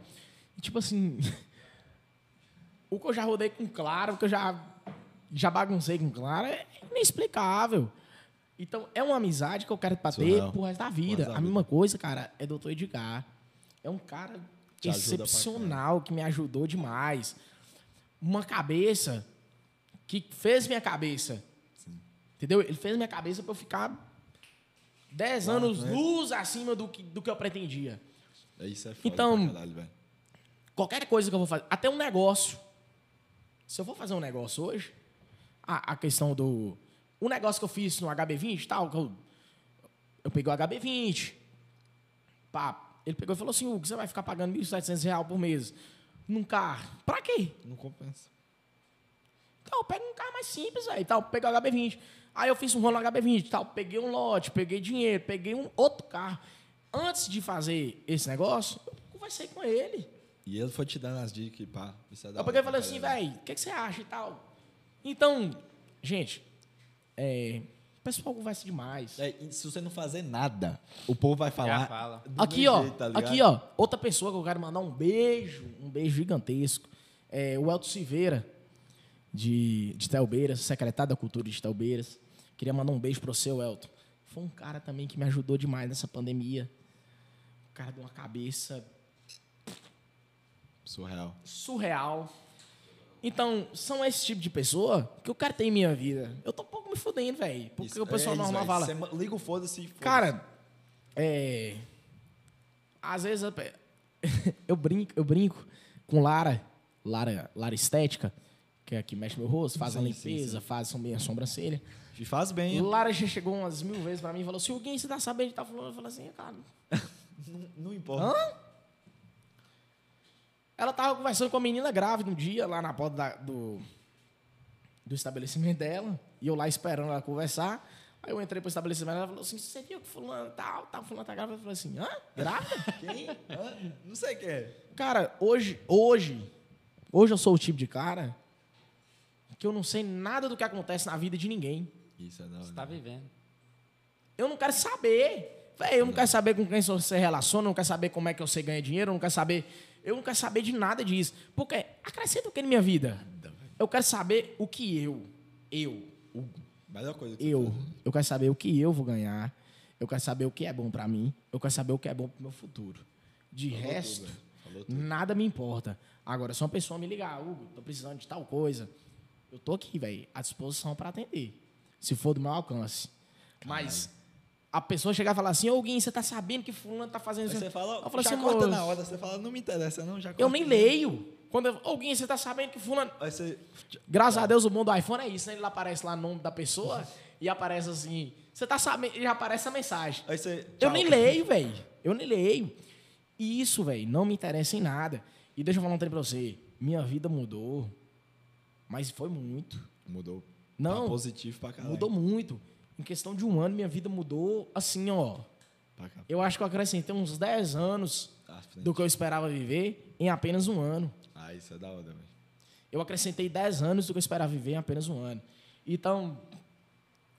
Speaker 3: E, tipo assim... <laughs> o que eu já rodei com Clara, o que eu já, já baguncei com Clara, é inexplicável. Então, é uma amizade que eu quero pra ter
Speaker 1: Surreal.
Speaker 3: pro resto da vida.
Speaker 1: da
Speaker 3: A mesma coisa, cara, é Dr. Edgar. É um cara
Speaker 1: Te ajuda pra
Speaker 3: excepcional que me ajudou demais. Uma cabeça que fez minha cabeça. Entendeu? Ele fez minha cabeça pra eu ficar 10 anos
Speaker 1: né?
Speaker 3: luz acima do que, do que eu pretendia.
Speaker 1: É isso, é foda
Speaker 3: Então-
Speaker 1: pra caralho, velho.
Speaker 3: Qualquer coisa que eu vou fazer, até um negócio. Se eu for fazer um negócio hoje, a, a questão do. O negócio que eu fiz no HB20 e tal, que eu, eu peguei o HB20. Pá, ele pegou e falou assim: Hugo, você vai ficar pagando R$ 1.700 real por mês num carro. Pra quê?
Speaker 1: Não compensa.
Speaker 3: Então, pega um carro mais simples aí, tal, peguei o HB20. Aí eu fiz um rolo no HB20, tal, peguei um lote, peguei dinheiro, peguei um outro carro. Antes de fazer esse negócio, eu conversei com ele.
Speaker 1: E ele foi te dando as dicas e pá. Isso é da
Speaker 3: Eu
Speaker 1: hora
Speaker 3: peguei e
Speaker 1: pra
Speaker 3: falei assim,
Speaker 1: caralho.
Speaker 3: velho, o que, que você acha e tal? Então, gente, é, o pessoal conversa demais.
Speaker 1: É, e se você não fazer nada, o povo vai falar.
Speaker 2: fala.
Speaker 1: do
Speaker 3: Aqui,
Speaker 1: mesmo
Speaker 3: ó,
Speaker 1: jeito, tá ligado?
Speaker 3: aqui, ó, outra pessoa que eu quero mandar um beijo, um beijo gigantesco, é o Elton Silveira, de, de Telbeiras, secretário da Cultura de Telbeiras. Queria mandar um beijo pro seu, Elton. Foi um cara também que me ajudou demais nessa pandemia. Um cara de uma cabeça
Speaker 1: Surreal.
Speaker 3: surreal. Então, são esse tipo de pessoa que eu quero ter em minha vida. Eu tô um pouco me fudendo, velho. Porque
Speaker 1: Isso-
Speaker 3: o pessoal
Speaker 1: é isso,
Speaker 3: normal
Speaker 1: velho.
Speaker 3: fala.
Speaker 1: Você ma- liga o foda-se. e foda-se.
Speaker 3: Cara, é. Às vezes eu, pe- <laughs> eu brinco, eu brinco com Lara, Lara, Lara Estética, que é a que mexe meu rosto, faz a
Speaker 1: Sim, sim,
Speaker 3: limpeza, faz som- minha sobrancelha.
Speaker 1: E faz bem.
Speaker 3: E Lara já chegou umas mil vezes pra mim e falou: se alguém você tá sabendo de tá falando, eu falo assim, cara.
Speaker 1: Não, não importa.
Speaker 3: Ela tava conversando com a menina grávida um dia lá na porta da- do, do estabelecimento dela. E eu lá esperando ela conversar. Aí eu entrei pro estabelecimento ela falou assim: você viu que fulano tal, tal, fulano tá grávida? Eu falei assim, hã? Grávida?
Speaker 1: Quem? Hã? Não sei quem é.
Speaker 3: cara, hoje, hoje, hoje eu sou o tipo de cara que eu não sei nada do que acontece na vida de ninguém.
Speaker 4: Isso é da
Speaker 2: Você
Speaker 4: hora.
Speaker 2: tá vivendo.
Speaker 3: Eu não quero saber. Véi, eu não quero saber com quem você se relaciona, eu não quero saber como é que você ganha dinheiro, eu não quero saber. Eu não quero saber de nada disso. Porque acrescenta o que na minha vida? Eu quero saber o que eu, eu, Hugo,
Speaker 1: é
Speaker 4: Melhor coisa que
Speaker 3: eu, eu quero saber o que eu vou ganhar, eu quero saber o que é bom pra mim, eu quero saber o que é bom pro meu futuro. De resto, nada me importa. Agora, se uma pessoa me ligar, Hugo, tô precisando de tal coisa, eu tô aqui, velho, à disposição pra atender. Se for do meu alcance. Mas a pessoa chegar e falar assim, ô Guinho, você tá sabendo que fulano tá fazendo
Speaker 1: Aí
Speaker 3: isso?
Speaker 1: você fala,
Speaker 3: eu falo
Speaker 1: já
Speaker 3: assim,
Speaker 1: corta
Speaker 3: "Moço,
Speaker 1: na hora, você fala, não me interessa, não, já corta.
Speaker 3: Eu nem leio. Quando eu, ô Guinho, você tá sabendo que fulano...
Speaker 1: Aí você,
Speaker 3: Graças
Speaker 1: Tá.
Speaker 3: a Deus, o bom do iPhone é isso, né? Ele aparece lá o nome da
Speaker 1: <laughs>
Speaker 3: pessoa e aparece assim. Você tá sabendo, e já aparece a mensagem.
Speaker 1: aí você
Speaker 3: Eu
Speaker 1: tchau,
Speaker 3: nem
Speaker 1: cara.
Speaker 3: leio, velho. Eu nem leio. E isso, velho, não me interessa em nada. E deixa eu falar um trem pra você. Minha vida mudou. Mas foi muito.
Speaker 4: Mudou.
Speaker 1: Tá
Speaker 3: Não,
Speaker 1: positivo pra caralho.
Speaker 3: mudou muito. Em questão de um ano, minha vida mudou assim, ó.
Speaker 4: Pra cá.
Speaker 3: Eu acho que eu acrescentei uns 10 anos
Speaker 4: Tá, frente.
Speaker 3: do que eu esperava viver em apenas um ano.
Speaker 4: Ah, isso é da hora, velho.
Speaker 3: Eu acrescentei 10 anos do que eu esperava viver em apenas um ano. Então,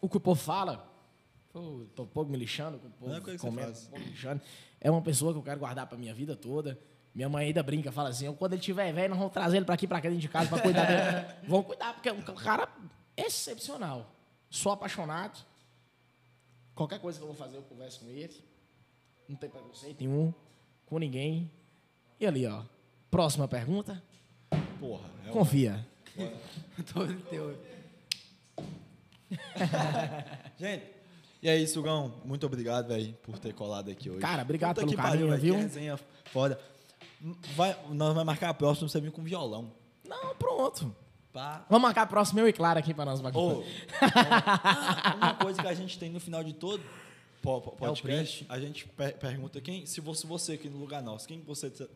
Speaker 3: o que o povo fala,
Speaker 2: Pô,
Speaker 3: tô um pouco me lixando, o que o povo
Speaker 1: Não é coisa que você
Speaker 3: comenta,
Speaker 1: faz.
Speaker 3: pouco me lixando. É uma pessoa que eu quero guardar pra minha vida toda. Minha mãe ainda brinca, fala assim, quando ele tiver velho, nós vamos trazer ele pra aqui, pra cá, dentro de casa, pra
Speaker 1: <laughs>
Speaker 3: cuidar dele. Vão cuidar, porque é um cara excepcional. Sou apaixonado. Qualquer coisa que eu vou fazer, eu converso com ele. Não tem preconceito nenhum com ninguém. E ali, ó. Próxima pergunta.
Speaker 4: Porra, é um...
Speaker 3: Confia.
Speaker 2: todo teu.
Speaker 1: Gente, e é isso, Gão. Muito obrigado, velho, por ter colado aqui hoje.
Speaker 3: Cara, obrigado
Speaker 1: Puta
Speaker 3: pelo
Speaker 1: que
Speaker 3: carinho,
Speaker 1: pariu, véi,
Speaker 3: viu?
Speaker 1: Que resenha foda. Vai, nós vamos marcar a próxima, você vir com violão.
Speaker 3: Não, pronto.
Speaker 1: Pá.
Speaker 3: Vamos marcar a próxima, eu e Clara aqui pra nós bagunçar.
Speaker 1: Ô,
Speaker 2: <laughs>
Speaker 1: uma- uma coisa que a gente tem no final de todo po- po-
Speaker 2: É o
Speaker 1: podcast, a gente per- pergunta quem, se fosse você aqui no lugar nosso, quem você tra-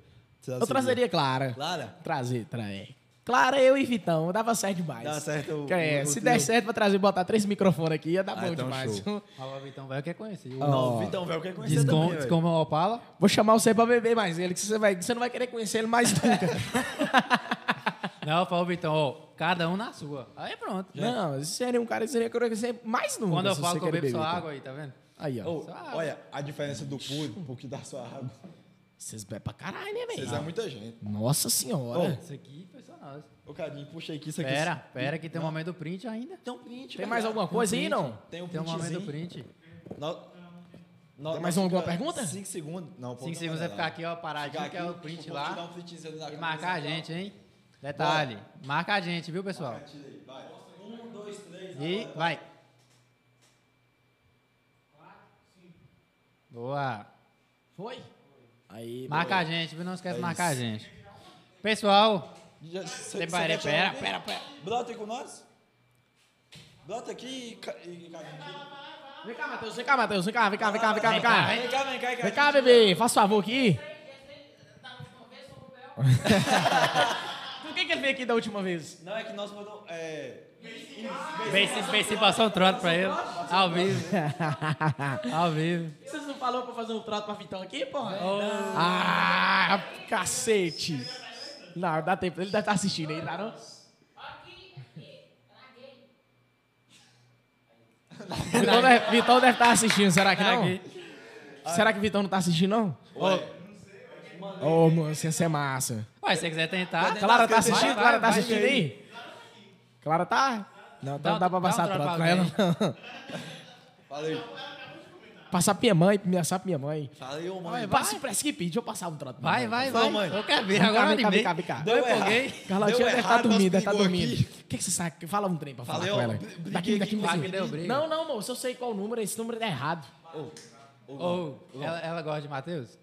Speaker 1: trazeria?
Speaker 3: eu trazeria Clara.
Speaker 1: Clara?
Speaker 3: Trazer, trazer. Clara, eu e Vitão, dava certo demais.
Speaker 1: Dá certo o-
Speaker 3: É,
Speaker 1: o-
Speaker 3: se
Speaker 1: o
Speaker 3: der
Speaker 1: trio.
Speaker 3: certo pra trazer, botar três microfones aqui, ia dar
Speaker 4: Ah,
Speaker 3: bom
Speaker 4: então
Speaker 3: demais.
Speaker 2: Mas o Vitão é vai, eu quero conhecer. O
Speaker 1: Não, Vitão, velho, eu quero conhecer
Speaker 2: Descom,
Speaker 1: também, véi.
Speaker 2: descoma o Opala.
Speaker 3: <laughs> Vou chamar você pra beber mais ele, que você, vai, você não vai querer conhecer ele
Speaker 1: <laughs>
Speaker 3: mais nunca.
Speaker 2: Não, fala o Vitão, ó, cada um na sua. Aí pronto.
Speaker 3: não, esse seria um cara que seria querer conhecer mais nunca.
Speaker 2: Quando eu
Speaker 3: se
Speaker 2: falo
Speaker 3: você
Speaker 2: que eu
Speaker 3: querer
Speaker 2: bebo só
Speaker 3: beber,
Speaker 2: água aí, tá vendo?
Speaker 3: então. Aí, ó.
Speaker 1: Ô, olha, a diferença do puro pro que dá sua água.
Speaker 3: Vocês bebem pra caralho, né,
Speaker 1: Vocês
Speaker 3: velho?
Speaker 1: é muita gente.
Speaker 3: Nossa senhora.
Speaker 2: Isso aqui foi só nós.
Speaker 1: Ô, Cadinho, puxa aí que isso aqui...
Speaker 2: Pera, pera que tem um momento do print ainda.
Speaker 1: Tem um print,
Speaker 3: Tem
Speaker 1: velho.
Speaker 3: mais alguma coisa aí, não?
Speaker 1: Tem um
Speaker 2: Tem um momento do
Speaker 1: printzinho.
Speaker 2: print.
Speaker 1: No- no-
Speaker 3: Tem mais
Speaker 1: nós
Speaker 3: alguma
Speaker 1: fica
Speaker 3: pergunta?
Speaker 1: Cinco segundos. Não, pô,
Speaker 2: Cinco
Speaker 1: não,
Speaker 2: segundos
Speaker 1: não,
Speaker 2: vai ficar
Speaker 1: não.
Speaker 2: aqui, ó,
Speaker 1: Ficar
Speaker 2: paradinho, que é o
Speaker 1: aqui,
Speaker 2: print
Speaker 1: vou tirar
Speaker 2: lá.
Speaker 1: um printzinho ali na
Speaker 2: E
Speaker 1: câmera,
Speaker 2: marcar a
Speaker 1: assim,
Speaker 2: gente, hein? Detalhe, marca a gente, viu, pessoal?
Speaker 1: ó. tá? Vai. Um, dois, três,
Speaker 2: E vai. Boa.
Speaker 3: Foi? Aí,
Speaker 2: Marca a gente, viu? Não esquece
Speaker 1: É
Speaker 2: de marcar a
Speaker 1: isso.
Speaker 2: gente. Pessoal,
Speaker 1: Já- cê-
Speaker 2: tem
Speaker 1: cê
Speaker 2: pera,
Speaker 1: quer tirar
Speaker 2: pera,
Speaker 1: alguém?
Speaker 2: pera, pera.
Speaker 1: Brota aí com nós? Brota aqui e ca- e Cadinho aqui.
Speaker 3: Vem cá, Matheus, vem cá, Matheus, vem cá, vem cá, vem cá, vem cá, vem
Speaker 2: cá,
Speaker 3: cá.
Speaker 2: vem
Speaker 1: Vem cá, vem cá,
Speaker 3: Vem
Speaker 1: Cadinho.
Speaker 3: cá, bebê, faça favor aqui. Por que, que ele veio aqui da última vez?
Speaker 1: Não, é que nós mandamos... É...
Speaker 2: Pensei passou um trote pra ele. Ao
Speaker 3: <laughs>
Speaker 2: vivo. Ao vivo.
Speaker 3: Vocês não falaram pra fazer um trato pra Vitão aqui, porra?
Speaker 2: Ô,
Speaker 3: Ah, cacete. Não, dá tempo. Ele deve estar assistindo aí, tá não? Vitão deve, Vitão deve estar assistindo, será que não? é
Speaker 2: aqui.
Speaker 3: Será que Vitão não tá assistindo, não? Ô, moça, você é massa.
Speaker 2: Ué, se você quiser tentar.
Speaker 3: Clara tá assistindo?
Speaker 2: Vai,
Speaker 3: Clara tá
Speaker 2: vai,
Speaker 3: assistindo
Speaker 2: vai.
Speaker 3: aí? Clara tá? Não, então
Speaker 2: Dá-
Speaker 3: não dá pra
Speaker 2: dá um
Speaker 3: passar
Speaker 2: trato
Speaker 3: trato
Speaker 2: pra
Speaker 3: pra ela,
Speaker 2: alguém.
Speaker 3: não.
Speaker 1: Fala aí.
Speaker 3: Passar pra minha mãe, ameaçar pra minha mãe.
Speaker 1: Fala aí, ô, mãe.
Speaker 3: É, Vai, Passa pra skip, deixa eu passar um trato. pra
Speaker 2: Vai,
Speaker 3: minha
Speaker 2: vai,
Speaker 1: Fala,
Speaker 2: vai.
Speaker 1: mãe.
Speaker 2: Eu quero ver.
Speaker 3: Vem cá,
Speaker 2: Agora eu
Speaker 3: vem cá,
Speaker 2: animei.
Speaker 3: vem cá, vem cá.
Speaker 2: Eu
Speaker 1: Deu
Speaker 2: empolguei.
Speaker 1: errado.
Speaker 3: Carlotinha
Speaker 1: Deu
Speaker 3: deve estar
Speaker 1: errado,
Speaker 3: dormindo, deve estar
Speaker 1: brigou
Speaker 3: dormindo.
Speaker 1: aqui.
Speaker 3: O que, que você sabe? que- Fala um trem pra falar
Speaker 1: Falei,
Speaker 3: com
Speaker 1: ó,
Speaker 3: ela.
Speaker 1: br- briguei
Speaker 3: Daqui, daqui,
Speaker 1: aqui
Speaker 2: com
Speaker 3: daqui.
Speaker 2: você. Deu briga.
Speaker 3: Não, não, moço, eu sei qual número, esse número tá errado.
Speaker 2: Ô, ela, ela gosta de Matheus?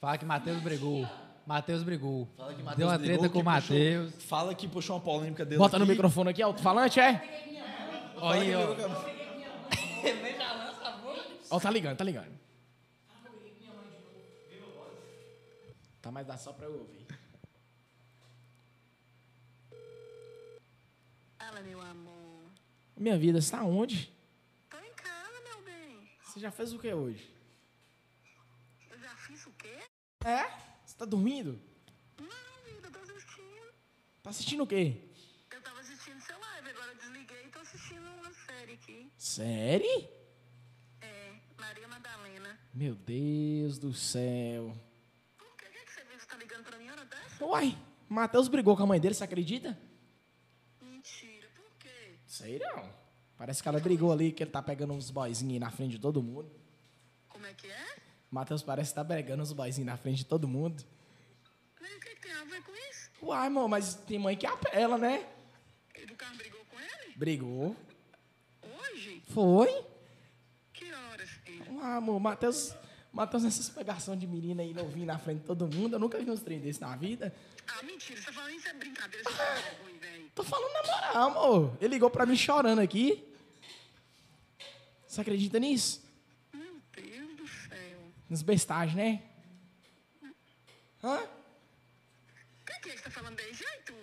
Speaker 2: Fala que Matheus brigou. Matheus brigou. Deu uma treta
Speaker 1: Brigou,
Speaker 2: com
Speaker 1: que
Speaker 2: o Matheus.
Speaker 1: puxou- Fala que puxou uma polêmica dele
Speaker 3: Bota no
Speaker 1: aqui.
Speaker 3: microfone aqui, alto-falante, é?
Speaker 2: Ó, aí, ó.
Speaker 3: Ó, tá ligando, tá ligando. Tá, mas dá só pra eu ouvir.
Speaker 5: Fala, meu amor.
Speaker 3: Minha vida, você tá onde?
Speaker 5: Tô em casa, meu bem.
Speaker 3: Você já fez o que hoje?
Speaker 5: Eu já fiz o quê?
Speaker 3: É? Você tá dormindo?
Speaker 5: Não, vida, eu tô assistindo.
Speaker 3: Tá assistindo o quê?
Speaker 5: Eu tava assistindo assistindo uma série aqui.
Speaker 3: Série?
Speaker 5: É, Maria Madalena.
Speaker 3: Meu Deus do céu.
Speaker 5: Por que, que você viu? Você tá ligando pra mim hora dessa?
Speaker 3: Uai, Matheus brigou com a mãe dele, você acredita?
Speaker 5: Mentira, por quê?
Speaker 3: Sei não. Parece que ela brigou ali, que ele tá pegando uns boyzinhos aí na frente de todo mundo.
Speaker 5: Como é que é?
Speaker 3: Matheus parece que tá brigando uns boyzinhos na frente de todo mundo.
Speaker 5: Mas o que, que tem a ver com isso?
Speaker 3: Uai, amor, mas tem mãe que apela, né?
Speaker 5: E do carro brigou com ele?
Speaker 3: Brigou.
Speaker 5: Hoje?
Speaker 3: Foi?
Speaker 5: Que horas, filho?
Speaker 3: Uai, amor, Matheus... Matheus, nessas pegação de menina aí novinho na frente de todo mundo, eu nunca vi uns trem desse na vida.
Speaker 5: Ah, mentira, você falando isso é brincadeira, você tá ruim, velho.
Speaker 3: Tô falando na moral, amor. Ele ligou pra mim chorando aqui. Você acredita nisso?
Speaker 5: Meu Deus do céu.
Speaker 3: Nos bestagens, né? Hã?
Speaker 5: O que, que é que você tá falando desse jeito?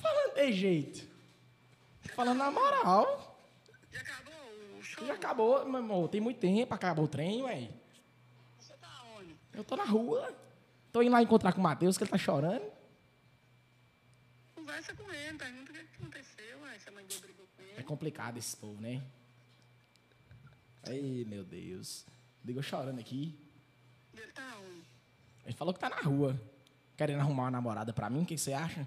Speaker 3: Falando de jeito. Falando na moral.
Speaker 5: Já acabou o show?
Speaker 3: Já acabou, meu amor. Tem muito tempo, acabou o trem, ué.
Speaker 5: Você tá onde?
Speaker 3: Eu tô na rua. Tô indo lá encontrar com o Matheus, que ele tá chorando.
Speaker 5: Conversa com ele, pergunta o que, que aconteceu, ué, se a mãe dele brigou com
Speaker 3: É
Speaker 5: ele.
Speaker 3: complicado esse povo, né? Ai, meu Deus. Ligou chorando aqui.
Speaker 5: E Ele tá onde?
Speaker 3: Ele falou que tá na rua. Querendo arrumar uma namorada pra mim, o que que você acha?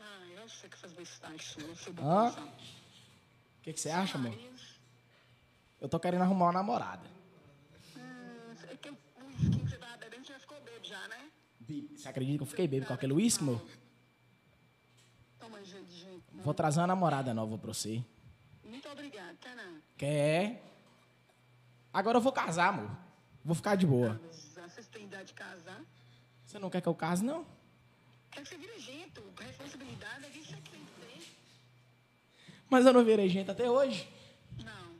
Speaker 5: Ah, eu sei que essas bestagem suas, seu
Speaker 3: Hã?
Speaker 5: bocão.
Speaker 3: O que que você acha, amor?
Speaker 5: Isso.
Speaker 3: Eu tô querendo arrumar uma namorada.
Speaker 5: Hum, é que o uísque que você tava bebendo, você já ficou bebo já, né?
Speaker 3: Bi- Você acredita que eu fiquei bêbado com aquele uísque, amor?
Speaker 5: Toma jeito de jeito.
Speaker 3: Vou trazer uma namorada nova pra você.
Speaker 5: Muito obrigada, tá não?
Speaker 3: Quer? Agora eu vou casar, amor. Vou ficar de boa.
Speaker 5: Mas ah, vocês têm idade de casar.
Speaker 3: Você não quer que eu case, não?
Speaker 5: Quer que você vira gente, responsabilidade é que você tem que ter.
Speaker 3: Mas eu não virei gente até hoje.
Speaker 5: Não.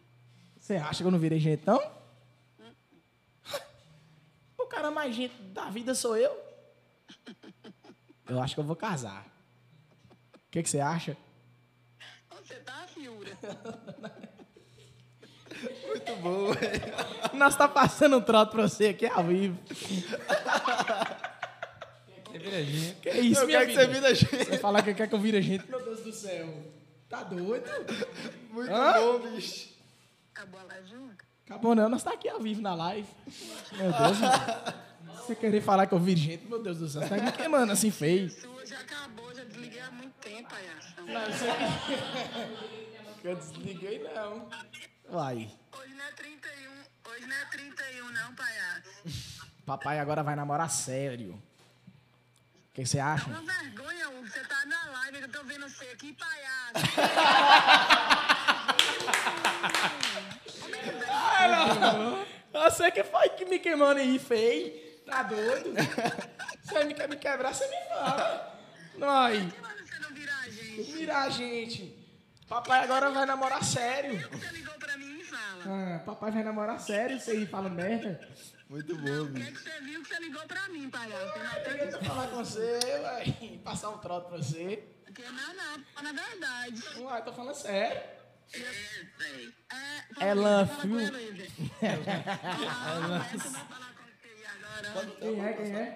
Speaker 3: Você acha que eu não virei gente, não? <laughs> O cara mais gente da vida sou eu. Eu acho que eu vou casar. O que, que você acha?
Speaker 5: Onde você tá, fiura?
Speaker 3: Nós tá passando um trote pra você aqui ao vivo.
Speaker 2: Você vira gente.
Speaker 3: Que isso,
Speaker 4: Eu
Speaker 3: minha
Speaker 4: quero que você
Speaker 3: vida?
Speaker 4: vira gente.
Speaker 3: Você falar que quer que eu vire gente? Meu Deus do céu. Tá doido?
Speaker 4: Muito
Speaker 3: Hã?
Speaker 4: bom, bicho.
Speaker 5: A bola junca?
Speaker 3: Acabou não, nós tá aqui ao vivo na live. Meu Deus, mano. Você querer falar que eu vire gente? Meu Deus do céu, você tá me queimando assim feio.
Speaker 5: Sua já acabou, já desliguei há muito tempo, palhação.
Speaker 3: Eu desliguei não. Vai.
Speaker 5: Hoje não é 31, hoje não é 31 não, palhaço.
Speaker 3: Papai agora vai namorar sério. O que você acha?
Speaker 5: Uma vergonha, Hugo, você tá na live, eu tô vendo você aqui, palhaço.
Speaker 3: Você que foi que me queimando aí, feio. Tá doido? Você me quer me quebrar, você me fala. Nós,
Speaker 5: Por que você não virar a gente?
Speaker 3: virar a gente. Papai agora vai namorar sério.
Speaker 5: Por que Você ligou pra mim e fala.
Speaker 3: Ah, papai vai namorar sério, você aí fala merda.
Speaker 4: Muito bom,
Speaker 5: O que
Speaker 4: bicho.
Speaker 5: é que você viu que você ligou pra mim, palhaço? Não tem-
Speaker 3: Eu vou falar com você, uai. Passar um trote pra você.
Speaker 5: Porque não, não, fala na verdade.
Speaker 3: Uai, tô falando sério.
Speaker 5: É, véi. É,
Speaker 3: É Ela
Speaker 5: viu.
Speaker 3: viu. <laughs> É
Speaker 5: Ela viu. vai falar com você aí agora.
Speaker 3: Quem é, quem é?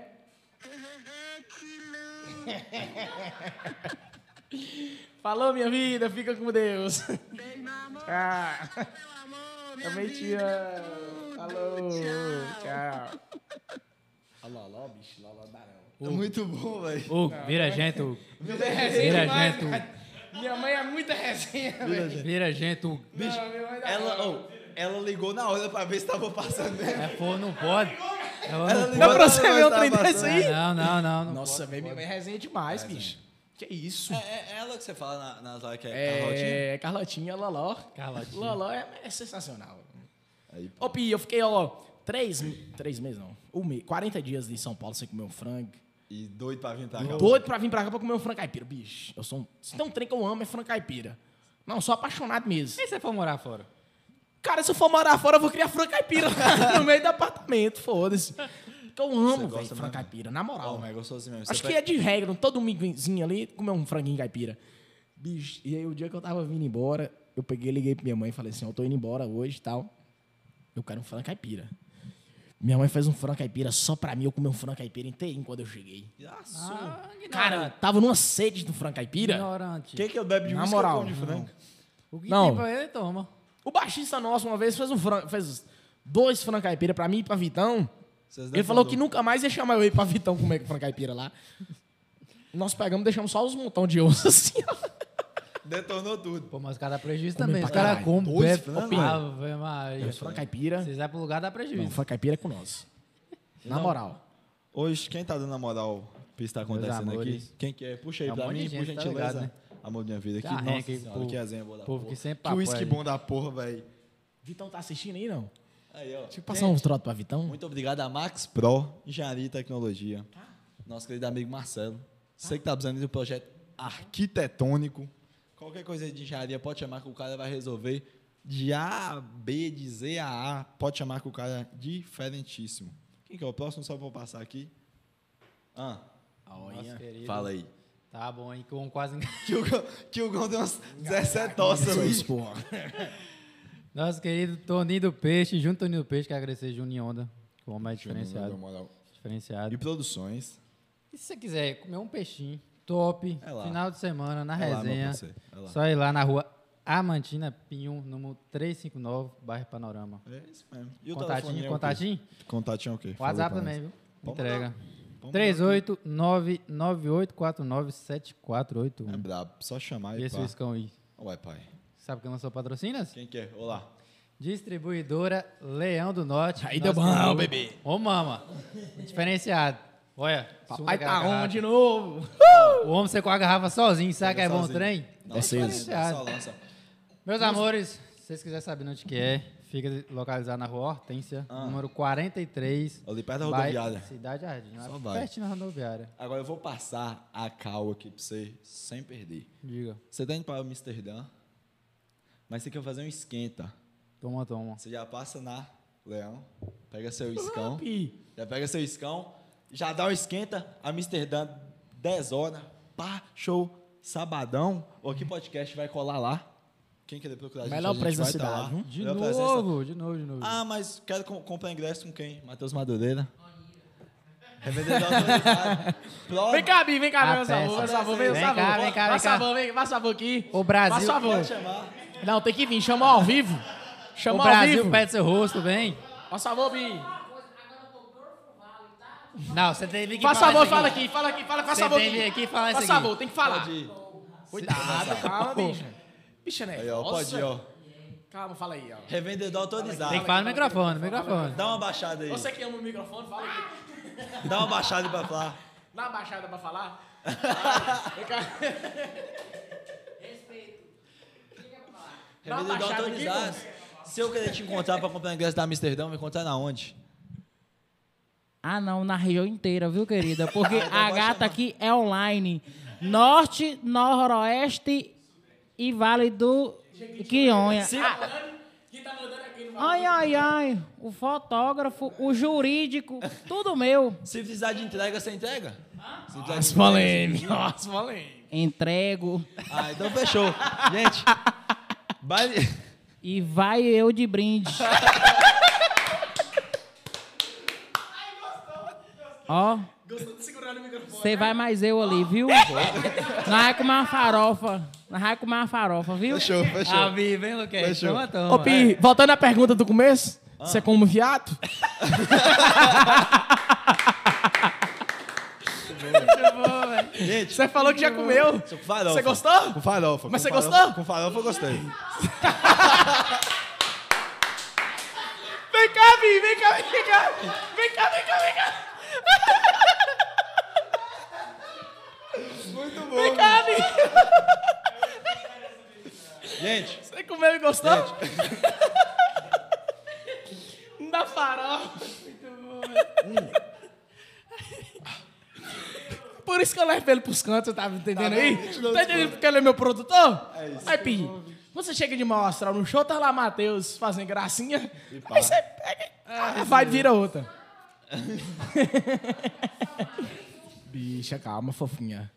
Speaker 5: Que
Speaker 3: <laughs>
Speaker 5: luz.
Speaker 3: Falou, minha vida, fica com Deus.
Speaker 5: Beijo, meu amor.
Speaker 3: Ah.
Speaker 5: Meu amor, minha
Speaker 3: Também te
Speaker 5: vida,
Speaker 3: amo.
Speaker 5: tudo.
Speaker 3: Falou.
Speaker 5: Tchau.
Speaker 3: Tchau. Olha lá, lá, bicho. Lá, lá, dá não.
Speaker 4: Tá muito bom, velho.
Speaker 2: Hugo, vira gente, Hugo.
Speaker 3: Muita resenha
Speaker 2: Vira
Speaker 3: demais,
Speaker 2: gente, Hugo.
Speaker 3: cara. Minha mãe é muita resenha, velho.
Speaker 2: Vira gente, Hugo.
Speaker 4: Bicho,
Speaker 3: Não, minha mãe dá
Speaker 4: ela,
Speaker 3: não.
Speaker 4: ô, ela ligou na hora pra ver se tava passando mesmo.
Speaker 2: É, pô, não pode. Ela
Speaker 4: Ela
Speaker 2: não
Speaker 4: ligou
Speaker 2: pode.
Speaker 3: É, Dá pra
Speaker 4: na
Speaker 3: você
Speaker 4: hora
Speaker 3: ver um
Speaker 4: que
Speaker 3: trem
Speaker 4: tava
Speaker 3: desse aí?
Speaker 2: Não, não, não. não
Speaker 3: Nossa, velho, minha mãe é resenha demais, bicho. Que isso?
Speaker 4: É, é ela que você fala na, nas lives que é, Carrotinha?
Speaker 3: É, Carlotinha, Loló.
Speaker 2: Carlotinha.
Speaker 3: Loló é, é sensacional.
Speaker 4: Aí,
Speaker 3: Ô, Pi, eu fiquei, ó, três, três meses não. Um mês, 40 dias em São Paulo sem comer um frango.
Speaker 4: E doido pra vir pra cá.
Speaker 3: Doido pra vir pra cá pra comer um frango caipira, bicho. Eu sou um. Se tem um trem que eu amo, é frango caipira. Não, sou apaixonado mesmo.
Speaker 2: E se você for morar fora?
Speaker 3: Cara, se eu for morar fora, eu vou criar frango caipira <laughs> no meio do apartamento, foda-se. Porque eu
Speaker 4: gosta
Speaker 3: amo, velho, frango
Speaker 4: mesmo?
Speaker 3: caipira, na
Speaker 4: Ó,
Speaker 3: moral.
Speaker 4: mas é gostoso mesmo.
Speaker 3: Acho
Speaker 4: Você
Speaker 3: que é de regra, todo domingozinho ali, comer um franguinho caipira. Bicho, e aí o dia que eu tava vindo embora, eu peguei, liguei pra minha mãe e falei assim, ó, eu tô indo embora hoje e tal. Eu quero um frango caipira. Minha mãe fez um frango caipira só pra mim, eu comi um frango caipira inteirinho quando eu cheguei.
Speaker 2: Ah,
Speaker 3: Cara, eu tava numa sede do frango caipira.
Speaker 2: ignorante.
Speaker 4: Quem que eu bebo de né?
Speaker 3: Na
Speaker 4: whisky,
Speaker 3: moral,
Speaker 4: eu como de frango?
Speaker 2: O que
Speaker 3: Não.
Speaker 2: tem pra ele, ele toma.
Speaker 3: O baixista nosso uma vez fez, um fran- fez dois francaipira pra mim e pra Vitão.
Speaker 1: Vocês
Speaker 3: Ele falou
Speaker 1: defendam.
Speaker 3: que nunca mais ia chamar eu ir pra Vitão comer com francaipira lá. Nós pegamos e deixamos só os montão de osso assim, ó.
Speaker 1: Detonou tudo.
Speaker 2: Pô, mas os caras dá prejuízo
Speaker 3: Comem
Speaker 2: também. Os
Speaker 3: pra
Speaker 2: caras
Speaker 3: caralho.
Speaker 2: compram,
Speaker 1: Dois
Speaker 2: bebe,
Speaker 1: frangos.
Speaker 2: Ave Maria.
Speaker 3: Francaipira.
Speaker 2: Vocês vai pro lugar, dá prejuízo.
Speaker 3: Não, francaipira é com nós. Na moral.
Speaker 1: Hoje, quem tá dando a moral pro que está acontecendo
Speaker 2: amores.
Speaker 1: aqui? Quem quer? Puxa aí
Speaker 2: É um
Speaker 1: pra
Speaker 2: monte de
Speaker 1: mim,
Speaker 2: gente,
Speaker 1: por
Speaker 2: tá
Speaker 1: gentileza.
Speaker 2: ligado, né?
Speaker 1: Amor da minha vida.
Speaker 2: Tá
Speaker 1: Que,
Speaker 2: arranca
Speaker 1: nossa
Speaker 2: aí,
Speaker 1: senhora,
Speaker 2: povo-
Speaker 1: que azenha boa da
Speaker 2: povo
Speaker 1: porra.
Speaker 2: que sempre é
Speaker 1: Que uísque
Speaker 2: apoia.
Speaker 1: bom da porra, velho.
Speaker 3: Vitão tá assistindo aí, não?
Speaker 1: Aí, ó.
Speaker 3: Deixa eu passar um uns trotos pra
Speaker 2: Hum.
Speaker 3: Vitão.
Speaker 1: Muito obrigado a Max Pro, Engenharia e Tecnologia.
Speaker 2: Tá.
Speaker 1: Nosso querido amigo Marcelo. Você que tá precisando de um projeto arquitetônico. Qualquer coisa de engenharia, pode chamar que o cara vai resolver. De A a B, de Z a A, pode chamar que o cara é diferentíssimo. Quem que é o próximo? Só vou passar aqui. Ah,
Speaker 2: Nosso querido.
Speaker 1: fala aí.
Speaker 2: Tá bom, hein? Com quase.
Speaker 1: Que o, Gão- que o Gão deu umas 17 tossas ali.
Speaker 2: Nosso querido Toninho do Peixe, junto Toninho do Peixe, quero agradecer Juninho Onda. que O homem é
Speaker 4: Na
Speaker 2: diferenciado.
Speaker 4: moral.
Speaker 2: Diferenciado.
Speaker 1: E produções.
Speaker 2: E se você quiser comer um peixinho top,
Speaker 1: É lá.
Speaker 2: final de semana, na
Speaker 1: É lá, meu
Speaker 2: resenha,
Speaker 1: parceiro, é lá.
Speaker 2: só ir lá na rua Amantina Pinho, número 359, bairro Panorama.
Speaker 1: É isso mesmo. E o telefoninho é o
Speaker 2: Contatinho,
Speaker 1: quê?
Speaker 2: contatinho?
Speaker 1: Contatinho é o quê?
Speaker 2: WhatsApp
Speaker 1: Fala pra
Speaker 2: também, viu?
Speaker 1: Vamos
Speaker 2: Entrega.
Speaker 1: Vamos
Speaker 2: 38998497481.
Speaker 1: nós. É brabo. Só chamar
Speaker 2: e
Speaker 1: e
Speaker 2: esse
Speaker 1: pá.
Speaker 2: Luizcão aí?
Speaker 1: Ué, pai.
Speaker 2: Sabe quem lançou patrocinas?
Speaker 1: Quem é? quer? Olá.
Speaker 2: Distribuidora Leão do Norte.
Speaker 3: Aí
Speaker 2: Nossa,
Speaker 3: deu bom,
Speaker 2: querido.
Speaker 3: bebê.
Speaker 2: Ô, mama. Diferenciado. Olha. surra
Speaker 3: Papai
Speaker 2: aquela
Speaker 3: tá
Speaker 2: garrafa.
Speaker 3: on de novo.
Speaker 2: O homem você com a garrafa sozinho, sabe que é bom trem?
Speaker 1: Tá Não,
Speaker 3: Vocês.
Speaker 1: Só lança.
Speaker 2: Meus amores, se vocês quiserem saber onde que é, fica localizado na rua Hortência, número 43.
Speaker 1: Ali perto da
Speaker 2: bairro
Speaker 1: rodoviária.
Speaker 2: Cidade Jardim, lá
Speaker 1: Só vai.
Speaker 2: pertinho da rodoviária.
Speaker 1: Agora eu vou passar a cal aqui pra você, sem perder.
Speaker 2: Diga,
Speaker 1: Você tá indo pra Amsterdã, mas você quer fazer um esquenta.
Speaker 2: toma, toma.
Speaker 1: Você já passa na Leão, pega seu iscão,
Speaker 3: Pi.
Speaker 1: já pega seu iscão, já dá o esquenta, Amsterdã, 10 horas, pá, show, sabadão. O Aqui Podcast vai colar lá. Quem querer procurar a gente,
Speaker 3: Melhor
Speaker 1: a gente
Speaker 3: presença
Speaker 1: vai
Speaker 3: da
Speaker 1: tá
Speaker 3: cidade,
Speaker 1: lá.
Speaker 3: viu?
Speaker 2: De
Speaker 1: Melhor presença.
Speaker 2: novo, de novo, de novo.
Speaker 3: Uhum.
Speaker 1: Ah, mas quero com- comprar ingresso com quem? Matheus Madureira. Revendedor
Speaker 3: <laughs>
Speaker 1: autorizado. Pro-
Speaker 3: Vem cá, Bi, vem cá,
Speaker 2: A
Speaker 3: vem, meu sabor,
Speaker 2: peça.
Speaker 3: meu sabor, vem, meu
Speaker 2: Vem
Speaker 3: sabor.
Speaker 2: cá, vem cá, vem
Speaker 3: Vai,
Speaker 2: cá.
Speaker 3: sabor, vem, vai, sabor aqui.
Speaker 2: O Brasil-
Speaker 3: Vai, sabor.
Speaker 1: Pode chamar.
Speaker 3: Não, tem que vir, chama ao vivo.
Speaker 2: o
Speaker 3: Chama ao
Speaker 2: Brasil
Speaker 3: vivo.
Speaker 2: pede seu rosto, vem.
Speaker 3: Faz favor, Bi.
Speaker 2: Não, você teve que
Speaker 3: Faz
Speaker 2: falar
Speaker 3: favor,
Speaker 2: isso aqui.
Speaker 3: fala aqui, fala aqui, fala, faz
Speaker 2: Você
Speaker 3: favor.
Speaker 2: tem
Speaker 3: Bi.
Speaker 2: que vir aqui e falar
Speaker 3: Faz
Speaker 2: isso aqui.
Speaker 3: favor, tem que falar.
Speaker 1: Pode ir.
Speaker 3: Cuidado, calma, bicha. Bicha, né?
Speaker 1: Aí, ó, pode ir, ó.
Speaker 3: Calma, fala aí, ó.
Speaker 1: Revendedor autorizado.
Speaker 2: Tem que falar no microfone, no microfone.
Speaker 1: Dá uma baixada aí.
Speaker 3: Você que ama o microfone, fala aqui.
Speaker 1: Ah! Dá uma baixada aí pra falar.
Speaker 3: Na baixada
Speaker 1: <laughs>
Speaker 3: pra falar. Vem cá. Dá uma
Speaker 1: Revendedor
Speaker 3: baixada aqui,
Speaker 1: autorizado. Se eu querer te encontrar pra comprar ingresso da Amsterdã, me encontrar na onde?
Speaker 6: Ah, não, na região inteira, viu, querida?
Speaker 3: <laughs>
Speaker 6: Porque a
Speaker 1: pode
Speaker 6: gata
Speaker 1: chamar.
Speaker 6: aqui é online. Norte, Noroeste e Vale do Quionha. Ah,
Speaker 3: Quem tá mandando aqui no
Speaker 6: ai, ai, ai. O fotógrafo, o jurídico, tudo meu.
Speaker 1: Se precisar de entrega, você entrega? Se precisar de
Speaker 3: As
Speaker 1: entrega,
Speaker 3: polêmicas, as polêmicas.
Speaker 6: Entrego.
Speaker 1: Ah, então fechou. Gente, baile...
Speaker 6: E vai eu de brinde. Ó,
Speaker 3: Gostando de segurar no microfone.
Speaker 6: você vai mais eu ali, viu? Nós vai comer uma farofa. Nós vai comer uma farofa, viu?
Speaker 1: Fechou, fechou.
Speaker 2: Ah, Vi, vem, Luquete.
Speaker 1: Fechou.
Speaker 2: Toma, toma.
Speaker 3: Ô,
Speaker 1: é.
Speaker 3: Pi, voltando à pergunta do começo,
Speaker 1: Ah.
Speaker 3: você como viado?
Speaker 1: Gente,
Speaker 3: Você falou que já comeu.
Speaker 1: com farofa.
Speaker 3: Você gostou?
Speaker 1: Com farofa.
Speaker 3: Mas
Speaker 1: com
Speaker 3: você
Speaker 1: farofa-
Speaker 3: gostou?
Speaker 1: Com farofa eu gostei.
Speaker 3: Vem cá, Bi, vem cá, vem cá. Vem cá, vem cá, vem cá.
Speaker 1: Muito bom.
Speaker 3: Vem cá, Bi.
Speaker 1: Gente,
Speaker 3: Você comeu e gostou? Na farofa. Hum. Por isso que eu levo ele pros cantos, tá me entendendo aí? Tá entendendo porque ele é meu produtor? É isso. Aí, Pi, quando você chega de mal astral no show, tá lá Matheus fazendo gracinha. Aí você pega e vai e vira <laughs> outra. Bicha, calma, fofinha.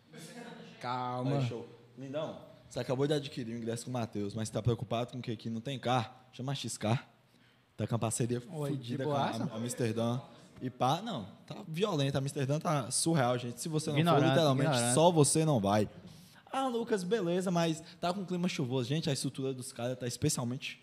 Speaker 3: Calma.
Speaker 1: Show. Lindão, você acabou de adquirir o ingresso com o Matheus, mas tá preocupado com o que aqui não tem carro? Chama a XK. Tá com uma parceria
Speaker 2: Oi,
Speaker 1: fodida
Speaker 2: de
Speaker 1: com a
Speaker 2: boaça?
Speaker 1: Am- Amsterdã. E pá, não, tá violenta. Amsterdã tá surreal, gente. Se você não for,
Speaker 2: Ignorante,
Speaker 1: literalmente,
Speaker 2: ignorante.
Speaker 1: só você não vai. Ah, Lucas, beleza, mas tá com clima chuvoso. Gente, a estrutura dos caras tá especialmente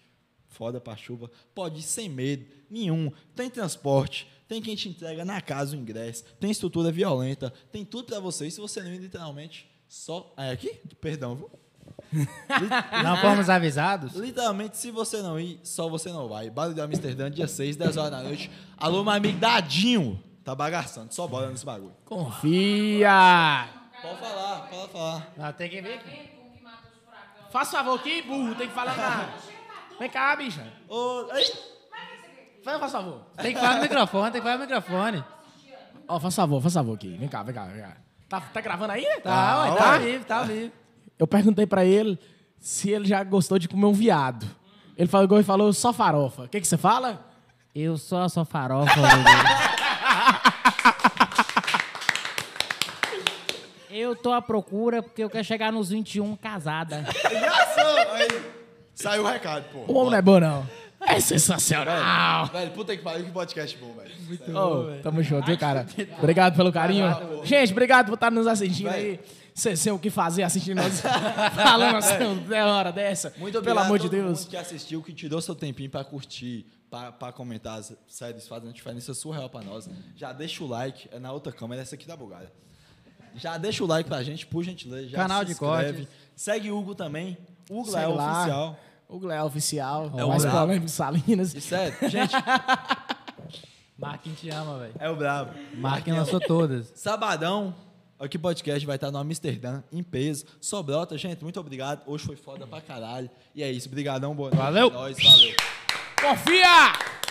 Speaker 1: foda pra chuva. Pode ir sem medo nenhum. Tem transporte, tem quem te entrega na casa o ingresso, tem estrutura violenta, tem tudo pra você. E se você não ir, literalmente, só... Ah, É aqui? Perdão, viu?
Speaker 2: é. Não fomos avisados?
Speaker 1: Literalmente, se você não ir, só você não vai. Baile de Amsterdã, dia 6, 10 horas da noite. Alô, meu amigo Dadinho. Tá bagaçando, só bora nesse bagulho.
Speaker 6: Confia!
Speaker 1: Pode falar, pode falar.
Speaker 2: Ah, tem que ver. aqui.
Speaker 3: Faz favor, que burro, tem que falar nada. Vem cá, bicha.
Speaker 1: Ô, ei,
Speaker 3: Vai, faz favor.
Speaker 2: Tem que falar no microfone, tem que falar no microfone.
Speaker 3: Ó, faz favor, faz favor aqui. Vem cá, vem cá, vem cá. Tá, tá gravando aí?
Speaker 2: Tá, ué, tá vivo, tá vivo.
Speaker 3: Eu perguntei pra ele se ele já gostou de comer um viado. Ele falou, e falou só farofa. O que, que você fala?
Speaker 6: Eu sou a sua farofa, bebê. Eu tô à procura porque eu quero chegar nos 21 casada.
Speaker 4: Saiu o recado, pô.
Speaker 3: O homem não é bom, não. É sensacional.
Speaker 4: Velho, puta que pariu, que podcast bom, velho.
Speaker 1: Tá
Speaker 3: Ô, tamo junto, viu, cara? Obrigado pelo carinho. Gente, obrigado por estar nos assistindo aí. Vocês sem o que fazer assistindo nós <laughs> falando assim, é hora dessa.
Speaker 1: Muito obrigado
Speaker 3: Pelo amor
Speaker 1: a
Speaker 3: de
Speaker 1: todo
Speaker 3: Deus.
Speaker 1: mundo que assistiu, que tirou seu tempinho pra curtir, pra pra comentar as séries fazendo diferença surreal pra nós. Já deixa o like, é na outra câmera, essa aqui tá bugada. Já deixa o like pra gente, por gentileza. Já
Speaker 2: Canal
Speaker 1: se
Speaker 2: de
Speaker 1: inscreve.
Speaker 2: cortes.
Speaker 1: Segue o Hugo também. Hugo lá é
Speaker 3: Segue
Speaker 1: o
Speaker 3: lá.
Speaker 1: oficial.
Speaker 3: O Glé é oficial,
Speaker 1: É
Speaker 3: é
Speaker 1: o
Speaker 3: mais
Speaker 1: brabo.
Speaker 3: polêmico Salinas.
Speaker 1: E sério, é, gente,
Speaker 2: Marquinhos te ama, velho.
Speaker 1: é o brabo.
Speaker 2: Marquinhos lançou todas.
Speaker 1: Sabadão, aqui o podcast vai estar no Amsterdã, em peso. Sobrota, gente, muito obrigado. Hoje foi foda pra caralho. E é isso, brigadão, boa noite.
Speaker 2: Valeu.
Speaker 1: É nóis, valeu.
Speaker 3: Confia!